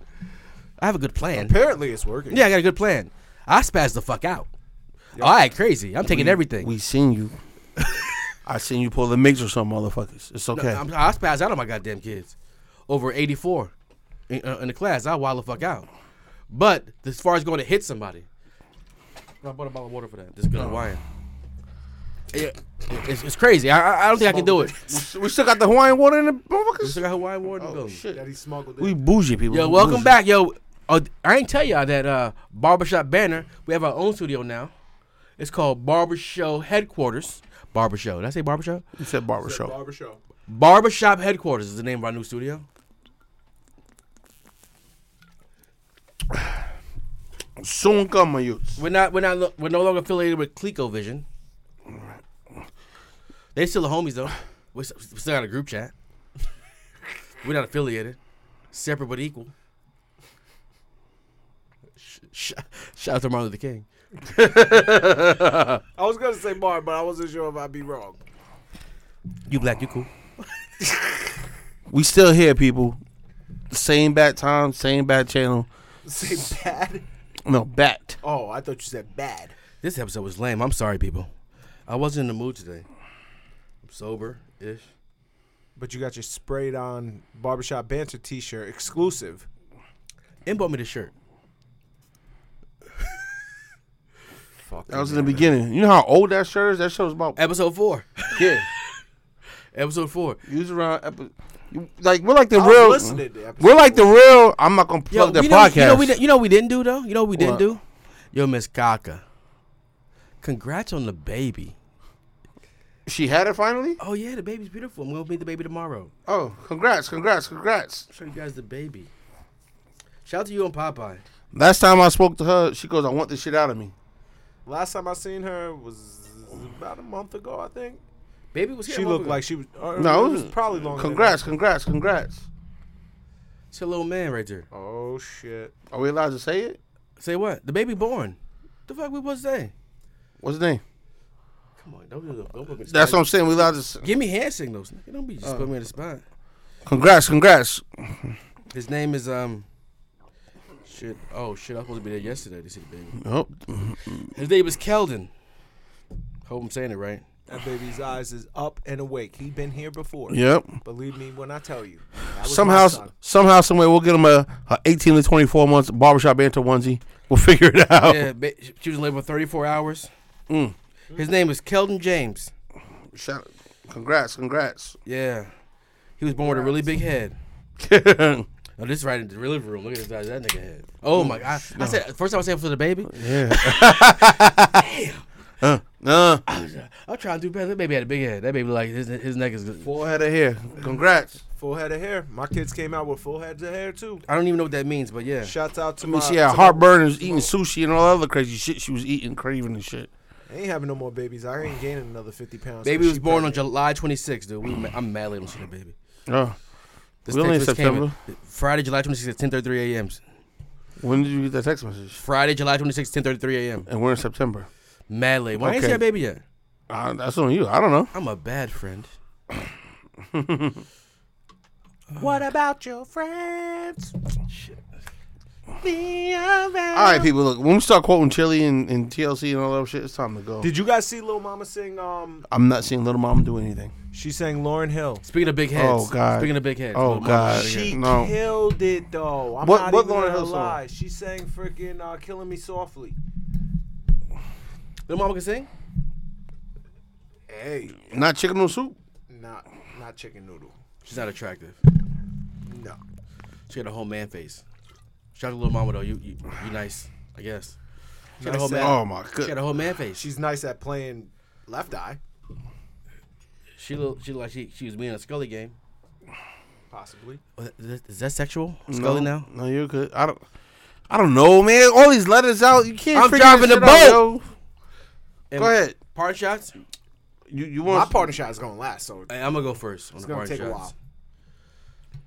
Speaker 3: I have a good plan.
Speaker 4: Apparently it's working.
Speaker 3: Yeah, I got a good plan. I spaz the fuck out. All right, crazy. I'm taking everything.
Speaker 2: We seen you. I seen you pull the mix with some motherfuckers. It's okay.
Speaker 3: I'm, I spaz out on my goddamn kids. Over 84 in, uh, in the class, I wild the fuck out. But as far as going to hit somebody, I bought a bottle of water for that. This
Speaker 2: Oh.
Speaker 3: good Hawaiian. It- it's, it's crazy. I, I- I don't think I can do it.
Speaker 2: we still got the Hawaiian water in the
Speaker 3: We
Speaker 2: motherfuckers.
Speaker 3: still got Hawaiian water in the
Speaker 2: Oh
Speaker 3: building.
Speaker 2: shit,
Speaker 4: he smuggled
Speaker 2: we bougie people.
Speaker 3: Yo,
Speaker 2: We
Speaker 3: welcome
Speaker 2: bougie.
Speaker 3: back, yo. Oh, I ain't tell y'all that uh, barbershop banner. We have our own studio now. It's called Barber Show Headquarters. Barber Show. Did I say Barber Show?
Speaker 2: You said barber show.
Speaker 4: show.
Speaker 3: Barbershop Headquarters is the name of our new studio.
Speaker 2: Soon come, my youths.
Speaker 3: We're not. We're not. lo- We're no longer affiliated with Clico Vision. They still the homies though. We s- we still got a group chat. We're not affiliated, separate but equal. Sh- sh- Shout out to Martin Luther King.
Speaker 4: I was gonna say Mark, but I wasn't sure if I'd be wrong.
Speaker 3: You black, you cool.
Speaker 2: We still here, people. Same bad time, same bad channel.
Speaker 4: Say bad.
Speaker 2: No, bat.
Speaker 4: Oh, I thought you said bad.
Speaker 3: This episode was lame. I'm sorry, people. I wasn't in the mood today. I'm sober ish.
Speaker 4: But you got your sprayed on barbershop banter t shirt exclusive.
Speaker 3: And bought me the shirt.
Speaker 4: Fuck.
Speaker 2: That was in the beginning. You know how old that shirt is? That shirt was about
Speaker 3: Episode four.
Speaker 2: yeah.
Speaker 3: Episode four.
Speaker 2: You was around epi- you- like we're like the
Speaker 4: I was
Speaker 2: real.
Speaker 4: listening to episode
Speaker 2: we're like the real. I'm not gonna
Speaker 3: Yo,
Speaker 2: plug that
Speaker 3: you, know,
Speaker 2: podcast.
Speaker 3: you know we di- you know we didn't do though. You know what we didn't
Speaker 2: What?
Speaker 3: do. Yo, Miss Kaka. Congrats on the baby.
Speaker 2: she had it finally.
Speaker 3: Oh yeah, the baby's beautiful. I'm gonna meet the baby tomorrow.
Speaker 2: Oh, congrats, congrats, congrats.
Speaker 3: Show you guys the baby. Shout out to you and Popeye.
Speaker 2: Last time I spoke to her, she goes, "I want this shit out of me."
Speaker 4: Last time I seen her was about a month ago, I think.
Speaker 3: Baby was here. a
Speaker 4: She
Speaker 3: month
Speaker 4: looked
Speaker 3: ago.
Speaker 4: like she was. Or,
Speaker 2: No,
Speaker 4: no, it was probably longer. than
Speaker 2: Congrats, congrats, congrats.
Speaker 3: It's a little man right there.
Speaker 4: that. Oh shit.
Speaker 2: Are we allowed to say it?
Speaker 3: Say what? The baby born. The fuck we was saying?
Speaker 2: What's his name?
Speaker 3: Come on, don't, don't, don't put me in the
Speaker 2: That's what
Speaker 3: spot.
Speaker 2: I'm saying. We allowed to. s-
Speaker 3: Give me hand signals. nigga. Don't be just put me in the spot.
Speaker 2: Congrats, congrats.
Speaker 3: His name is um. Shit. Oh shit! I was supposed to be there yesterday to see the baby.
Speaker 2: Oh,
Speaker 3: His name is Keldon. Hope I'm saying it right.
Speaker 4: That baby's eyes is up and awake. He been here before.
Speaker 2: yep.
Speaker 4: Believe me when I tell you. That was my
Speaker 2: Somehow,
Speaker 4: son.
Speaker 2: somehow, someway, we'll get him a, a 18 to 24 months barbershop banter onesie. We'll figure it out.
Speaker 3: Yeah, ba- she was in labor 34 hours.
Speaker 2: Mm.
Speaker 3: His name is Keldon James.
Speaker 2: Shout, congrats, congrats.
Speaker 3: Yeah, he was born with a really big head. Oh, this is right in the living room. Look at the size of that nigga head. Oh my god! I said first time I said for the baby.
Speaker 2: uh,
Speaker 3: I'm trying to do better. That baby had a big head. That baby like his his neck is.
Speaker 2: full head of hair. Congrats.
Speaker 4: Full head of hair. My kids came out with full heads of hair too.
Speaker 3: I don't even know what that means, but yeah.
Speaker 4: Shouts out
Speaker 2: I
Speaker 4: to
Speaker 2: mean,
Speaker 4: my.
Speaker 2: she had
Speaker 4: to
Speaker 2: heartburn and was eating sushi and all that other crazy shit she was eating, craving and shit.
Speaker 4: My, I ain't having no more babies. I ain't gaining another fifty pounds.
Speaker 3: Baby
Speaker 4: She
Speaker 3: was born on
Speaker 4: pregnant.
Speaker 3: July 26th, dude. We, ma- I'm mad late on seeing the baby.
Speaker 2: Oh,
Speaker 3: This
Speaker 2: We only
Speaker 3: text
Speaker 2: in
Speaker 3: message came
Speaker 2: September.
Speaker 3: Friday, July 26th at 10:33 a.m.
Speaker 2: when did you get that text message?
Speaker 3: Friday, July 26th, 10:33 a.m.
Speaker 2: And we're in September.
Speaker 3: Mad late. Why ain't
Speaker 2: Okay.
Speaker 3: see that baby yet?
Speaker 2: Uh, that's on you. I don't know.
Speaker 3: I'm a bad friend.
Speaker 4: What about your friends?
Speaker 2: All right, people. Look, when we start quoting Chili and, and TLC and all that shit, it's time to go.
Speaker 4: Did you guys see Lil Mama sing? Um,
Speaker 2: I'm not seeing Little Mom do anything.
Speaker 4: she sang Lauren Hill.
Speaker 3: Speaking of big heads.
Speaker 2: Oh, God.
Speaker 3: Speaking of big heads.
Speaker 2: Oh,
Speaker 3: Lil Mama.
Speaker 2: God.
Speaker 4: She
Speaker 2: No.
Speaker 4: killed it though. I'm
Speaker 2: What-
Speaker 4: not
Speaker 2: what
Speaker 4: even
Speaker 2: Lauryn
Speaker 4: gonna
Speaker 2: Hill song?
Speaker 4: lie. She sang freaking uh, "Killing Me Softly."
Speaker 3: Lil mama can sing.
Speaker 4: Hey,
Speaker 2: Not chicken noodle soup.
Speaker 4: not not chicken noodle.
Speaker 3: She's not attractive.
Speaker 4: No.
Speaker 3: She got a whole man face. Shout out to little mama though. You you, you nice, I guess. She got a
Speaker 4: Nice
Speaker 3: whole man.
Speaker 4: set.
Speaker 2: Oh my
Speaker 3: She got
Speaker 2: good.
Speaker 3: a whole man face. She
Speaker 4: She's nice at playing left eye,
Speaker 3: she look, she look like she she was me in a Scully game.
Speaker 4: possibly.
Speaker 3: Oh, that- Is that, is that sexual? Scully now.
Speaker 2: No, you're good. I don't. I don't know, man. All these letters out. You can't.
Speaker 3: I'm
Speaker 2: figure
Speaker 3: driving
Speaker 2: this
Speaker 3: the
Speaker 2: shit out, yo.
Speaker 3: boat. And
Speaker 2: Go ahead.
Speaker 3: Part shots.
Speaker 2: You you
Speaker 4: My
Speaker 2: want
Speaker 4: partner shot is gonna last, so
Speaker 3: Hey, I'm gonna go first. On the
Speaker 4: gonna
Speaker 3: part
Speaker 4: take a
Speaker 3: shots.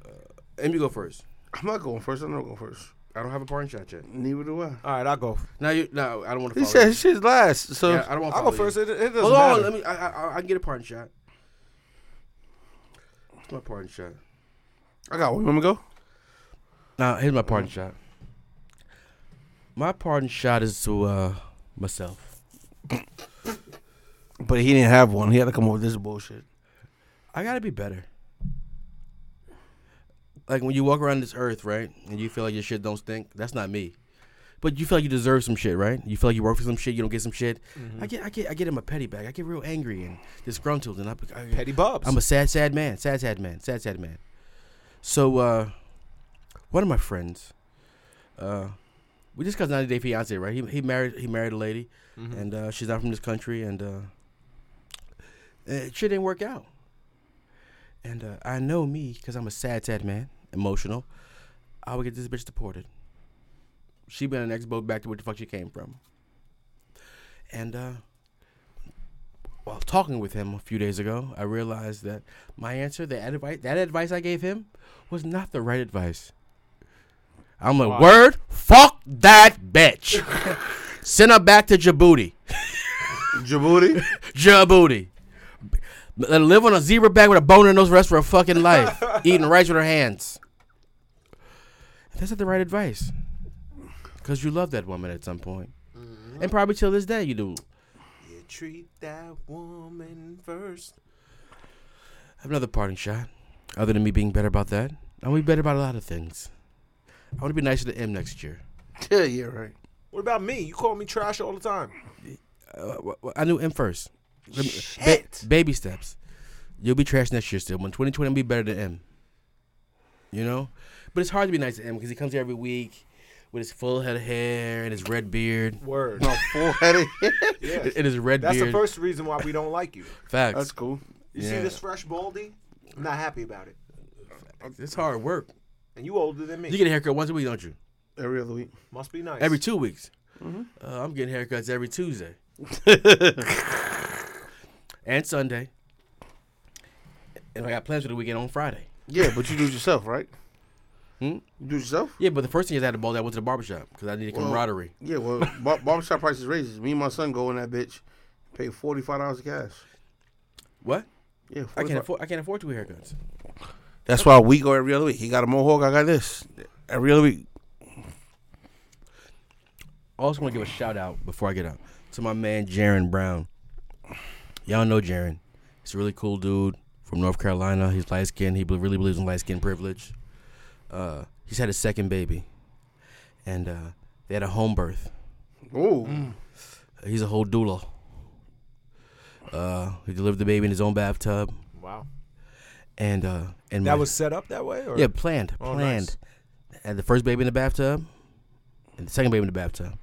Speaker 4: while.
Speaker 3: Uh, and you go first.
Speaker 2: I'm not going first. I'm not going first.
Speaker 3: I don't have a parting shot yet.
Speaker 2: Neither do I.
Speaker 4: all right, I'll go.
Speaker 3: No, you, no, I don't want to.
Speaker 2: He said his shit's last. So
Speaker 3: yeah, I don't want.
Speaker 4: I'll go first. It, it doesn't
Speaker 3: Hold
Speaker 4: matter.
Speaker 3: on, let me. I, I, I can get a parting shot. What's my parting shot?
Speaker 2: I got one. You want me to go?
Speaker 3: Now here's my parting shot. My parting shot is to uh, myself.
Speaker 2: But he didn't have one. He had to come up with this bullshit.
Speaker 3: I gotta be better. Like when you walk around this earth, right, and you feel like your shit don't stink. That's not me. But you feel like you deserve some shit, right? You feel like you work for some shit, you don't get some shit. I get, I get, I get in my petty bag. I get real angry and disgruntled, and I, I
Speaker 4: Petty Bubs.
Speaker 3: I'm a sad, sad man. Sad, sad man. Sad, sad man. So, uh, one of my friends, uh, we just got 90 Day Fiance, right? He, he married he married a lady, and uh, she's not from this country, and uh, eh, shit didn't work out. And uh, I know me, because I'm a sad, sad man, emotional. I would get this bitch deported. She been on the next boat back to where the fuck she came from. And uh, while talking with him a few days ago, I realized that my answer, that advice, that advice I gave him, was not the right advice. I'm like, word, fuck that bitch. Send her back to Djibouti.
Speaker 2: Djibouti.
Speaker 3: Djibouti. Let her live on a zebra bag with a bone in her nose rest for her fucking life, eating rice with her hands. That's not the right advice. Because you love that woman at some point. And probably till this day you do.
Speaker 4: You treat that woman first.
Speaker 3: I have another parting shot. Other than me being better about that, I want to be better about a lot of things. I want to be nicer to M next year.
Speaker 2: yeah, yeah, right.
Speaker 4: What about me? You call me trash all the time.
Speaker 3: Uh, wh- wh- I knew M first. Let me- ba-
Speaker 4: Shit.
Speaker 3: baby steps. You'll be trash next year still. When 2020, I'll be better than M. You know? But it's hard to be nice to M because he comes here every week with his full head of hair and his red beard.
Speaker 4: Word.
Speaker 2: No full headed.
Speaker 4: Yes.
Speaker 3: It is red
Speaker 4: That's
Speaker 3: beard.
Speaker 4: the first reason why we don't like you.
Speaker 3: Facts.
Speaker 2: That's cool.
Speaker 4: You see this fresh baldy? I'm not happy about it.
Speaker 3: It's hard work.
Speaker 4: And you older than me.
Speaker 3: You get a haircut once a week, don't you?
Speaker 2: Every other week.
Speaker 4: Must be nice.
Speaker 3: Every two weeks. Uh, I'm getting haircuts every Tuesday and Sunday. And I got plans for the weekend on Friday.
Speaker 2: Hmm? Yeah, but you do it yourself, right? You do it yourself?
Speaker 3: Yeah, but the first thing is I had a ball that went to the barbershop because I needed camaraderie.
Speaker 2: Yeah, well, bar- barbershop prices raises. Me and my son go in that bitch, pay forty five dollars cash.
Speaker 3: What?
Speaker 2: Yeah,
Speaker 3: I
Speaker 2: 45
Speaker 3: can't afford. I can't afford two haircuts.
Speaker 7: That's why we go every other week. He got a mohawk. I got this every other week.
Speaker 3: I also want to give a shout out before I get out to my man Jaron Brown. Y'all know Jaron. He's a really cool dude from North Carolina. He's light skinned. He be- really believes in light skin privilege. Uh, he's had his second baby, and uh, they had a home birth.
Speaker 2: Oh,
Speaker 3: He's a whole doula. Uh, he delivered the baby in his own bathtub,
Speaker 4: Wow.
Speaker 3: and uh, and
Speaker 4: That
Speaker 3: my-
Speaker 4: was set up that way? Or?
Speaker 3: yeah planned,
Speaker 4: Oh,
Speaker 3: planned. Had the first baby in the bathtub, and the second baby in the bathtub,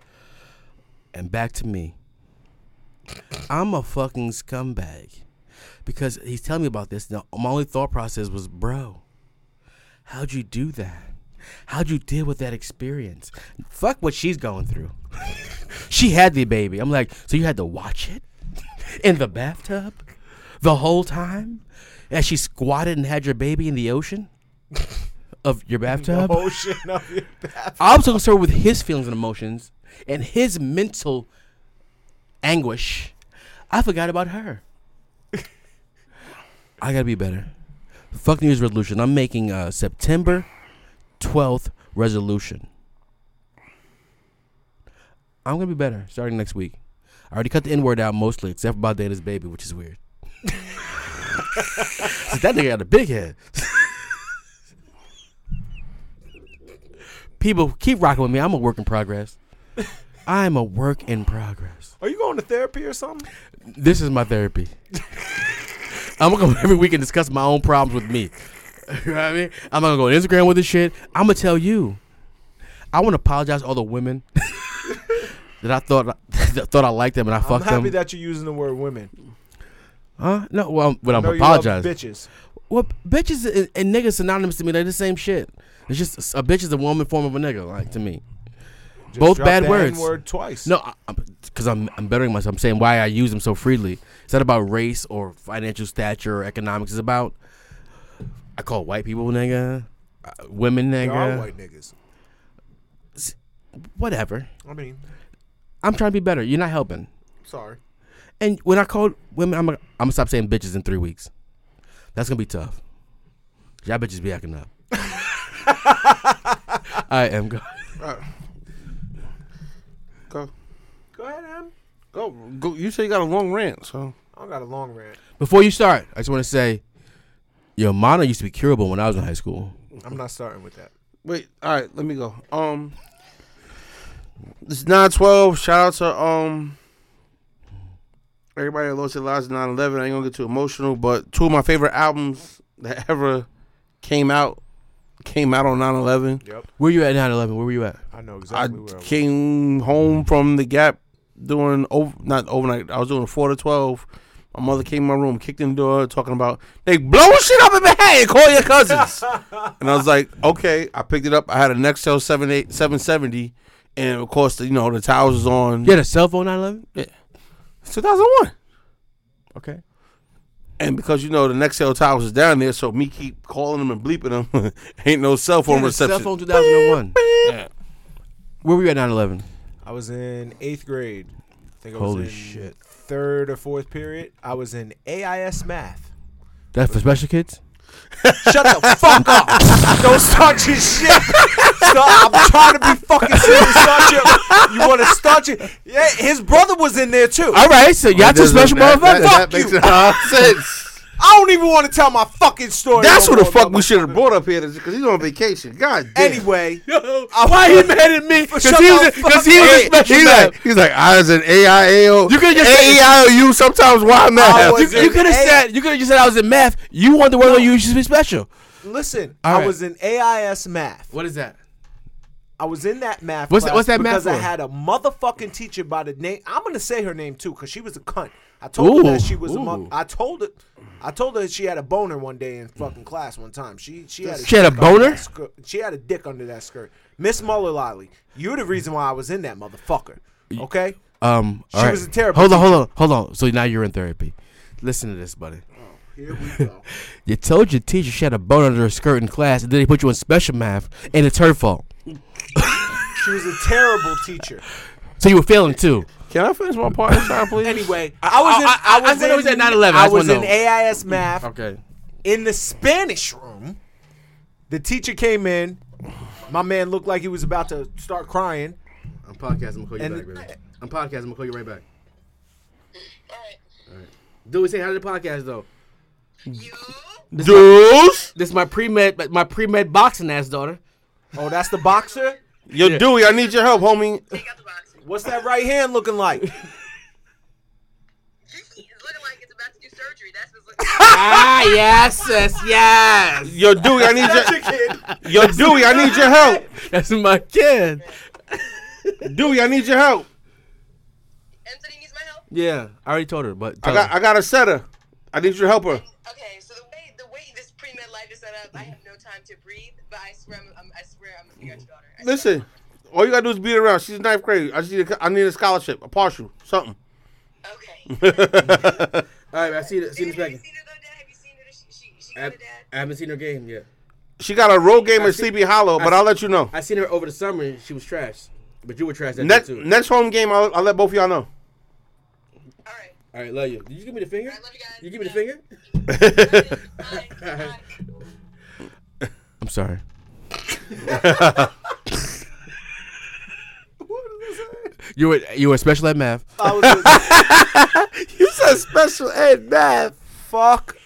Speaker 3: and back to me. I'm a fucking scumbag because he's telling me about this. Now my only thought process was, bro, how'd you do that? How'd you deal with that experience? Fuck what she's going through. she had the baby. I'm like, so you had to watch it in the bathtub the whole time as she squatted and had your baby in the ocean of your bathtub.
Speaker 4: Ocean of your bath.
Speaker 3: I was so concerned with his feelings and emotions and his mental anguish. I forgot about her. I gotta be better. Fuck New Year's resolution. I'm making a September 12th resolution. I'm gonna be better starting next week. I already cut the N word out mostly, except for about Data's baby, which is weird. that nigga got a big head. People keep rocking with me. I'm a work in progress. I'm a work in progress.
Speaker 4: Are you going to therapy or something?
Speaker 3: This is my therapy. I'm gonna go every week and discuss my own problems with me. You know what I mean? I'm not gonna go on Instagram with this shit. I'm gonna tell you. I want to apologize to all the women that I thought that thought I liked them and I
Speaker 4: I'm
Speaker 3: fucked
Speaker 4: happy
Speaker 3: them.
Speaker 4: that you're using the word women.
Speaker 3: huh? No, well, but I'm
Speaker 4: No, you love
Speaker 3: apologizing.
Speaker 4: Bitches.
Speaker 3: Well, bitches and, and niggas synonymous to me. They're the same shit. It's just a bitch is a woman form of a nigga, like to me.
Speaker 4: Just
Speaker 3: Both
Speaker 4: drop
Speaker 3: bad
Speaker 4: the
Speaker 3: words.
Speaker 4: N-word twice.
Speaker 3: No, because I'm I'm bettering myself. I'm saying why I use them so freely. It's not about race or financial stature or economics. It's about I call white people nigga, uh, women
Speaker 4: they are
Speaker 3: nigga,
Speaker 4: white niggas.
Speaker 3: whatever.
Speaker 4: I mean,
Speaker 3: I'm trying to be better. You're not helping.
Speaker 2: sorry.
Speaker 3: And when I call women, I'm gonna, I'm gonna stop saying bitches in three weeks. That's gonna be tough. Y'all bitches be acting up. I am going.
Speaker 2: Go,
Speaker 4: go ahead, Em.
Speaker 2: go, go. You say you got a long rant, so
Speaker 4: I don't got a long rant.
Speaker 3: Before you start, I just want to say, your mono used to be curable when I was in high school.
Speaker 4: I'm not starting with that.
Speaker 2: wait. All right, let me go. Um, it's nine twelve. Shout out to um everybody that lost their lives in nine eleven. I ain't gonna get too emotional, but two of my favorite albums that ever came out came out on nine eleven.
Speaker 4: Yep.
Speaker 3: Where you at 9/11? Where were you at?
Speaker 4: I
Speaker 2: I
Speaker 4: know
Speaker 2: Mm-hmm.
Speaker 4: exactly where I was.
Speaker 2: came home from the Gap doing over not overnight. I was doing four to twelve. My mother came in my room, kicked in the door, talking about they blowing shit up in Manhattan. Call your cousins. and I was like, okay. I picked it up. I had a Nextel seven eight seven seventy, and of course, you know, the towers was on.
Speaker 3: You had a cell phone 9/11?
Speaker 2: two thousand one.
Speaker 3: Okay.
Speaker 2: And because you know the Nextel towers is down there, so me keep calling them and bleeping them. Ain't no cell phone
Speaker 3: Yeah, the
Speaker 2: reception.
Speaker 3: Cell phone 2001. Where were you at 9/11?
Speaker 4: I was in eighth grade. I think I
Speaker 3: Holy
Speaker 4: was in
Speaker 3: shit.
Speaker 4: third or fourth period. I was in AIS math.
Speaker 3: That's for special kids.
Speaker 4: Shut the fuck up. Don't start your shit. Stop. I'm trying to be fucking serious. Start your, you want to start your. Yeah, his brother was in there too. I,
Speaker 3: All right, so y'all two
Speaker 2: Doesn't-
Speaker 3: special
Speaker 2: that-
Speaker 3: motherfuckers.
Speaker 2: That, that
Speaker 4: Fuck
Speaker 2: makes
Speaker 4: you.
Speaker 2: no sense.
Speaker 4: don't even want to tell my fucking story.
Speaker 2: That's
Speaker 4: no
Speaker 2: what the
Speaker 4: more,
Speaker 2: fuck we
Speaker 4: mother-
Speaker 2: should have brought up here because he's on vacation. God damn.
Speaker 4: Anyway,
Speaker 3: Why he mad at me? Because
Speaker 4: Shut
Speaker 3: he was,
Speaker 4: the
Speaker 3: because
Speaker 4: fuck
Speaker 3: he was a
Speaker 2: Hey,
Speaker 3: special
Speaker 2: he's
Speaker 3: man.
Speaker 2: like, he's like, I was an AIL.
Speaker 3: You could've just said-
Speaker 2: AILU sometimes. Why
Speaker 4: I
Speaker 2: not?
Speaker 4: was-
Speaker 3: You,
Speaker 4: Is
Speaker 3: you
Speaker 4: it
Speaker 3: could have
Speaker 4: A-
Speaker 3: said you could have just said I was in math. You want the word you should be special.
Speaker 4: listen.
Speaker 3: All right.
Speaker 4: I was in AIS math.
Speaker 3: What is that?
Speaker 4: I was in that math.
Speaker 3: What's that-
Speaker 4: class
Speaker 3: what's that math
Speaker 4: Because I
Speaker 3: for?
Speaker 4: had a motherfucking teacher by the name. I'm gonna say her name too, cause she was a cunt. I told her that
Speaker 3: Ooh,
Speaker 4: she was a mother.
Speaker 3: ooh.
Speaker 4: I told her, I told her she had a boner one day in fucking class one time. She she had a
Speaker 3: She had a
Speaker 4: dick under
Speaker 3: boner?
Speaker 4: that skirt- She had a dick under that skirt. Miss Muller Lolly, you're the reason why I was in that motherfucker. Okay.
Speaker 3: Um,
Speaker 4: She was a terrible
Speaker 3: Hold on, hold on, hold on. So now you're in therapy. Listen to this, buddy.
Speaker 4: Here we go.
Speaker 3: You told your teacher she had a bone under her skirt in class, and then they put you in special math, and it's her fault.
Speaker 4: She was a terrible teacher.
Speaker 3: So you were failing too.
Speaker 2: Can I finish my part this time, please?
Speaker 4: Anyway, I was in.
Speaker 3: I- I- I
Speaker 4: was
Speaker 3: said it was
Speaker 4: in-
Speaker 3: at 9/11, I
Speaker 4: I
Speaker 3: just
Speaker 4: was
Speaker 3: wanna
Speaker 4: in
Speaker 3: know.
Speaker 4: AIS math
Speaker 3: Okay.
Speaker 4: in the Spanish room. The teacher came in. My man looked like he was about to start crying.
Speaker 3: I'm podcasting. I'm gonna call you
Speaker 4: And-
Speaker 3: back, baby. I'm podcasting. I'm gonna call you right back. All right. Do we say how to the podcast though?
Speaker 2: Deuce.
Speaker 3: This is my pre med, my pre med boxing ass daughter.
Speaker 4: Oh, that's the boxer.
Speaker 2: Yo, Dewey, I need your help, homie.
Speaker 8: Take out the box.
Speaker 4: What's that right hand looking like?
Speaker 8: It's looking like it's about to do surgery. That's what's looking like.
Speaker 3: ah yes, yes, yes.
Speaker 2: Yo, Dewey, I need your Yo, Dewey, I need your help.
Speaker 3: That's my kid.
Speaker 2: Dewey, I need your help.
Speaker 8: Anthony needs my help.
Speaker 3: Yeah, I already told her, but
Speaker 2: I got I got a setter. I need you to help her.
Speaker 8: Okay, so the way the way this pre med life is set up, I have no time to breathe. But I swear, I'm, I'm I swear, I'm gonna figure out your daughter. I swear.
Speaker 2: Listen, all you gotta do is beat around. She's ninth grade. I just need a, I need a scholarship, a partial, something.
Speaker 8: Okay.
Speaker 3: all right. I see the, see
Speaker 8: Have you
Speaker 3: this back.
Speaker 8: seen her though, Dad? Have you seen her? Does She she she got a dad.
Speaker 3: I haven't seen her game yet.
Speaker 2: She got a road game in Sleepy Hollow, but I'll let you know.
Speaker 3: I seen her over the summer and she was trash, but you were trash that
Speaker 2: Next
Speaker 3: day too.
Speaker 2: next home game, I'll, I'll let both of y'all know.
Speaker 8: All right.
Speaker 3: All right, love you. Did you give me the finger?
Speaker 8: I love you guys.
Speaker 3: You give me the finger?
Speaker 8: Yeah. Bye. Bye.
Speaker 3: I'm sorry. you were you were special at math.
Speaker 4: I was in-
Speaker 2: You said special ed math.
Speaker 4: fuck.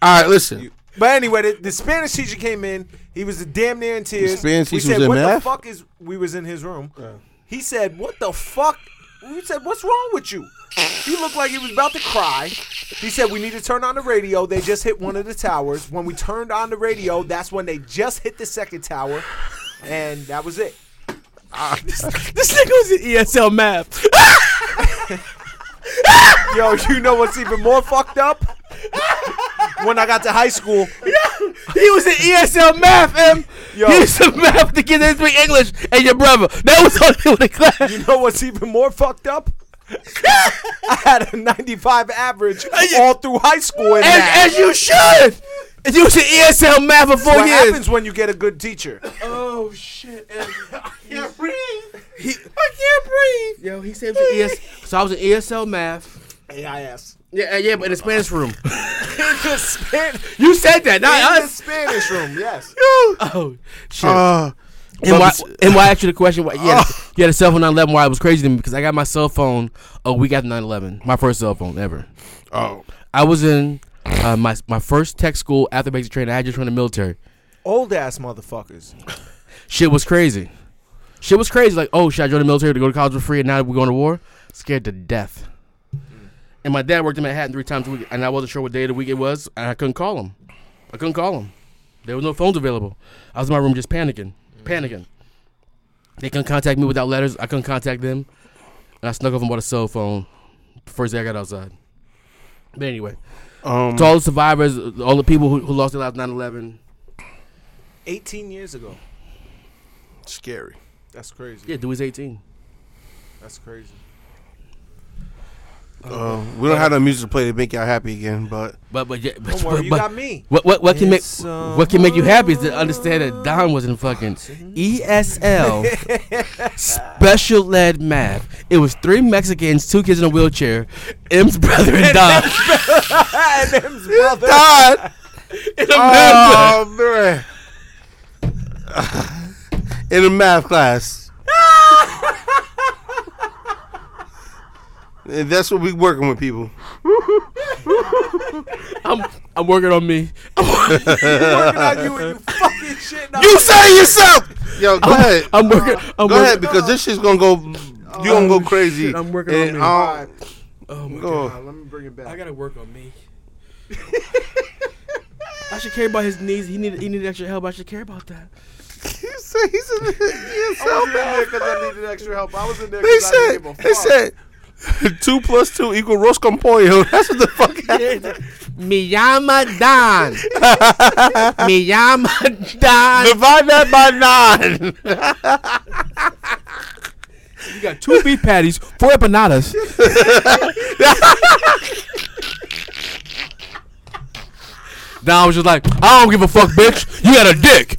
Speaker 2: All right, listen.
Speaker 4: But anyway, the, the Spanish teacher came in. He was damn near in tears.
Speaker 2: Spanish
Speaker 4: we
Speaker 2: teacher
Speaker 4: said,
Speaker 2: was in
Speaker 4: "What the
Speaker 2: math?"
Speaker 4: fuck is?" We was in his room. He said, "What the fuck?" We said, "What's wrong with you?" He looked like he was about to cry. He said, "We need to turn on the radio. They just hit one of the towers. When we turned on the radio, that's when they just hit the second tower, and that was it."
Speaker 3: This nigga was in ESL math.
Speaker 4: Yo, you know what's even more fucked up? when I got to high school,
Speaker 3: he was in ESL math, M.
Speaker 4: Yo.
Speaker 3: He used to math to get into English and your brother. That was on in the class.
Speaker 4: You know what's even more fucked up? I had a 95 average all through high school. In math.
Speaker 3: as, as you should. You was in ESL math for four
Speaker 4: what
Speaker 3: years.
Speaker 4: happens when you get a good teacher?
Speaker 3: Oh shit.
Speaker 5: Yeah, breathe.
Speaker 3: He, I can't breathe. Yo, he said it was ES. So I was in ESL math.
Speaker 4: AIS.
Speaker 3: Yeah, uh, yeah, but in the Spanish room.
Speaker 4: In the, Span-
Speaker 3: you said that,
Speaker 4: in
Speaker 3: not
Speaker 4: the
Speaker 3: us.
Speaker 4: Spanish room, yes.
Speaker 3: Oh shit. and why? And why ask you the question? Why, yeah, you had a cell phone 9/11. Why it was crazy to me because I got my cell phone a week after 9/11. My first cell phone ever.
Speaker 2: Oh,
Speaker 3: I was in uh, my my first tech school after basic training. I had just joined the military.
Speaker 4: Old ass motherfuckers.
Speaker 3: Shit was crazy. Shit was crazy. Like, oh shit, I joined the military to go to college for free, and now we're going to war. Scared to death. And my dad worked in Manhattan three times a week, and I wasn't sure what day of the week it was, and I couldn't call him. I couldn't call him. There was no phones available. I was in my room just panicking, panicking. They couldn't contact me without letters. I couldn't contact them. And I snuck up and bought a cell phone. First day I got outside. But anyway,
Speaker 2: um,
Speaker 3: to all the survivors, all the people who, who lost their lives 9 11.
Speaker 4: 18 years ago.
Speaker 2: scary.
Speaker 4: That's crazy.
Speaker 3: Yeah, dude was 18.
Speaker 4: That's crazy.
Speaker 2: Uh, we don't have the music to play to make y'all happy again, but
Speaker 3: But, but, yeah, but,
Speaker 4: Don't worry,
Speaker 3: but-
Speaker 4: you
Speaker 3: but-
Speaker 4: got me.
Speaker 3: What what what can make
Speaker 4: It's, uh,
Speaker 3: what can make you happy is to understand that Don was in fucking ESL special ed math. It was three Mexicans, two kids in a wheelchair, M's brother and Don
Speaker 4: and them's brother.
Speaker 2: God,
Speaker 3: in a math
Speaker 2: oh man, in a math class. And that's what we working with people.
Speaker 3: class. I'm I'm working on me.
Speaker 4: Working on you and you fucking shit. now.
Speaker 2: You say it yourself. Yo, go ahead.
Speaker 3: I'm working. I'm
Speaker 2: go
Speaker 3: working. Oh,
Speaker 2: ahead because this shit's gonna go. You gonna go crazy.
Speaker 3: I'm working
Speaker 2: And
Speaker 3: on me.
Speaker 2: I
Speaker 4: Alright,
Speaker 3: Oh my
Speaker 2: don't- go.
Speaker 4: let me bring it back.
Speaker 3: I gotta work on me. I should care about his knees. He needed he needed extra help. I should care about that.
Speaker 2: You say he's in the
Speaker 4: I was
Speaker 2: ESL
Speaker 4: in there
Speaker 2: math.
Speaker 4: because I needed extra help. I was in there
Speaker 2: They
Speaker 4: because I didn't
Speaker 2: said.
Speaker 4: give a
Speaker 2: They
Speaker 4: fuck.
Speaker 2: said. Two plus two equal roast con pollo. That's what the fuck happened.
Speaker 3: Me llama Don. Me llama Don.
Speaker 2: Divide that by nine.
Speaker 3: You got two beef patties, four empanadas. Don was just like, I don't give a fuck, bitch. You got a dick.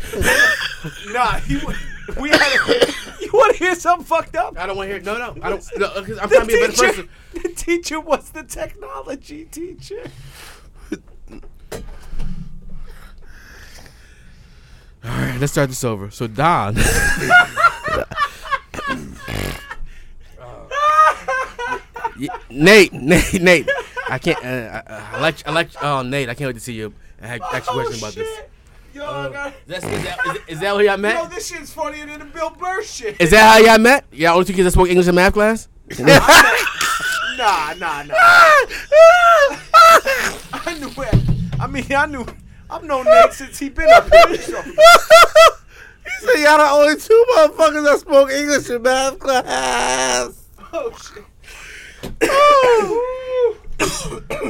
Speaker 4: Nah, he, wa- we had. you want to hear something fucked up?
Speaker 3: I don't want to hear. No, no, I don't. No, 'cause I'm
Speaker 4: The
Speaker 3: trying to be a better
Speaker 4: teacher,
Speaker 3: person.
Speaker 4: the teacher was the technology teacher.
Speaker 3: All right, let's start this over. So Don, Y- Nate, Nate, Nate. I can't. Uh, I, I like. I like. Oh, Nate, I can't wait to see you. I had ask you a question about this.
Speaker 4: Yo, I Oh, got,
Speaker 3: That's, is, that, is, is that where y'all met?
Speaker 4: yo, this shit's funnier than the Bill Burr shit.
Speaker 3: Is that how y'all met? Y'all only two kids that spoke English in math class?
Speaker 4: Nah, nah, nah. I knew it. I mean, I knew. I've known Nate since he been up here. So.
Speaker 2: So y'all the only two motherfuckers that spoke English in math class.
Speaker 4: Oh shit.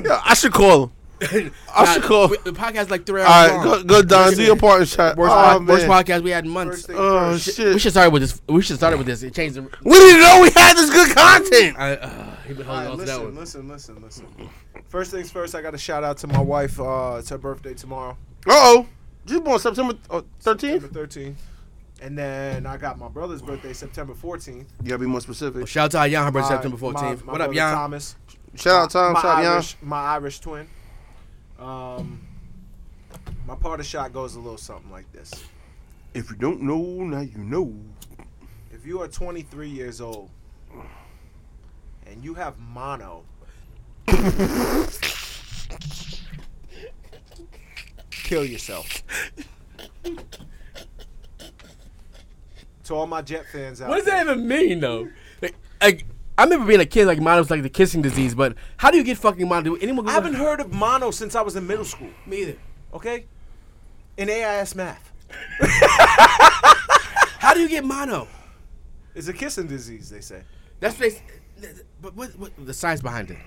Speaker 2: Yeah, I should call him. I should call.
Speaker 3: Uh, We- The podcast like three hours
Speaker 2: All right,
Speaker 3: long.
Speaker 2: go, go Don, do your part and shot.
Speaker 3: Worst,
Speaker 2: oh,
Speaker 3: pod- worst
Speaker 2: man.
Speaker 3: podcast we had in months.
Speaker 2: Oh
Speaker 3: We
Speaker 2: shit!
Speaker 3: should start with this. We should start with this. It changed. The,
Speaker 2: We didn't know we had this good content.
Speaker 3: I, uh, he been holding on to that
Speaker 4: listen,
Speaker 3: one.
Speaker 4: listen, listen, listen. First things first, I got to shout out to my wife. Uh, it's her birthday tomorrow,
Speaker 2: Uh oh, you born September
Speaker 3: uh,
Speaker 2: thirteenth?
Speaker 4: September 13th. And then I got my brother's birthday September 14th.
Speaker 2: You gotta be more specific.
Speaker 3: Shout out to Jan, her birthday
Speaker 4: My-
Speaker 3: September
Speaker 4: my-
Speaker 3: 14th.
Speaker 4: my
Speaker 3: what up,
Speaker 4: brother
Speaker 3: Jan?
Speaker 4: Thomas.
Speaker 2: Shout out Tom,
Speaker 4: my
Speaker 2: shout out Yon.
Speaker 4: Irish, my Irish twin. Um, my party shot goes a little something like this.
Speaker 2: If you don't know, now you know.
Speaker 4: If you are 23 years old and you have mono, kill yourself. to all my Jet fans out
Speaker 3: What does
Speaker 4: there,
Speaker 3: that even mean, though? Like, like, I remember being a kid, like mine was like the kissing disease. But how do you get fucking mono? Do anyone?
Speaker 4: I haven't heard of mono since I was in middle school.
Speaker 3: me either.
Speaker 4: Okay, in AIS math,
Speaker 3: How do you get mono?
Speaker 4: it's a kissing disease. They say.
Speaker 3: That's what they, but what, what the science behind it?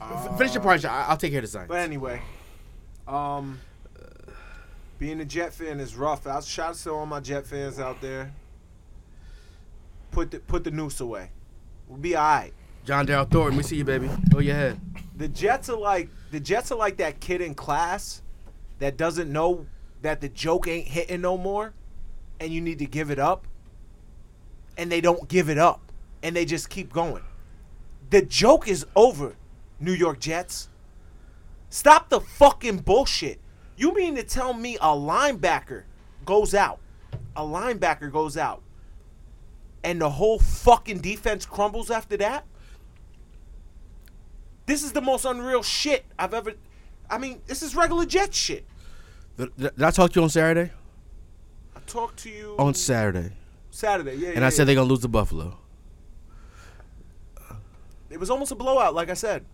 Speaker 3: F- Finish your part. Jan. I- I'll take care of the science.
Speaker 4: But anyway, um, being a Jet fan is rough. Out shouts to all my Jet fans out there. Put the put the noose away. We'll be all right.
Speaker 3: John Darrell Thornton, we see you, baby. Oh, your head.
Speaker 4: The Jets are like the Jets are like that kid in class that doesn't know that the joke ain't hitting no more, and you need to give it up. And they don't give it up, and they just keep going. The joke is over, New York Jets. Stop the fucking bullshit. You mean to tell me a linebacker goes out? A linebacker goes out. And the whole fucking defense crumbles after that? This is the most unreal shit I've ever. I mean, this is regular Jets shit.
Speaker 3: Did, did I talk to you on Saturday?
Speaker 4: I talked to you
Speaker 3: On Saturday,
Speaker 4: Saturday, yeah.
Speaker 3: and I said
Speaker 4: that
Speaker 3: they're gonna lose to Buffalo.
Speaker 4: it was almost a blowout, like I said.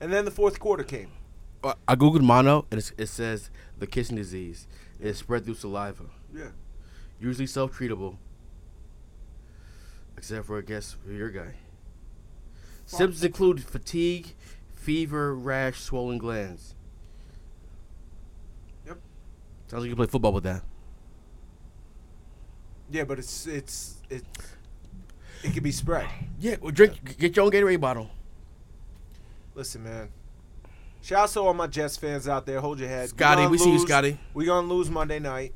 Speaker 4: And then the fourth quarter came.
Speaker 3: Uh, I googled mono, and it's, it says the kissing disease is spread through saliva,
Speaker 4: Yeah.
Speaker 3: usually self-treatable, except for I guess for your guy. Symptoms include fatigue, fever, rash, swollen glands.
Speaker 4: Yep.
Speaker 3: Sounds like you play football with that.
Speaker 4: Yeah, but it's it's it's it could be spread.
Speaker 3: Yeah, well, drink. Get your own Gatorade bottle.
Speaker 4: Listen, man. Shout out to all my Jets fans out there. Hold your head. We
Speaker 3: Scotty,
Speaker 4: gonna
Speaker 3: we see you,
Speaker 4: lose-
Speaker 3: Scotty.
Speaker 4: We gonna lose Monday night.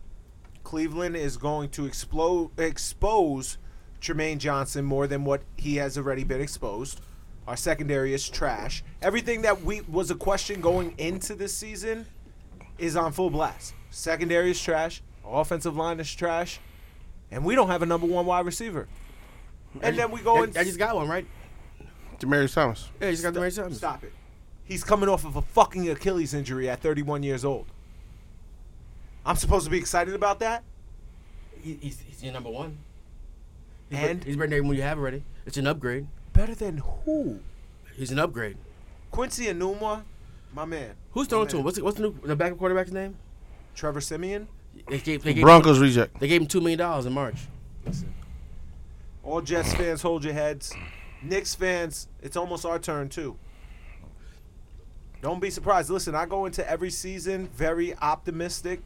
Speaker 4: Cleveland is going to explode expose Tremaine Johnson more than what he has already been exposed. Our secondary is trash. Everything that we was a question going into this season is on full blast. Secondary is trash. Offensive line is trash, and we don't have a number one wide receiver. And then we go
Speaker 3: I,
Speaker 4: and
Speaker 3: I just got one right.
Speaker 2: Demaryius Thomas.
Speaker 3: Yeah, you just got the right something.
Speaker 4: Stop it. He's coming off of a fucking Achilles injury at 31 years old. I'm supposed to be excited about that?
Speaker 3: He, he's, he's your number one. He's
Speaker 4: And-
Speaker 3: bet- he's better than everyone you have already. It's an upgrade.
Speaker 4: Better than who?
Speaker 3: He's an upgrade.
Speaker 4: Quincy Anuma, my man.
Speaker 3: Who's throwing to
Speaker 4: man.
Speaker 3: him? What's the, what's the new the backup quarterback's name?
Speaker 4: Trevor Simeon.
Speaker 3: They gave, they gave,
Speaker 2: Broncos reject.
Speaker 3: They gave him two million dollars in March.
Speaker 4: Listen. All Jets fans, hold your heads. Knicks fans, it's almost our turn too. Don't be surprised. Listen, I go into every season very optimistic,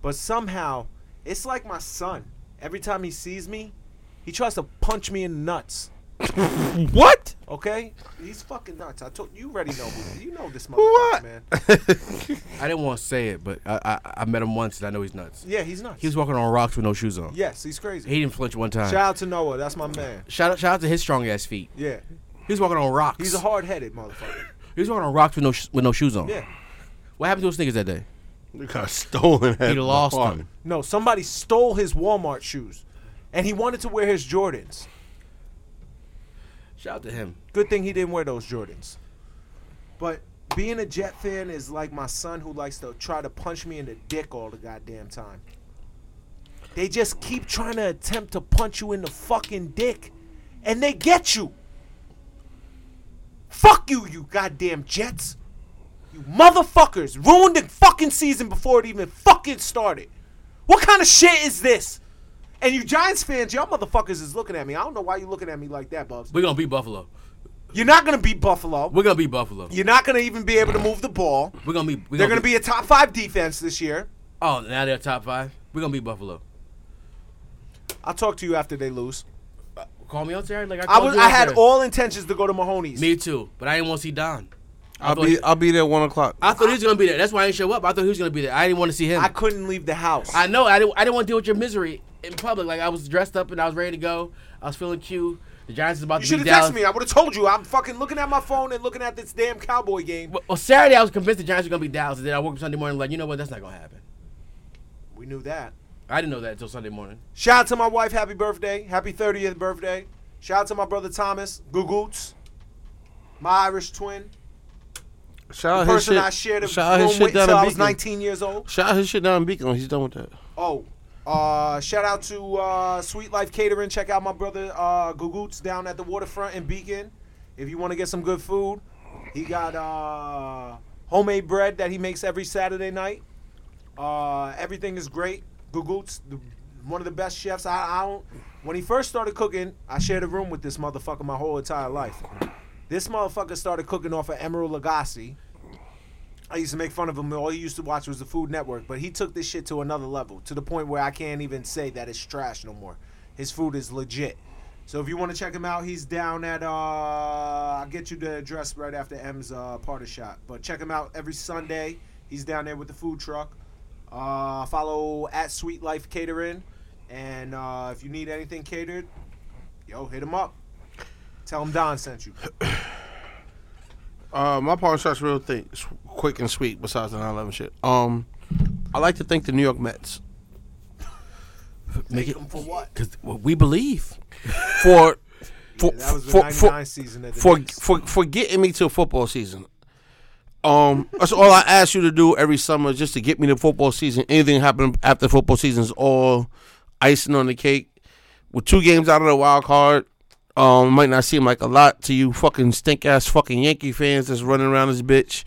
Speaker 4: but somehow it's like my son. Every time he sees me, he tries to punch me in the nuts.
Speaker 2: What?
Speaker 4: Okay, he's fucking nuts. I told you. Already know. who- You know this motherfucker,
Speaker 9: What?
Speaker 4: man.
Speaker 3: I didn't want to say it, but I, I I met him once and I know he's nuts.
Speaker 4: Yeah, he's nuts.
Speaker 3: He was walking on rocks with no shoes on.
Speaker 4: yes, he's crazy.
Speaker 3: He didn't flinch one time.
Speaker 4: Shout out to Noah. That's my man.
Speaker 3: Shout out, shout out to his strong ass feet.
Speaker 4: Yeah,
Speaker 3: He was walking on rocks.
Speaker 4: he's a hard headed motherfucker.
Speaker 3: he was walking on rocks with no sh- with no shoes on.
Speaker 4: Yeah.
Speaker 3: What happened to his sneakers that day?
Speaker 9: They got stolen.
Speaker 3: He
Speaker 9: at
Speaker 3: lost
Speaker 9: Walmart.
Speaker 3: them.
Speaker 4: No, somebody stole his Walmart shoes, and he wanted to wear his Jordans.
Speaker 3: Shout out to him.
Speaker 4: Good thing he didn't wear those Jordans. But being a Jet fan is like my son who likes to try to punch me in the dick all the goddamn time. They just keep trying to attempt to punch you in the fucking dick, and they get you. Fuck you, you goddamn Jets. You motherfuckers ruined the fucking season before it even fucking started. What kind of shit is this? And you Giants fans, y'all motherfuckers is looking at me. I don't know why you looking at me like that, Bubs.
Speaker 3: We're gonna beat Buffalo.
Speaker 4: You're not going to beat Buffalo.
Speaker 3: We're gonna beat Buffalo.
Speaker 4: You're not going to even be able to move the ball.
Speaker 3: We're gonna be. We're
Speaker 4: They're going to be a top five defense this year.
Speaker 3: Oh, now they're top five. We're gonna beat Buffalo.
Speaker 4: I'll talk to you after they lose.
Speaker 3: Call me out there. Like I,
Speaker 4: I
Speaker 3: called
Speaker 4: was
Speaker 3: you
Speaker 4: I
Speaker 3: out
Speaker 4: had
Speaker 3: there.
Speaker 4: all intentions to go to Mahoney's.
Speaker 3: Me too, but I didn't want to see Don. I
Speaker 9: I'll
Speaker 3: thought
Speaker 9: be I'll be there one o'clock.
Speaker 3: I thought he was gonna be there. That's why I didn't show up. I thought he was gonna be there. I didn't want to see him.
Speaker 4: I
Speaker 3: I,
Speaker 4: couldn't leave the house.
Speaker 3: know. I didn't. I didn't want to deal with your misery in public. Like I was dressed up and I was ready to go. I was feeling cute. The Giants is about
Speaker 4: you
Speaker 3: to
Speaker 4: should
Speaker 3: beat
Speaker 4: have
Speaker 3: Dallas.
Speaker 4: texted me. I would have told you. I'm fucking looking at my phone and looking at this damn Cowboy game.
Speaker 3: Well, well, Saturday I was convinced the Giants were gonna beat Dallas, and then I woke up Sunday morning like, you know what? That's not gonna happen.
Speaker 4: We knew that.
Speaker 3: I didn't know that until Sunday morning.
Speaker 4: Shout out to my wife. Happy birthday. Happy 30th birthday. Shout out to my brother Thomas. Goo Goots. My Irish twin.
Speaker 2: Shout
Speaker 4: The
Speaker 2: out his
Speaker 4: person
Speaker 2: shit.
Speaker 4: I shared a
Speaker 2: Shout out
Speaker 4: room
Speaker 2: his shit
Speaker 4: with until
Speaker 2: down
Speaker 4: I
Speaker 2: in
Speaker 4: was
Speaker 2: Beacon.
Speaker 4: 19 years old.
Speaker 2: Shout out his shit down in Beacon. He's done with that.
Speaker 4: Oh, uh, shout out to uh, Sweet Life Catering. Check out my brother uh, Gugoots down at the waterfront in Beacon. If you want to get some good food, he got uh, homemade bread that he makes every Saturday night. Uh, everything is great. Gugoots, the, one of the best chefs. I, I don't. When he first started cooking, I shared a room with this motherfucker my whole entire life. This motherfucker started cooking off of Emerald Lagasse. I used to make fun of him. All he used to watch was the Food Network, but he took this shit to another level, to the point where I can't even say that it's trash no more. His food is legit. So if you want to check him out, he's down at uh I'll get you the address right after M's uh party shot. But check him out every Sunday. He's down there with the food truck. Uh follow at Sweet Life Catering. And uh if you need anything catered, yo, hit him up. Tell him Don sent you.
Speaker 2: Oh, Uh, my power shot's real thick, s- quick and sweet. Besides the 9/11 shit, um, I like to thank the New York Mets
Speaker 3: Make it
Speaker 4: him for what?
Speaker 3: Because we believe.
Speaker 2: for for
Speaker 4: That was the
Speaker 2: for,
Speaker 4: 99
Speaker 2: for,
Speaker 4: season of the
Speaker 2: for,
Speaker 4: Knicks.
Speaker 2: for for getting me to football season. Um, that's all I ask you to do every summer, just to get me to football season. Anything happening after football season is all icing on the cake. With two games out of the wild card, um, might not seem like a lot to you fucking stink ass fucking Yankee fans that's running around this bitch,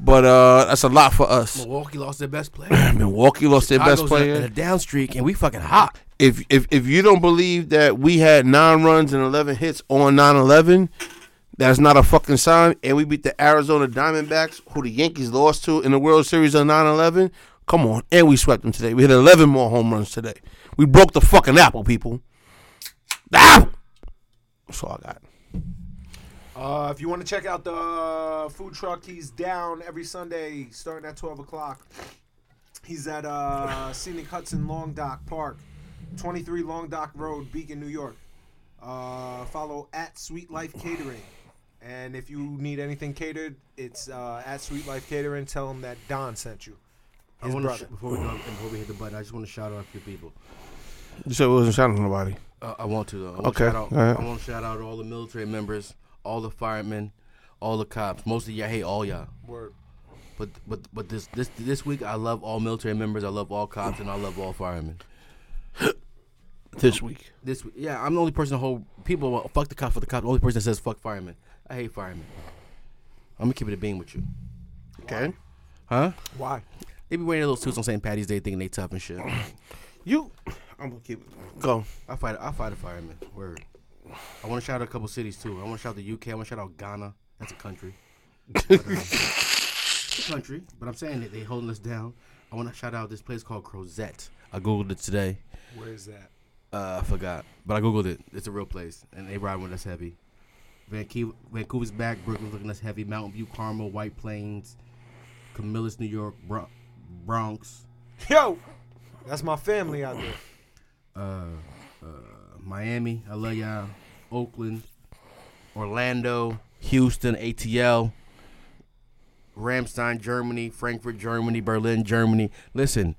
Speaker 2: but uh, that's a lot for us.
Speaker 3: Milwaukee lost their best player.
Speaker 2: Milwaukee lost their best
Speaker 3: Chicago's
Speaker 2: player
Speaker 3: in a, in a down streak, and we fucking hot.
Speaker 2: if if if you don't believe that we had nine runs and eleven hits on 9-11, that's not a fucking sign. And we beat the Arizona Diamondbacks, who the Yankees lost to in the World Series on 9-11. Come on, and we swept them today. We hit eleven more home runs today. We broke the fucking apple, people. The apple. That's all I got.
Speaker 4: Uh, if you want to check out the uh, food truck, he's down every Sunday starting at 12 o'clock. He's at uh, Scenic Hudson Long Dock Park, 23 Long Dock Road, Beacon, New York. Uh, follow at Sweet Life Catering. And if you need anything catered, it's uh, at Sweet Life Catering. Tell him that Don sent you. His
Speaker 3: wanna
Speaker 4: brother.
Speaker 3: sh- before, we go, before we hit the button, I just want to shout out a few people.
Speaker 2: You said we wasn't shouting at nobody.
Speaker 3: Uh, I want to though. I want
Speaker 2: Okay,
Speaker 3: Shout out,
Speaker 2: all right.
Speaker 3: I want to shout out all the military members, all the firemen, all the cops. Mostly, yeah, I hate all y'all.
Speaker 4: Word.
Speaker 3: But but but this this this week, I love all military members. I love all cops, and I love all firemen.
Speaker 2: This week.
Speaker 3: This week- yeah, I'm the only person who people well, fuck the cops for the cops. The only person that says fuck firemen. I hate firemen. I'm gonna keep it a bean with you,
Speaker 2: Okay.
Speaker 3: huh?
Speaker 4: Why?
Speaker 3: They be wearing their little suits on St. Patty's Day, thinking they tough and shit.
Speaker 2: You I'm gonna keep it. Go.
Speaker 3: I fight. I fight a fireman. Word. I want to shout out a couple cities too. I want to shout out the UK. I want to shout out Ghana. That's a country. But, uh, it's a country, but I'm saying that they holding us down. I want to shout out this place called Crozette. I googled it today.
Speaker 4: Where is that?
Speaker 3: Uh, I forgot, but I googled it. It's a real place, and they ride when it's heavy. Vancouver, Vancouver's back. Brooklyn's looking as heavy. Mountain View, Carmel, White Plains, Camillus, New York, Bro- Bronx,
Speaker 4: Yo, that's my family out there.
Speaker 3: Miami. I love y'all. Oakland, Orlando, Houston, ATL, Ramstein, Germany, Frankfurt, Germany, Berlin, Germany. Listen,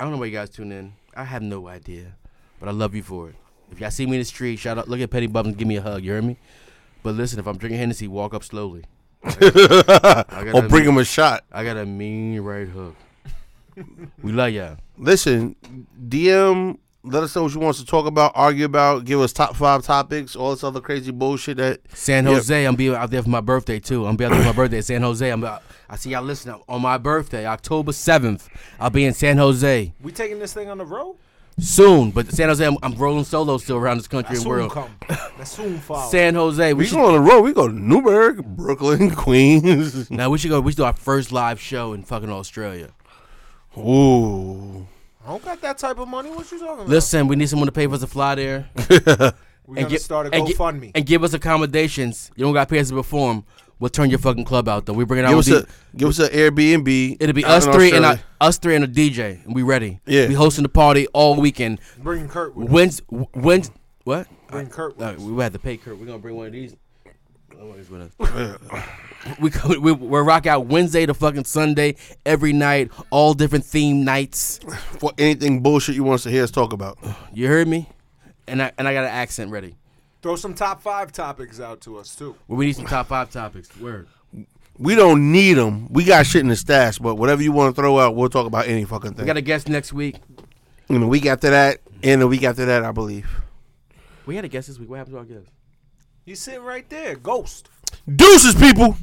Speaker 3: I don't know why you guys tune in. I have no idea, but I love you for it. If y'all see me in the street, shout out. Look at Petty Bubbles, give me a hug. You hear me? But listen, if I'm drinking Hennessy, walk up slowly. I got
Speaker 2: Or bring him a shot.
Speaker 3: I got a mean right hook. we love y'all.
Speaker 2: Listen, DM. Let us know what you want us to talk about, argue about, give us top five topics, all this other crazy bullshit that
Speaker 3: San
Speaker 2: Yep.
Speaker 3: Jose, I'm be out there for my birthday too. I'm be out there for my birthday. San Jose, I'm. Out, I see y'all listening on my birthday, October seventh. I'll be in San Jose
Speaker 4: We taking this thing on the road?
Speaker 3: soon. But San Jose, I'm, I'm rolling solo still around this country
Speaker 4: That
Speaker 3: and
Speaker 4: soon
Speaker 3: world.
Speaker 4: come. That soon follow.
Speaker 3: San Jose, we
Speaker 2: we
Speaker 3: should,
Speaker 2: go on the road. We go to Newburgh, Brooklyn, Queens.
Speaker 3: now we should go. We should do our first live show in fucking Australia.
Speaker 2: Ooh,
Speaker 4: I don't got that type of money. What you talking about?
Speaker 3: Listen, we need someone to pay for us to fly there
Speaker 4: we gotta
Speaker 3: gi-
Speaker 4: start a
Speaker 3: and gi-
Speaker 4: GoFundMe.
Speaker 3: and give us accommodations. You don't got to pay us to perform. We'll turn your fucking club out though. We bring it out.
Speaker 2: give
Speaker 3: with
Speaker 2: us
Speaker 3: the-
Speaker 2: a give us an Airbnb.
Speaker 3: It'll be
Speaker 2: out
Speaker 3: us
Speaker 2: in
Speaker 3: three and
Speaker 2: Australia.
Speaker 3: a, us three and a DJ, and we ready.
Speaker 2: Yeah.
Speaker 3: we hosting the party all weekend.
Speaker 4: Bring Kurt with us.
Speaker 3: When's when's what?
Speaker 4: Bring Kurt with
Speaker 3: Uh,
Speaker 4: us.
Speaker 3: we had to pay Kurt. We're gonna bring one of these. one of these with us. we co- we we rock out Wednesday to fucking Sunday every night, all different theme nights.
Speaker 2: for anything bullshit you want us to hear us talk about.
Speaker 3: You heard me? And I and I got an accent ready.
Speaker 4: Throw some top five topics out to us too.
Speaker 3: Well, we need some top five topics. Word.
Speaker 2: We don't need them. We got shit in the stash, but whatever you want to throw out, we'll talk about any fucking
Speaker 3: We
Speaker 2: thing.
Speaker 3: got a guest next week.
Speaker 2: and the week after that, and the week after that, I believe.
Speaker 3: We had a guest this week. What happened to our guest?
Speaker 4: He's sitting right there, ghost.
Speaker 2: Deuces, people.